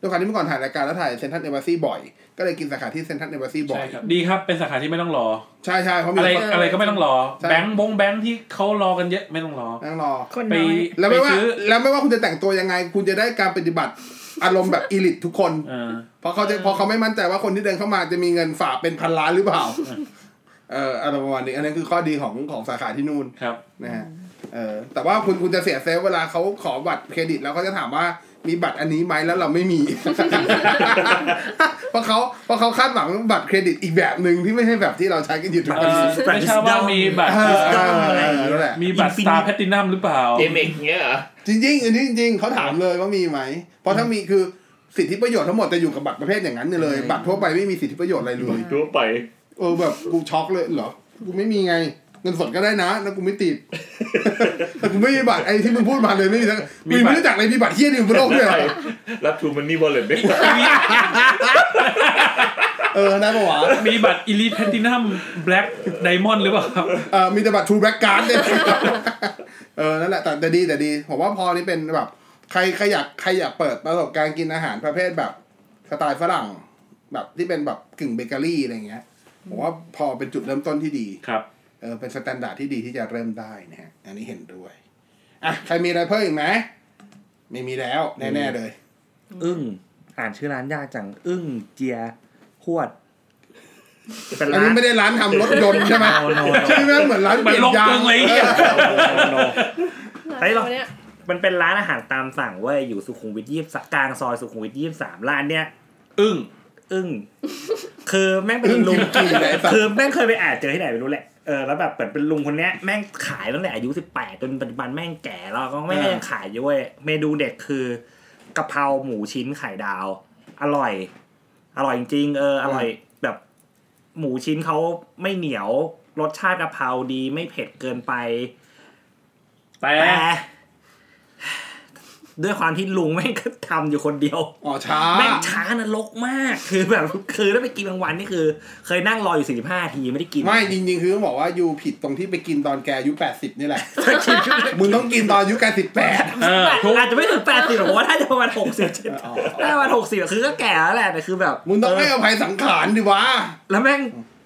A: ด้วยความที่เมื่อก่อนถ่ายรายการแล้วถ่ายเซนทรันเอมบาซี่บ่อย ก็เลยกินสาขาที่เซนทรันเอมบาซี่บ่อ
B: ใช่
A: ย
B: ครับดีครับเป็นสาขาที่ไม่ต้องรอ
A: ใช่ใช่เพราะมี
B: อะไร
A: คน
B: อะไรก็ไม่ต้องรอ
A: ใช่
B: แบงค์บงแบงค์ที่เขารอกันเยอะไม่ต้องรอ
A: นั่งรอ
D: คน
B: ไป
D: น้อย
A: แล้ว
B: ไป
A: ไม่ว่า
B: ซื้อ
A: แล้วไม่ว่าคุณจะแต่งตัวยังไง คุณจะได้การปฏิบัติอารมณ์แบบอีลิททุกคน
B: เออ
A: เพราะเขาจะเพราะเขาไม่มั่นใจว่าคนที่เดินเข้ามาจะมีเงินฝากเป็นพันล้านหรือเปล่า เอออะไรประมาณนี้อันนี้คือข้อดีของของสาขาที่นู่น
B: ครับ
A: นะฮะ เออ แต่ว่าคุณคุณจะเสียเซฟเวลาเขาขอบัตรเครดิตแล้วเขาจะถามว่ามีบัตรอันนี้ไหมแล้วเราไม่มี เพราะเขาเพราะเขาคาดหวังบัตรเครดิตอีกแบบหนึ่งที่ไม่ใช่แบบที่เราใช้กันอยู่ทุก
B: เอ
A: วัน
B: อ
A: นี้
B: ไม่ทราบว่ามีบัตร
A: เออเออเออนั่นแหละ
B: มีบัตรสตาร์แพตตินัมหรือเปล่า
E: เอเมกเงี้ยเหรอ
A: จริงจริงๆอันนี้จริงๆเขาถามเลยว่ามีไหม เพราะถ้ามีคือสิทธิประโยชน์ทั้งหมดจะอยู่กับบัตรประเภทอย่างนั้นเลย บัตรทั่วไปไม่มีสิทธิประโยชน์อะไรเลย
E: ทั่วไป
A: เออแบบกูช็อกเลยเหรอ กูไม่มีไง เงินสดก็ได้นะแล้วกูไม่ติด แต่กูไม่มีบัตรไอ้ที่มึงพูดมาเลยไม่มีทั้ง
B: มี
A: มี
B: บัต
A: ไม่
B: ร
A: รู้จักเลยมีบัตรเที่ยนี่บนโลกด้วยเหรอ
E: รับทูมันนี่บอลเลยไม่ ได้
A: เออนะปะวะ
B: มีบัตรอีลิทแพตตินัมแบล็กไดมอนด์หรือเปล่าครับ
A: เออมีแต่บัตรทูแบล็กการ์ดเนี่ย เออนั่นแหละแต่แต่ดีแต่ดีผมว่าพอนี่เป็นแบบใครใครอยากใครอยากเปิดประสบการณ์กินอาหารประเภทแบบสไตล์ฝรั่ง แบบที่เป็นแบบกึ่งเบเกอรี่อะไรเงี้ยผมว่าพอเป็นจุดเริ่มต้นที่ดี
B: ครับ
A: เออเป็นสแตนดาร์ดที่ดีที่จะเริ่มได้นะฮะ อันนี้เห็นด้วย อ่ะ ใครมีอะไรเพิ่มอีกไหมไม่มีแล้ว แน่ๆเลย
H: อึ้งอ่านชื่อร้านยากจัง อึ้งเจียขวด
D: เป็น
A: อัน
D: ร้า
A: นี้
D: น
A: ไม่ได้ร้านทำรถยนต์ใช่ไหม
H: โนโนโน
A: ใช่ไหมเหมือนร้านเปลี่ยนยาง
B: มันลบเกินเลย
A: ออ
H: โน เฮ้ยหรอ
G: เนี่ย
H: มันเป็นร้านอาหารตามสั่งเว้ยอยู่สุขุมวิทยี่สิบกลางซอยสุขุมวิทยี่สิบสามร้านเนี้ย
B: อึ้ง
H: อึ้งคือแม่งเป็น
A: เพิ่ง
H: ลุ
A: กิ
H: ง
A: นกินเลยไอ้สัต
H: คือ
A: ว์
H: แม่งเคยไปอ่านเจอที่ไหนไม่รู้แหละ เออแล้วแบบเปิดเป็นลุงคนเนี้ยแม่งขายตั้งแต่อายุสิบแปดจนปัจจุบันแม่งแก่แล้วก็แม่งยังขายอยู่เว้ยเมนูเด็กคือกะเพราหมูชิ้นไข่ดาว อร่อย อร่อยจริงๆเอออร่อยแบบ หมูชิ้นเขาไม่เหนียวรสชาติกะเพราดีไม่เผ็ดเกินไป
B: แต่
H: แต่ด้วยความที่ลุงแม่งก็ทำอยู่คนเดียว
A: อ๋อช้า
H: แม่งช้านรกมาก คือแบบคือถ้าไปกินกลางวันนี่คือ เคยนั่งรออยู่ 45นาทีไม่ได้กิน
A: ไม่จริงๆ คือต้องบอกว่ายูผิดตรงที่ไปกินตอนแกอายุแปดสิบนี่ แหละ มึงต้องกินตอนอายุแกสิบแปด
B: เออทุก
H: อาจจะไม่ถึง 80หรอกว่าถ้าจะประมาณ60เจ็ด ถ้าประมาณ60อะคือก็แก่แล้วแหละแต่คือแบบ
A: มึงต้องให้อภัยสังขารดิวะ
H: แล้วแม่ง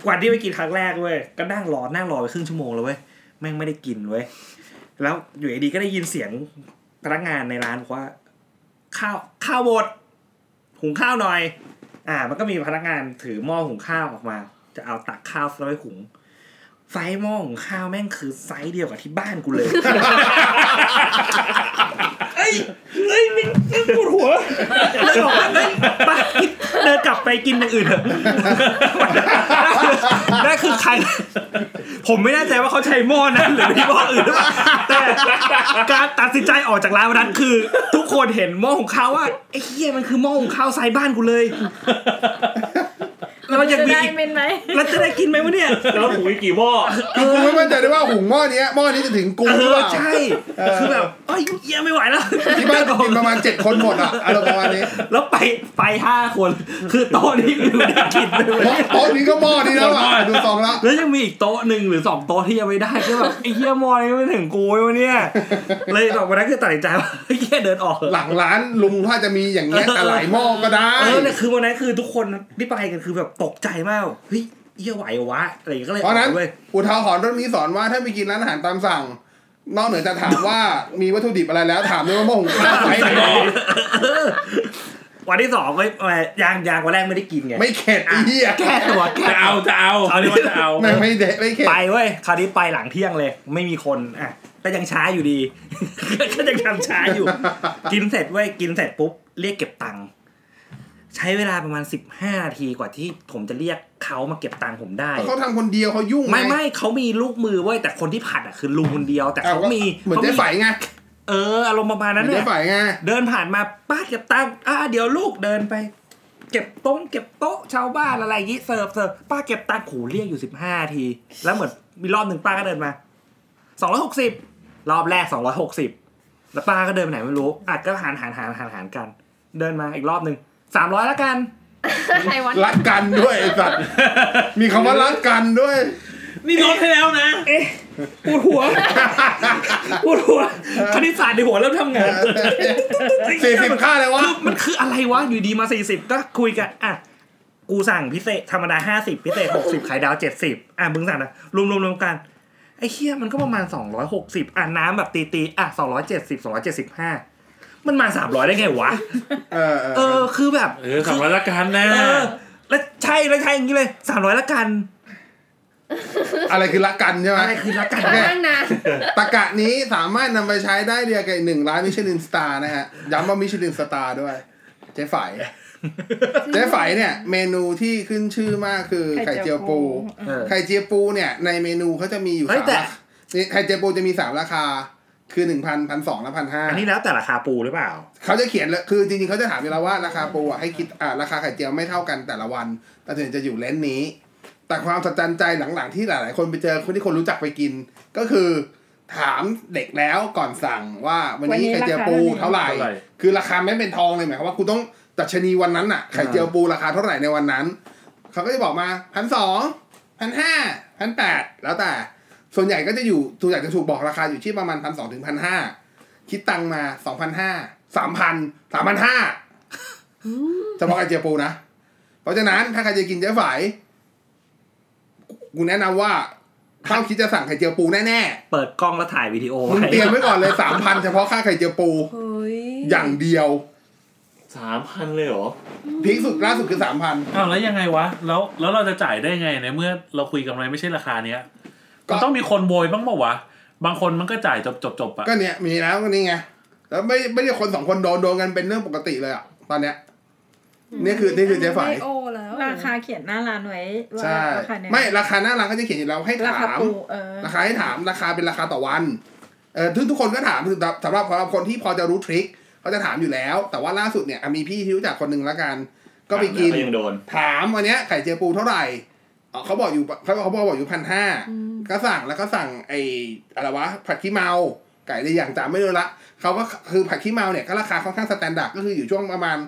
H: กว่าที่ไปกินครั้งแรกเว้ยก็นั่งรอนั่งรอไปครึ่งชั่วโมงแล้วเว้ยแม่งไม่ได้กินเว้ยแล้วอยู่ดีๆก็ได้ยินเสียงพนักงานในร้านบอกว่า ข้าวข้าวบดหุงข้าวหน่อย อ่า มันก็มีพนักงานถือหม้อหุงข้าวออกมา จะเอาตักข้าวแล้วไปหุง ไซส์หม้อหุงข้าวแม่งคือไซส์เดียวกับที่บ้านกูเลย เอ้ยเอ้ยไม่ไม่ปวดหัวเลยบอกว่าเอ้ยไปเดินกลับไปกินอย่างอื่นเถอะ นั่นคือใคร ผมไม่แน่ใจว่าเขาใช้หม้อนั้นหรือมีหม้ออื่นหรือเปล่าแต่การตัดสินใจออกจากร้านวันนั้นคือ ทุกคนเห็นหม้อของเขาวว่าไอ้เฮียมันคือหม้อของข้าวไซส์บ้านกูเลย แ เรายังมี
C: ได้
H: อีก
C: เป็นไหม
H: แล้วจะได้กินไหมวะเนี่ย
E: แล้วหุยกี่หม้อ
A: คือกูไม่มั่นใจด้วยว่าหุงหม้อเนี้ยหม้อนี้จะถึงกู
H: เอ
A: หรือ
H: อ
A: เปล่า
H: ใช่
A: เออ
H: คือแบบเอ้ยเยี่ยไม่ไหวแล้ว
A: ที่บ้านกินประมาณเจ็ดคนหมดอ่ะอารมณ์ประมาณนี้
H: แล้วไปไปห้าคน คือโต๊ะนี้คือไม่ได้กินเลย
A: โต๊ะโต๊ะนี้ก็หม้อนี้แล้วอ่ะดูทรงละ
H: แล้วยังมีอีกโต๊ะหนึ่งหรือสองโต๊ะที่ยังไม่ได้ก็แบบไอ้เยี่ยมอนี่ไม่ถึงกูวะเนี่ย เลยแบบวันนั้นคือตัดสินใจว่าไอ้เยี่ยเดินออกเถอะ
A: หลังร้านลุงถ้าจะมีอย่างเงี้ยแต่หลายหม้อก็ได้
H: เออเนี่ยคือวันนั้นคือทุกคนที่ไปกันคือแบบตกใจมากเฮ้ยเยี่ยไหววะอะไรอย่างเงี้ยก็เลย
A: เพราะฉะนั้น
H: ออกว้ย
A: อุทาหรณ์เรื่องนี้สอนว่าถ้าไปกินร้านอาหารตามสั่ง นอกเหนือจะถามว่ามีวัตถุดิบอะไรแล้วถามด้วยว่าหม้อหุงข้าวไปไหน
H: วันที่สองเว้ยแหม่ยางยางวันแรกไม่ได้กินไง
A: ไม่เข็ดไอ้เหี้ย
H: แก้ตัวแก้
B: จะเอาจะเอาเขาเรียกว่าจะเอา
A: ไม่ไม่เด็ไม่เข็ด
H: ไปเว้ยคราวนี้ไปหลังเที่ยงเลย ไม่มีคนอ่ะแต่ยังช้าอยู่ดี ก็ยังทำช้าอยู่ กินเสร็จเว้ยกินเสร็จปุ๊บเรียกเก็บตังค์ใช้เวลาประมาณสิบห้านาทีกว่าที่ผมจะเรียกเขามาเก็บตังค์ผมได้
A: เขาทำคนเดียวเขายุ่งง
H: ไม่ไม่เขามีลูกมือเว้ยแต่คนที่ผัดอ่ะคือลุงคนเดียว แต่
A: อ้าว
H: เขา
A: ก็
H: มี
A: เหมือน
H: ขา
A: ได้
H: มี
A: ฝ่ายไง
H: เอออารมณ์ประมาณ
A: เหมือ
H: นั้น
A: น
H: เนี่
A: ได้
H: ย
A: ฝ่ายไง
H: เดินผ่านมาป้าเก็บตังค์อ่าเดี๋ยวลูกเดินไป เก็บโต๊ะเก็บโต๊ะชาวบ้านอะไรอย่างงี้เสิร์ฟเสิร์ฟป้าเก็บตังค์ขู่เรียกอยู่สิบห้าที แล้วเหมือนมีรอบหนึ่งป้าก็เดินมาสองร้อยหกสิบรอบแรกสองร้อยหกสิบแล้วป้าก็เดินไปไหนไม่รู้อาจก็หารหารหารหารหารกัน เดินมาอีกรอบหนึ่งสามร้อยละกัน
G: ใครวัน
A: รัดกันด้วยไอ้สัต ว์มีคำว่ารัดกันด้วย
B: นี่ลดให้แล้วนะ
H: ปวดหัว ปวด หัวคณิตศาสตร์ในหัวเริ่มทำงาน
A: สี่สิบค่าเลยวะ
H: คือมันคืออะไรวะ อยู่ดีมาสี่สิบก็คุยกัน อ่ะ กูสั่งพิเศษธรรมดาห้าสิบพิเศษหกสิบไข่ดาวเจ็ดสิบอ่ะมึงสั่งนะรวมรวมรวมกัน ไอ้เคี้ยมันก็ประมาณสองร้อยหกสิบอ่ะ น้ำแบบตีตีๆอ่ะสองร้อยเจ็ดสิบสองร้อยเจ็ดสิบห้ามันมาสามร้อยได้ไงวะ
A: เออเอ
H: เอ
A: อ
H: อ คือแบบ
B: เออสองร้อยละกันนะ
H: เออ แล้วใช่แล้วใช่อย่างนี้เลยสามร้อยละกัน
A: อะไรคือรัดกันใช่ไหม
H: อะไรคือละกัน
A: แม่
H: เนี่ย
G: นั่งนาน
A: ตะกะนี้สามารถนำไปใช้ได้เดียวกับอีกหนึ่งร้านมิชลินสตาร์นะฮะย้ำว่ามิชลินสตาร์ด้วย เจ๊ไฝเจ๊ไฝเนี่ย เมนูที่ขึ้นชื่อมากคือไข่เจียวปู
H: เออ
A: ไข่เจียวปูเนี่ย ในเมนูเขาจะมีอยู่
H: เฮ้ย
A: สาม
H: แต่
A: ราคานี่ไข่เจียวปูจะมีสามราคา คือหนึ่งพันพันสองและพันห้า
H: อันนี้แล้วแต่ราคาปูหรือเปล่า
A: เขาจะเขียนเลยคือจริงๆเขาจะถามเวลาว่าราคาปูอ่ะให้คิดอ่าราคาไข่เจียวไม่เท่ากันแต่ละวัน แต่ถึงจะอยู่เลนส์นี้ แต่ความสัจจันใจหลังๆที่หลายๆ คนไปเจอคนที่คนรู้จักไปกิน ก็คือถามเด็กแล้วก่อนสั่งว่าวันนี้ไข่เจียวปูเท่าไหร่
B: เท่าไหร่
A: คือราคาไม่เป็นทองเลยหมายความว่าคุณต้องตัดชนีวันนั้นน่ะไข่เจียวปูราคาเท่าไหร่ในวันนั้น เขาก็จะบอกมาพันสองพันห้าพันแปดแล้วแต่ ส่วนใหญ่ก็จะอยู่ส่วนใหญ่จะถูกบอกราคาอยู่ที่ประมาณพันสองถึงพันห้าคิดตังค์มาสองพันห้าสามพันสามพันห้าเฉพาะไข่เจียวปูนะ เพราะฉะนั้นถ้าใครจะกินเจ๊ฝายกูแนะนำว่าถ้าคิดจะสั่งไข่เจียวปูแน่
H: เปิดกล้องแล้วถ่ายวิดีโอ
A: ๆมึง
H: ไว้
A: เตรียมไว้ก่อนเลยสามพันเฉพาะค่าไข่เจียวปู
G: เฮ้ย
A: อย่างเดียว
E: สามพันเลยเหรอ
A: พีคสุดล่าสุดคือสามพัน
B: อ้าวแล้วยังไงวะ แล้วแล้วเราจะจ่ายได้ไงในเมื่อเราคุยกันอะไรไม่ใช่ราคาเนี้ยมันต้องมีคนโวยบ้างเปล่าวะ บางคนมันก็จ่ายจบจบจบอะ
A: ก็เนี่ยมีแล้วก็นี่ไงแล้วไม่ไม่ได้คนสองคนโดนโดนกันเป็นเรื่องปกติเลยอ่ะตอนเนี้ยนี่คือนี่คือเจ๊ฝาย
G: ไม่โอแล้ว
C: ราคาเขียนหน้าร้านไว้ว่า
A: ใช่
C: ราคาเนี่ย
A: ไม่ราคาหน้าร้านเขาจะเขียนอยู่แล้วให้
C: รา
A: ถา
C: คาม ปูเออ
A: ราคาให้ถามราคาเป็นราคาต่อวันเออทุกทุกคนก็ถามสำหรับสำหรับสำหรับคนที่พอจะรู้ทริคเขาจะถามอยู่แล้ว แต่ว่าล่าสุดเนี่ยอ่ะมีพี่ที่รู้จักคนหนึ่งละกัน ก็ไปกิน
E: ยังโดน
A: ถามวันเนี้ยไข่เจียวปูเท่าไหร่อ๋อเขาบอกอยู่เขาเขาบอกอยู่พันห้าก็สั่งแล้วก็สั่งไอ้อะไรวะผัดขี้เมา ไก่ในอย่างจำไม่รู้ละเขาก็คือผัดขี้เมาเนี่ยก็ราคาค่อนข้างสแตนดาร์ดก็คืออยู่ช่วงประมาณ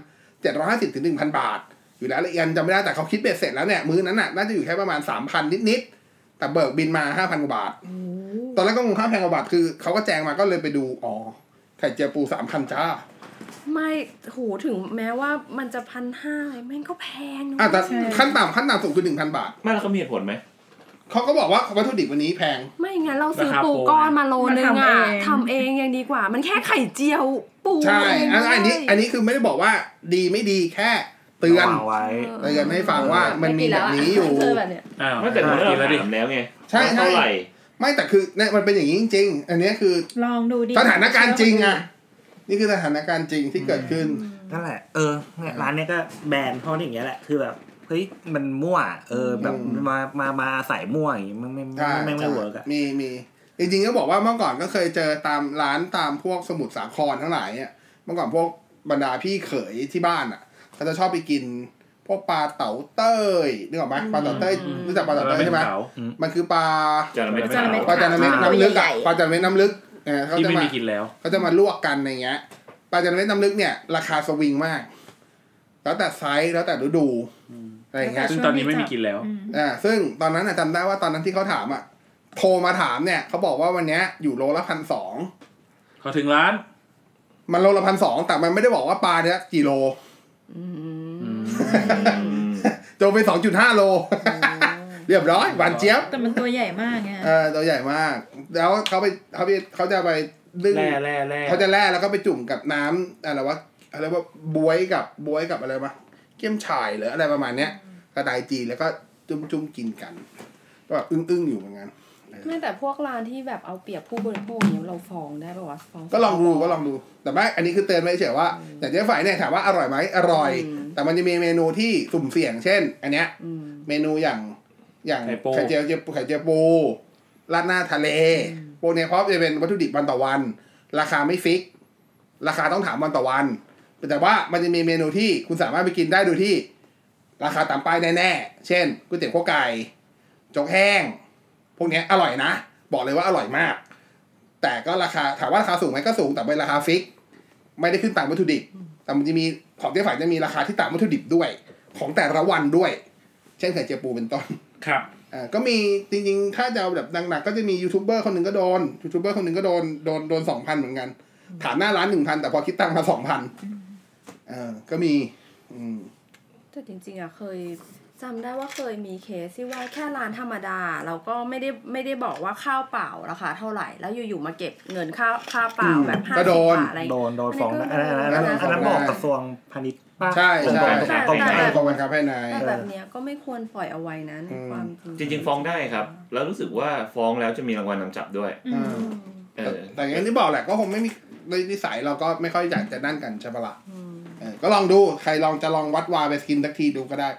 A: เจ็ดร้อยห้าสิบถึงหนึ่งพันบาท อยู่แล้วละเอียดจำไม่ได้แต่เขาคิดเบ็ดเสร็จแล้วเนี่ยมื้อนั้นน่ะน่าจะอยู่แค่ประมาณสามพันนิดๆแต่เบิกบินมาห้าพันกว่าบาท ตอนแรกก็งงห้าพันกว่าบาทคือเขาก็แจงมาก็เลยไปดูอ๋อไข่เจียวปูสามพันจ้า
G: ไม่โหถึงแม้ว่ามันจะพันห้าแม่งก็แพงเน
A: อ่ะแต่
G: อะ
A: ขั้นต่ำขั้นต่ำสูงคือหนึ่งพันบาท
E: ไม่แล้วเขามีเหตุผลไหม
A: เขาก็บอกว่าวัตถุดิบวันนี้แพง
G: ไม่งั้นเราซื้อปูก้อนมาโลนึงอ่ะทำเองยังดีกว่า มันแค่ไข่เจียวปู
A: ใช่
G: เอง
A: อันอันนี้
G: เลย
A: อันนี้คือไม่ได้บอกว่าดีไม่ดีแค่เตือน
H: วางไว้
A: เตือนให้ฟังว่ามันมีแบบนี้อยู่
G: เจอแบบเนี้ย
B: อ้าว
E: ไม่แต่เมื่อ
B: กิ
E: เรา
B: นแล้วดิ
E: ถามแล้วไง
A: ใช่ใช่
E: ว่าเท่าไหร่
A: ไม่แต่คือเนี่ยมันเป็นอย่างนี้จริง ๆ อันเนี้ยคือ
C: ลองดูดิ
A: สถานการณ์จริงอ่ะ นี่คือสถานการณ์จริงที่เกิดขึ้น
H: นั่นแหละ เออเนี่ยร้านเนี้ยก็แบนเพราะอย่างเงี้ยแหละ คือแบบ เฮ้ย มันมั่ว เออ แบบ
A: อืม
H: มา มา มาอาศัยมั่วอย่างงี้มันไม่
A: ใช่
H: ไม่ไม่
A: ใช่
H: เวิร์กอะ
A: มีมีจริงๆก็บอกว่าเมื่อก่อนก็เคยเจอตามร้านตามพวกสมุทรสาครทั้งหลายเนี่ยเมื่อก่อนพวกบรรดาพี่เขยที่บ้านอ่ะเขาจะชอบไปกิน พวกปลาเต๋าเต้ยนึกออกไหมปลาเต๋าเต้ยรู้จักปลาเต๋าเต้ยใช่ไหม
B: ขาว
A: มันคือปลา
E: จระเข้
F: จระเข้
A: ปลาจานเม็ดน้ำลึกอะ
F: ตัวใหญ่ๆ
A: ปลาจานเม็ดน้ำลึกเออเขา
B: ที่
A: จะ
B: ไม่
A: มา
B: มีกินแล้ว
A: เขาจะมาลวกกันในเงี้ยปลาจานเม็ดน้ำลึกเนี่ย ราคาสวิงมาก แล้วแต่ไซส์แล้วแต่ฤดูอะไรอย่างเงี้ย
B: ซึ่งตอนนี้ไม่มีกินแล้ว
A: อ่าซึ่งตอนนั้นน่ะจำได้ว่าตอนนั้นที่เขาถามอ่ะโทรมาถามเนี่ยเขาบอกว่าวันเนี้ยอยู่โลละพันสอง
B: เขาถึงร้าน
A: มันโลละพันสองแต่มันไม่ได้บอกว่าปลาเนี้ยกี่โลโจมไปสองจุดห้าโล เรียบร้อยหวานเจี๊ยบ
F: แต่มันตัวใหญ่มากไง
A: เออตัวใหญ่มาก แล้วเขาไปเขาไปเขาจะไปนึ่ง
E: แร่แร่แร่
A: เขาจะแล่แล้วก็ไปจุ่มกับน้ำอะไรวะอะไรว่าบวยกับบวยกับอะไรวะเกี้ยมฉายหรืออะไรประมาณเนี้ยกระไดายจีนแล้วก็จุ่มจุ่มๆกินกันก็แบบอึ้งๆอยู่เหมือนกัน
G: ไม่แต่พวกร้านที่แบบเอาเปรียบผู้บริโภคอย่างเนี้ยเราฟ้องได้ป่าวะฟ้อง
A: ก็ลองดูก็ลองดูแต่ไม่อันนี้คือเตือนไว้เฉยว่าอย่างเจ๊ฝ่ายเนี่ยถามว่าอร่อยไหมอร่อย
G: อืม
A: แต่มันจะมีเมนูที่สุ่มเสี่ยง เช่น อันเนี้ย
G: อืม
A: เมนูอย่างอย่าง
B: ไข่ปู
A: ไข่เจียวเจียวไข่เจียวปูราดหน้าทะเลพวกเนี้ยเพราะจะเป็นวัตถุดิบวันต่อวัน ราคาไม่ฟิก ราคาต้องถามวันต่อวัน แต่ว่ามันจะมีเมนูที่คุณสามารถไปกินได้โดยที่ ราคาตามป้ายแน่ๆเช่นก๋วยเตี๋ยวข้าวไก่โจ๊กแห้ง พวกเนี้ยอร่อยนะ บอกเลยว่าอร่อยมาก แต่ก็ราคาถามว่าราคาสูงไหมก็สูงแต่เป็นราคาฟิก ไม่ได้ขึ้นตามวัตถุดิบ แต่มันจะมีของเจ๊ฝ่ายจะมีราคาที่ตามวัตถุดิบด้วย ของแต่ละวันด้วย เช่นไข่เจียวปูเป็นต้น
B: ครับ
A: อ่าก็มีจริงๆ ถ้าจะเอาแบบหนักๆก็จะมียูทูบเบอร์คนหนึ่งก็โดนยูทูบเบอร์คนหนึ่งก็โดนโดนโดนสองพันเหมือนกัน ฐานหน้าร้านหนึ่งพันแต่พอคิดตังค์มาสองพันเออก็มี อืม
G: แต่จริงๆอะเคยจำได้ว่าเคยมีเคสที่ว่าแค่ร้านธรรมดา เราก็ไม่ได้ไม่ได้บอกว่าข้าวเปล่าราคาเท่าไหร่ แล้วอยู่ๆมาเก็บเงินค่าค่าเปล่า
A: อืม
G: แบบห้า
A: ก็โด
G: สิบ
A: น
G: บาทอะไร
H: โดนโดนฟ้องนะอันนั้นอันนั้นอันนั้นบอกกระทรวงพาณิชย์ป่ะ
A: ใช่ใช่
H: ตรงๆ
A: ใช่
H: ตรง
A: ใช่
H: ๆ
A: กองบังคับภายใน
G: แต่แบบเนี้ยก็ไม่ควรปล่อยเอาไว้นะใน
A: อืม
G: ความ
E: จริงๆฟ้องได้ครับ แล้วรู้สึกว่าฟ้องแล้วจะมีรางวัลนำจับด้วย
A: อ่า
E: เอ
A: แต่
E: อ
A: แต่อย่างที่บอกแหละก็คงไม่มีในนิสัยเราก็ไม่ค่อยอยากจะนั่นกันใช่ปะล่ะเออก็ลองดูใครลองจะลองวัดวาไปกินสักทีดูก็ได้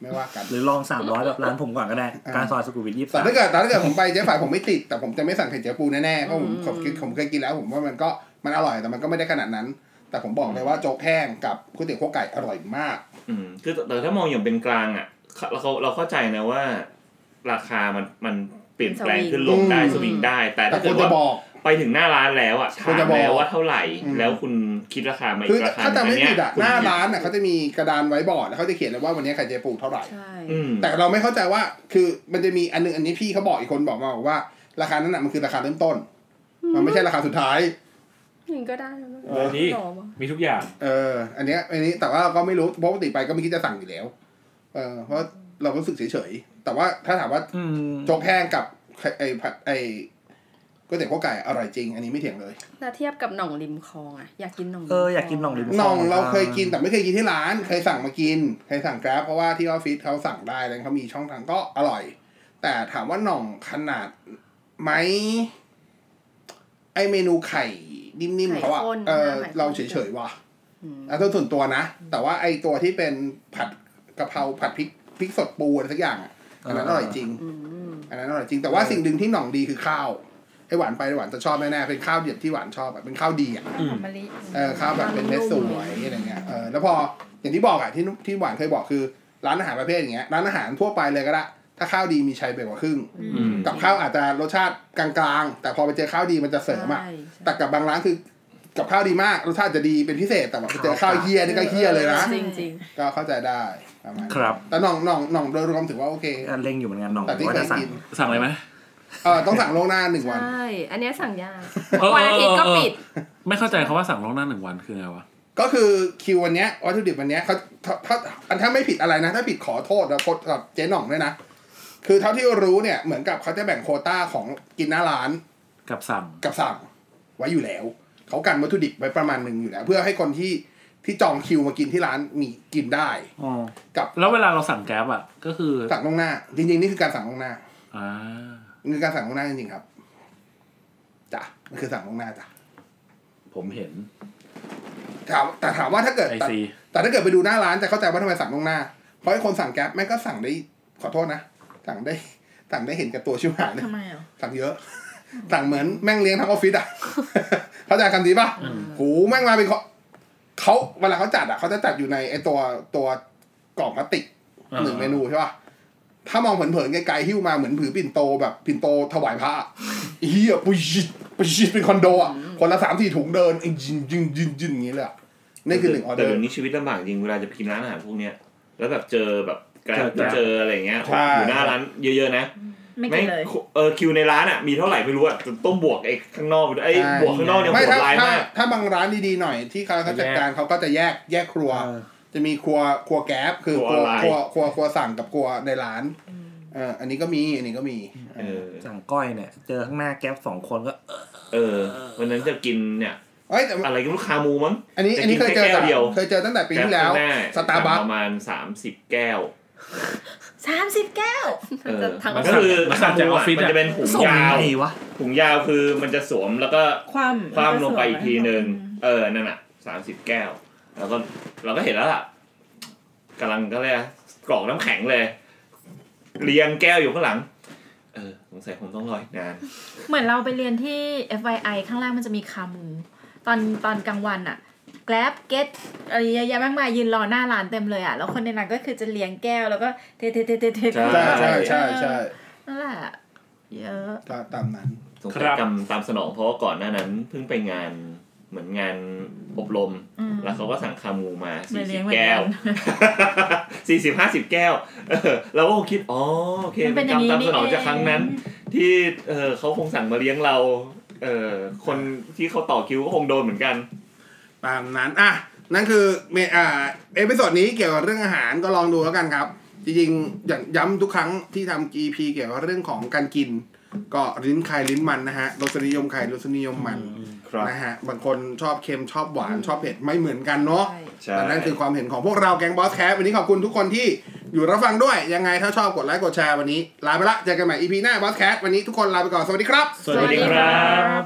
A: ไม่ว่ากัน
H: หรือลองสามร้อยแบบร้านผมก่อนก็ได้
A: อ่า
H: การซอยสุขุมวิทยี่สิบ
A: แต่
H: สาม
A: ถ้าเกิดแต่ถ้าเกิดผมไปเจ๊ฝ่ายผมไม่ติด แต่ผมจะไม่สั่งไข่เจียวปูแน่ๆเพราะผมผมกินผมเคยกินแล้ว ผมว่ามันก็มันอร่อยแต่มันก็ไม่ได้ขนาดนั้น แต่ผมบอกเลยว่าโจ๊กแห้งกับก๋วยเตี๋ยวข้าวไก่อร่อยมาก
E: อืมคือแต่ถ้ามองอย่างเป็นกลางอ่ะเขาเราเราเข้าใจนะว่า ราคามันมันเปลี่ยนแปลงขึ้นลงได้
A: อืม
E: สวิงได้ แต่
A: แต่
E: ถ้า
A: ค
E: เกิ
A: น
E: ด
A: จะ
E: ว่า
A: บอก
E: ไปถึงหน้าร้านแล้วอ่ะ
A: คุณ
E: ถาม
A: จะบอก
E: แล้วว่าเท่าไหร่
A: อืม
E: แล้วคุณคิดราคามาอี
A: คือก
E: ราคา
A: ถ้าจำไม่
E: อัเย
A: ผิดอะ
E: คุณ
A: หน้าร้านอะเขาจะมีกระดานไว้บอร์ดแล้วเขาจะเขียนเลยว่าวันนี้ไข่เจียวปูเท่าไหร่
G: ใช่
E: อืม
A: แต่เราไม่เข้าใจว่าคือมันจะมีอันนึงอันนี้พี่เขาบอกอีกคนบอกมาบอกว่า ราคานั้นน่ะมันคือราคาเริ่มต้น มันไม่ใช่ราคาสุดท้าย
G: ยิงก็ได้นะ
B: เออดี
G: หรอวะ
B: มีทุกอย่าง
A: เออ อันเนี้ยอันนี้แต่ว่าเราก็ไม่รู้เพราะปกติไปก็ไม่คิดจะสั่งอยู่แล้ว เออเพราะเรารู้สึกเฉยๆแต่ว่าถ้าถามว่า
H: อืม
A: โจ๊กแห้งกับไข่ไอ้ผัดไอ้ก๋วยเตี๋ยวข้าวไก่อร่อยจริง อันนี้ไม่เถียงเลย
G: แต่เทียบกับหน่องริมคลองอะอยากกินหน่องริม
H: เอออยากกินหน่องริม
A: น่องเราเคยกินแต่ไม่เคยกินที่ร้านเคยสั่งมากินเคยสั่งแกร็บเพราะว่าที่ออฟฟิศเขาสั่งได้แล้วเขามีช่องทางก็อร่อย แต่ถามว่าน่องขนาดไหมไอเมนูไข่นิ่มๆเขาอะเออเราเฉยๆว่ะอันส่วนตัวนะ แต่ว่าไอตัวที่เป็นผัดกะเพราผัดพริกพริกสดปูอะไรสักอย่างอะอันนั้นอร่อยจริง
G: อืม
A: อันนั้นอร่อยจริงแต่ว่าสิ่งหนึ่งที่หน่องดีคือข้าวไอหวานไปหวานจะชอบแน่ๆเป็นข้าวเดียบที่หวานชอบอะเป็นข้าวดีอะ
F: หอมมะลิ
A: เออข้าวแบบเป็นเม็ดสวยอะไรเงี้ยเออแล้วพออย่างที่บอกอะที่ที่หวานเคยบอกคือ ร้านอาหารประเภทอย่างเงี้ยร้านอาหารทั่วไปเลยก็ได้ถ้าข้าวดีมีชัยไปกว่าครึ่ง
E: อืม
A: กับข้าวอาจจะรสชาติกลางๆ แต่พอไปเจอข้าวดีมันจะเสริมอะ
G: ใช่ใช่
A: แต่กับบางร้านคือกับข้าวดีมากรสชาติจะดีเป็นพิเศษแต่ว่าไปเจอข้าวเฮียนี่ก็เฮียเลยนะ
G: จริงจริง
A: ก็เข้าใจได้ประมาณ
B: ค
A: นั้น
B: รับ
A: แต่หน่องหน่องหน่องโดยรวมถือว่าโอเค
H: อ่ะเล็งอยู่เหมือนกันหน่อง
A: แต่ที่
H: ว่า
A: เค
H: จะ
A: ย
H: สั่ง
A: กิน
B: สั่งอะไรไหม
A: เออต้องสั่งล่วงหน้าหนึ่ง
G: ใช
A: วัน
G: ่ อันเนี้ยสั่งยาก
B: เออ
G: วันอาทิตย์ก็
B: เออเออ
G: ปิด
B: ไม่เข้าใจคำว่าสั่งล่วงหน้าหนึ่งวันคือไงวะ
A: ก็คือคิววันเนี้ยวัตถุดิบวันเนี้ยเขาถ้าถ้าอันถ้าไม่ผิดอะไรนะ ถ้าผิดขอโทษนะโทษกับเจ๊หน่องด้วยนะ คือเท่าที่รู้เนี่ยเหมือนกับเขาจะแบ่งโควต้าของกินหน้าร้าน
B: กับสั่ง
A: กับสั่งไว้อยู่แล้ว เขากันวัตถุดิบไว้ประมาณหนึ่งอยู่แล้ว เพื่อให้คนที่ที่จองคิวมากินที่ร้านมีกินได้กับ
B: แล้วเวลาเราสั่งแก๊บอ่ะ ก็คือ
A: สั่งล่วงหน้า จริงๆนี่คือการสั่งล่วงหน้า
B: อ่า
A: นี่คือการสั่งล่วงหน้าจริงๆครับจ้ะมันคือสั่งล่วงหน้าจ้ะ
B: ผมเห็น
A: ถามแต่ถามว่าถ้าเกิด
B: ไอ
A: แต่
B: ซี
A: แต่ถ้าเกิดไปดูหน้าร้านจะเข้าใจว่าทำไมสั่งล่วงหน้า เพราะไอ้คนสั่งแก๊ปแม่งก็สั่งได้ขอโทษนะ สั่งได้สั่งได้เห็นกับตัวชิบหายเลย
F: ทำไมอ่ะ
A: สั่งเยอะ สั่งเหมือนแม่งเลี้ยงทั้งออฟฟิศอ่ะ เข้าใจคำนี้ปะโหแม่งมาเป็นเขาเขาเวลาเขาจัดอ่ะเขาจะจัดอยู่ในไอ้ตัวตัว กล่องพลาสติก
B: อ่า
A: หนึ่งเมนูใช่ป่ะ ถ้ามองเผินๆไกลๆหิ้วมาเหมือนผือปิ่นโตแบบปิ่นโตถวายพระ อะเฮียปุชิตปุชิตเป็นคอนโดอ่ะคนละสามสี่ถุงเดินไอ้ยินยินยินยินอย่างนี้เลยอะนี่คือหนึ่งออเด
E: แต่
A: อร์
E: เดี๋ยวนี้ชีวิตลำบากจริงเวลาจะไปกินร้านอาหารพวกเนี้ยแล้วแบบเจอแบบแกล
B: เจอ
E: เจออะไรอย่างเงี้ย
A: ใช่
E: อยู่หน้าร้านเยอะๆนะ
C: ไม่กินเลย
E: แงเออคิวในร้านอ่ะมีเท่าไหร่ไม่รู้อ่ะต้องบวกไอ้ข้างนอกไปด้วยไอ้
A: ใช่
E: บวกข้างนอกเนี่ยโห
A: ไม่
E: ด
A: ถ้า
E: ร้า
A: ถ้าม
E: ยาก
A: ถ้าบางร้านดีๆหน่อยที่เขาเขาจัดการเขาก็จะแยกแยกครัว จะมีครัวครัวแก๊บคือครัวครัวครัวครัวสั่งกับครัวในร้านเอออันนี้ก็มีอันนี้ก็มี
E: เออ
H: สั่งก้อยเนี่ย เจอข้างหน้าแก๊ปสองคนก็เออ
E: เออวันนั้นจะกินเนี่ย
A: เอ้ยแต่
E: อะไรกับลูกคามูมั้ง
A: อันนี้
E: จะกิน
A: อันนี้เคยเจอ
E: แค่แก้วเดียว
A: เคยเจอตั้งแต่ปีที่แล้ว
E: ก้ข้างหน้
A: สตาร์บัค
E: ประมาณสามสิบแก้ว
C: สามสิบแก้ว
E: เออ
G: ทั้ง
E: มันก็คือ
B: มั
E: มัน
B: นสั่งจากออฟฟิศ
E: มั
B: อะ
E: นจะเป็นถุง
H: ส่ง
E: ยา
H: ยั
E: ว
H: งไงวะ
E: ถุงยาวคือมันจะสวมแล้วก็
C: ความ
E: คว่ำลงไปอีกทีหนึ่งเออนั่นอ่ะสามสิบแก้ว แล้วก็เราก็เห็นแล้วล่ะกำลังก็เลยกอะไรกรอกน้ำแข็งเลย เรียงแก้วอยู่ข้างหลัง เออสงสัยคงต้องรอยนาน
F: เหมือนเราไปเรียนที่ FYI ข้างล่างมันจะมีคามู ตอนตอนกลางวันอะแกลบเก็ตอะไรเยอะแยะมากมายยืนรอหน้าร้านเต็มเลยอะแล้วคนในร้านก็คือจะเลี้ยงแก้วแล้วก็เทเทเทเทเท
E: ใช่
A: ใช่ใช่ใช่ใช่
F: นั่นแหละเยอะ
A: ตามตามนั้น
E: สงสั
B: ครั
E: ย
B: บ
E: กรรมตามสนองเพราะว่าก่อนหน้านั้นเพิ่งไปงานเหมือนงานอบรม
F: อืม
E: แล้วเขาก็สั่งคามูมา
F: ไม่
E: สี่
F: เลี้
E: สิ
F: ย
E: บ
F: งเหมือนกัน
E: แก้ว สี่สิบห้าสิบแก้ว เออเราก็คงคิด อ๋อ โอเค
F: มันเป็นอย่างนี้
E: ตามสนอง
F: นี่เอง
E: จากครั้งนั้น ที่เออเขาคงสั่งมาเลี้ยงเรา เออคนที่เขาต่อคิวก็คงโดนเหมือนกัน
A: ตามนั้น อ่ะ นั่นคือเมอ่าเอพิโซดนี้เกี่ยวกับเรื่องอาหารก็ลองดูแล้วกันครับ จริงๆอย่างย้ำทุกครั้งที่ทำ EP เกี่ยวกับเรื่องของการกิน ก็ลิ้นใครลิ้นมันนะฮะรสนิยมใครรสนิยมมันนะฮะ บางคนชอบเค็มชอบหวานชอบเผ็ดไม่เหมือนกันเนาะ
E: ใช่
A: แต่นั่นคือความเห็นของพวกเราแกงบอสแคปวันนี้ขอบคุณทุกคนที่อยู่รับฟังด้วย ยังไงถ้าชอบกดไลค์กดแชร์วันนี้ ลาไปละ เจอกันใหม่ EP หน้าบอสแคปวันนี้ทุกคนลาไปก่อน สวัสดีครับ
E: สวัสดีครับ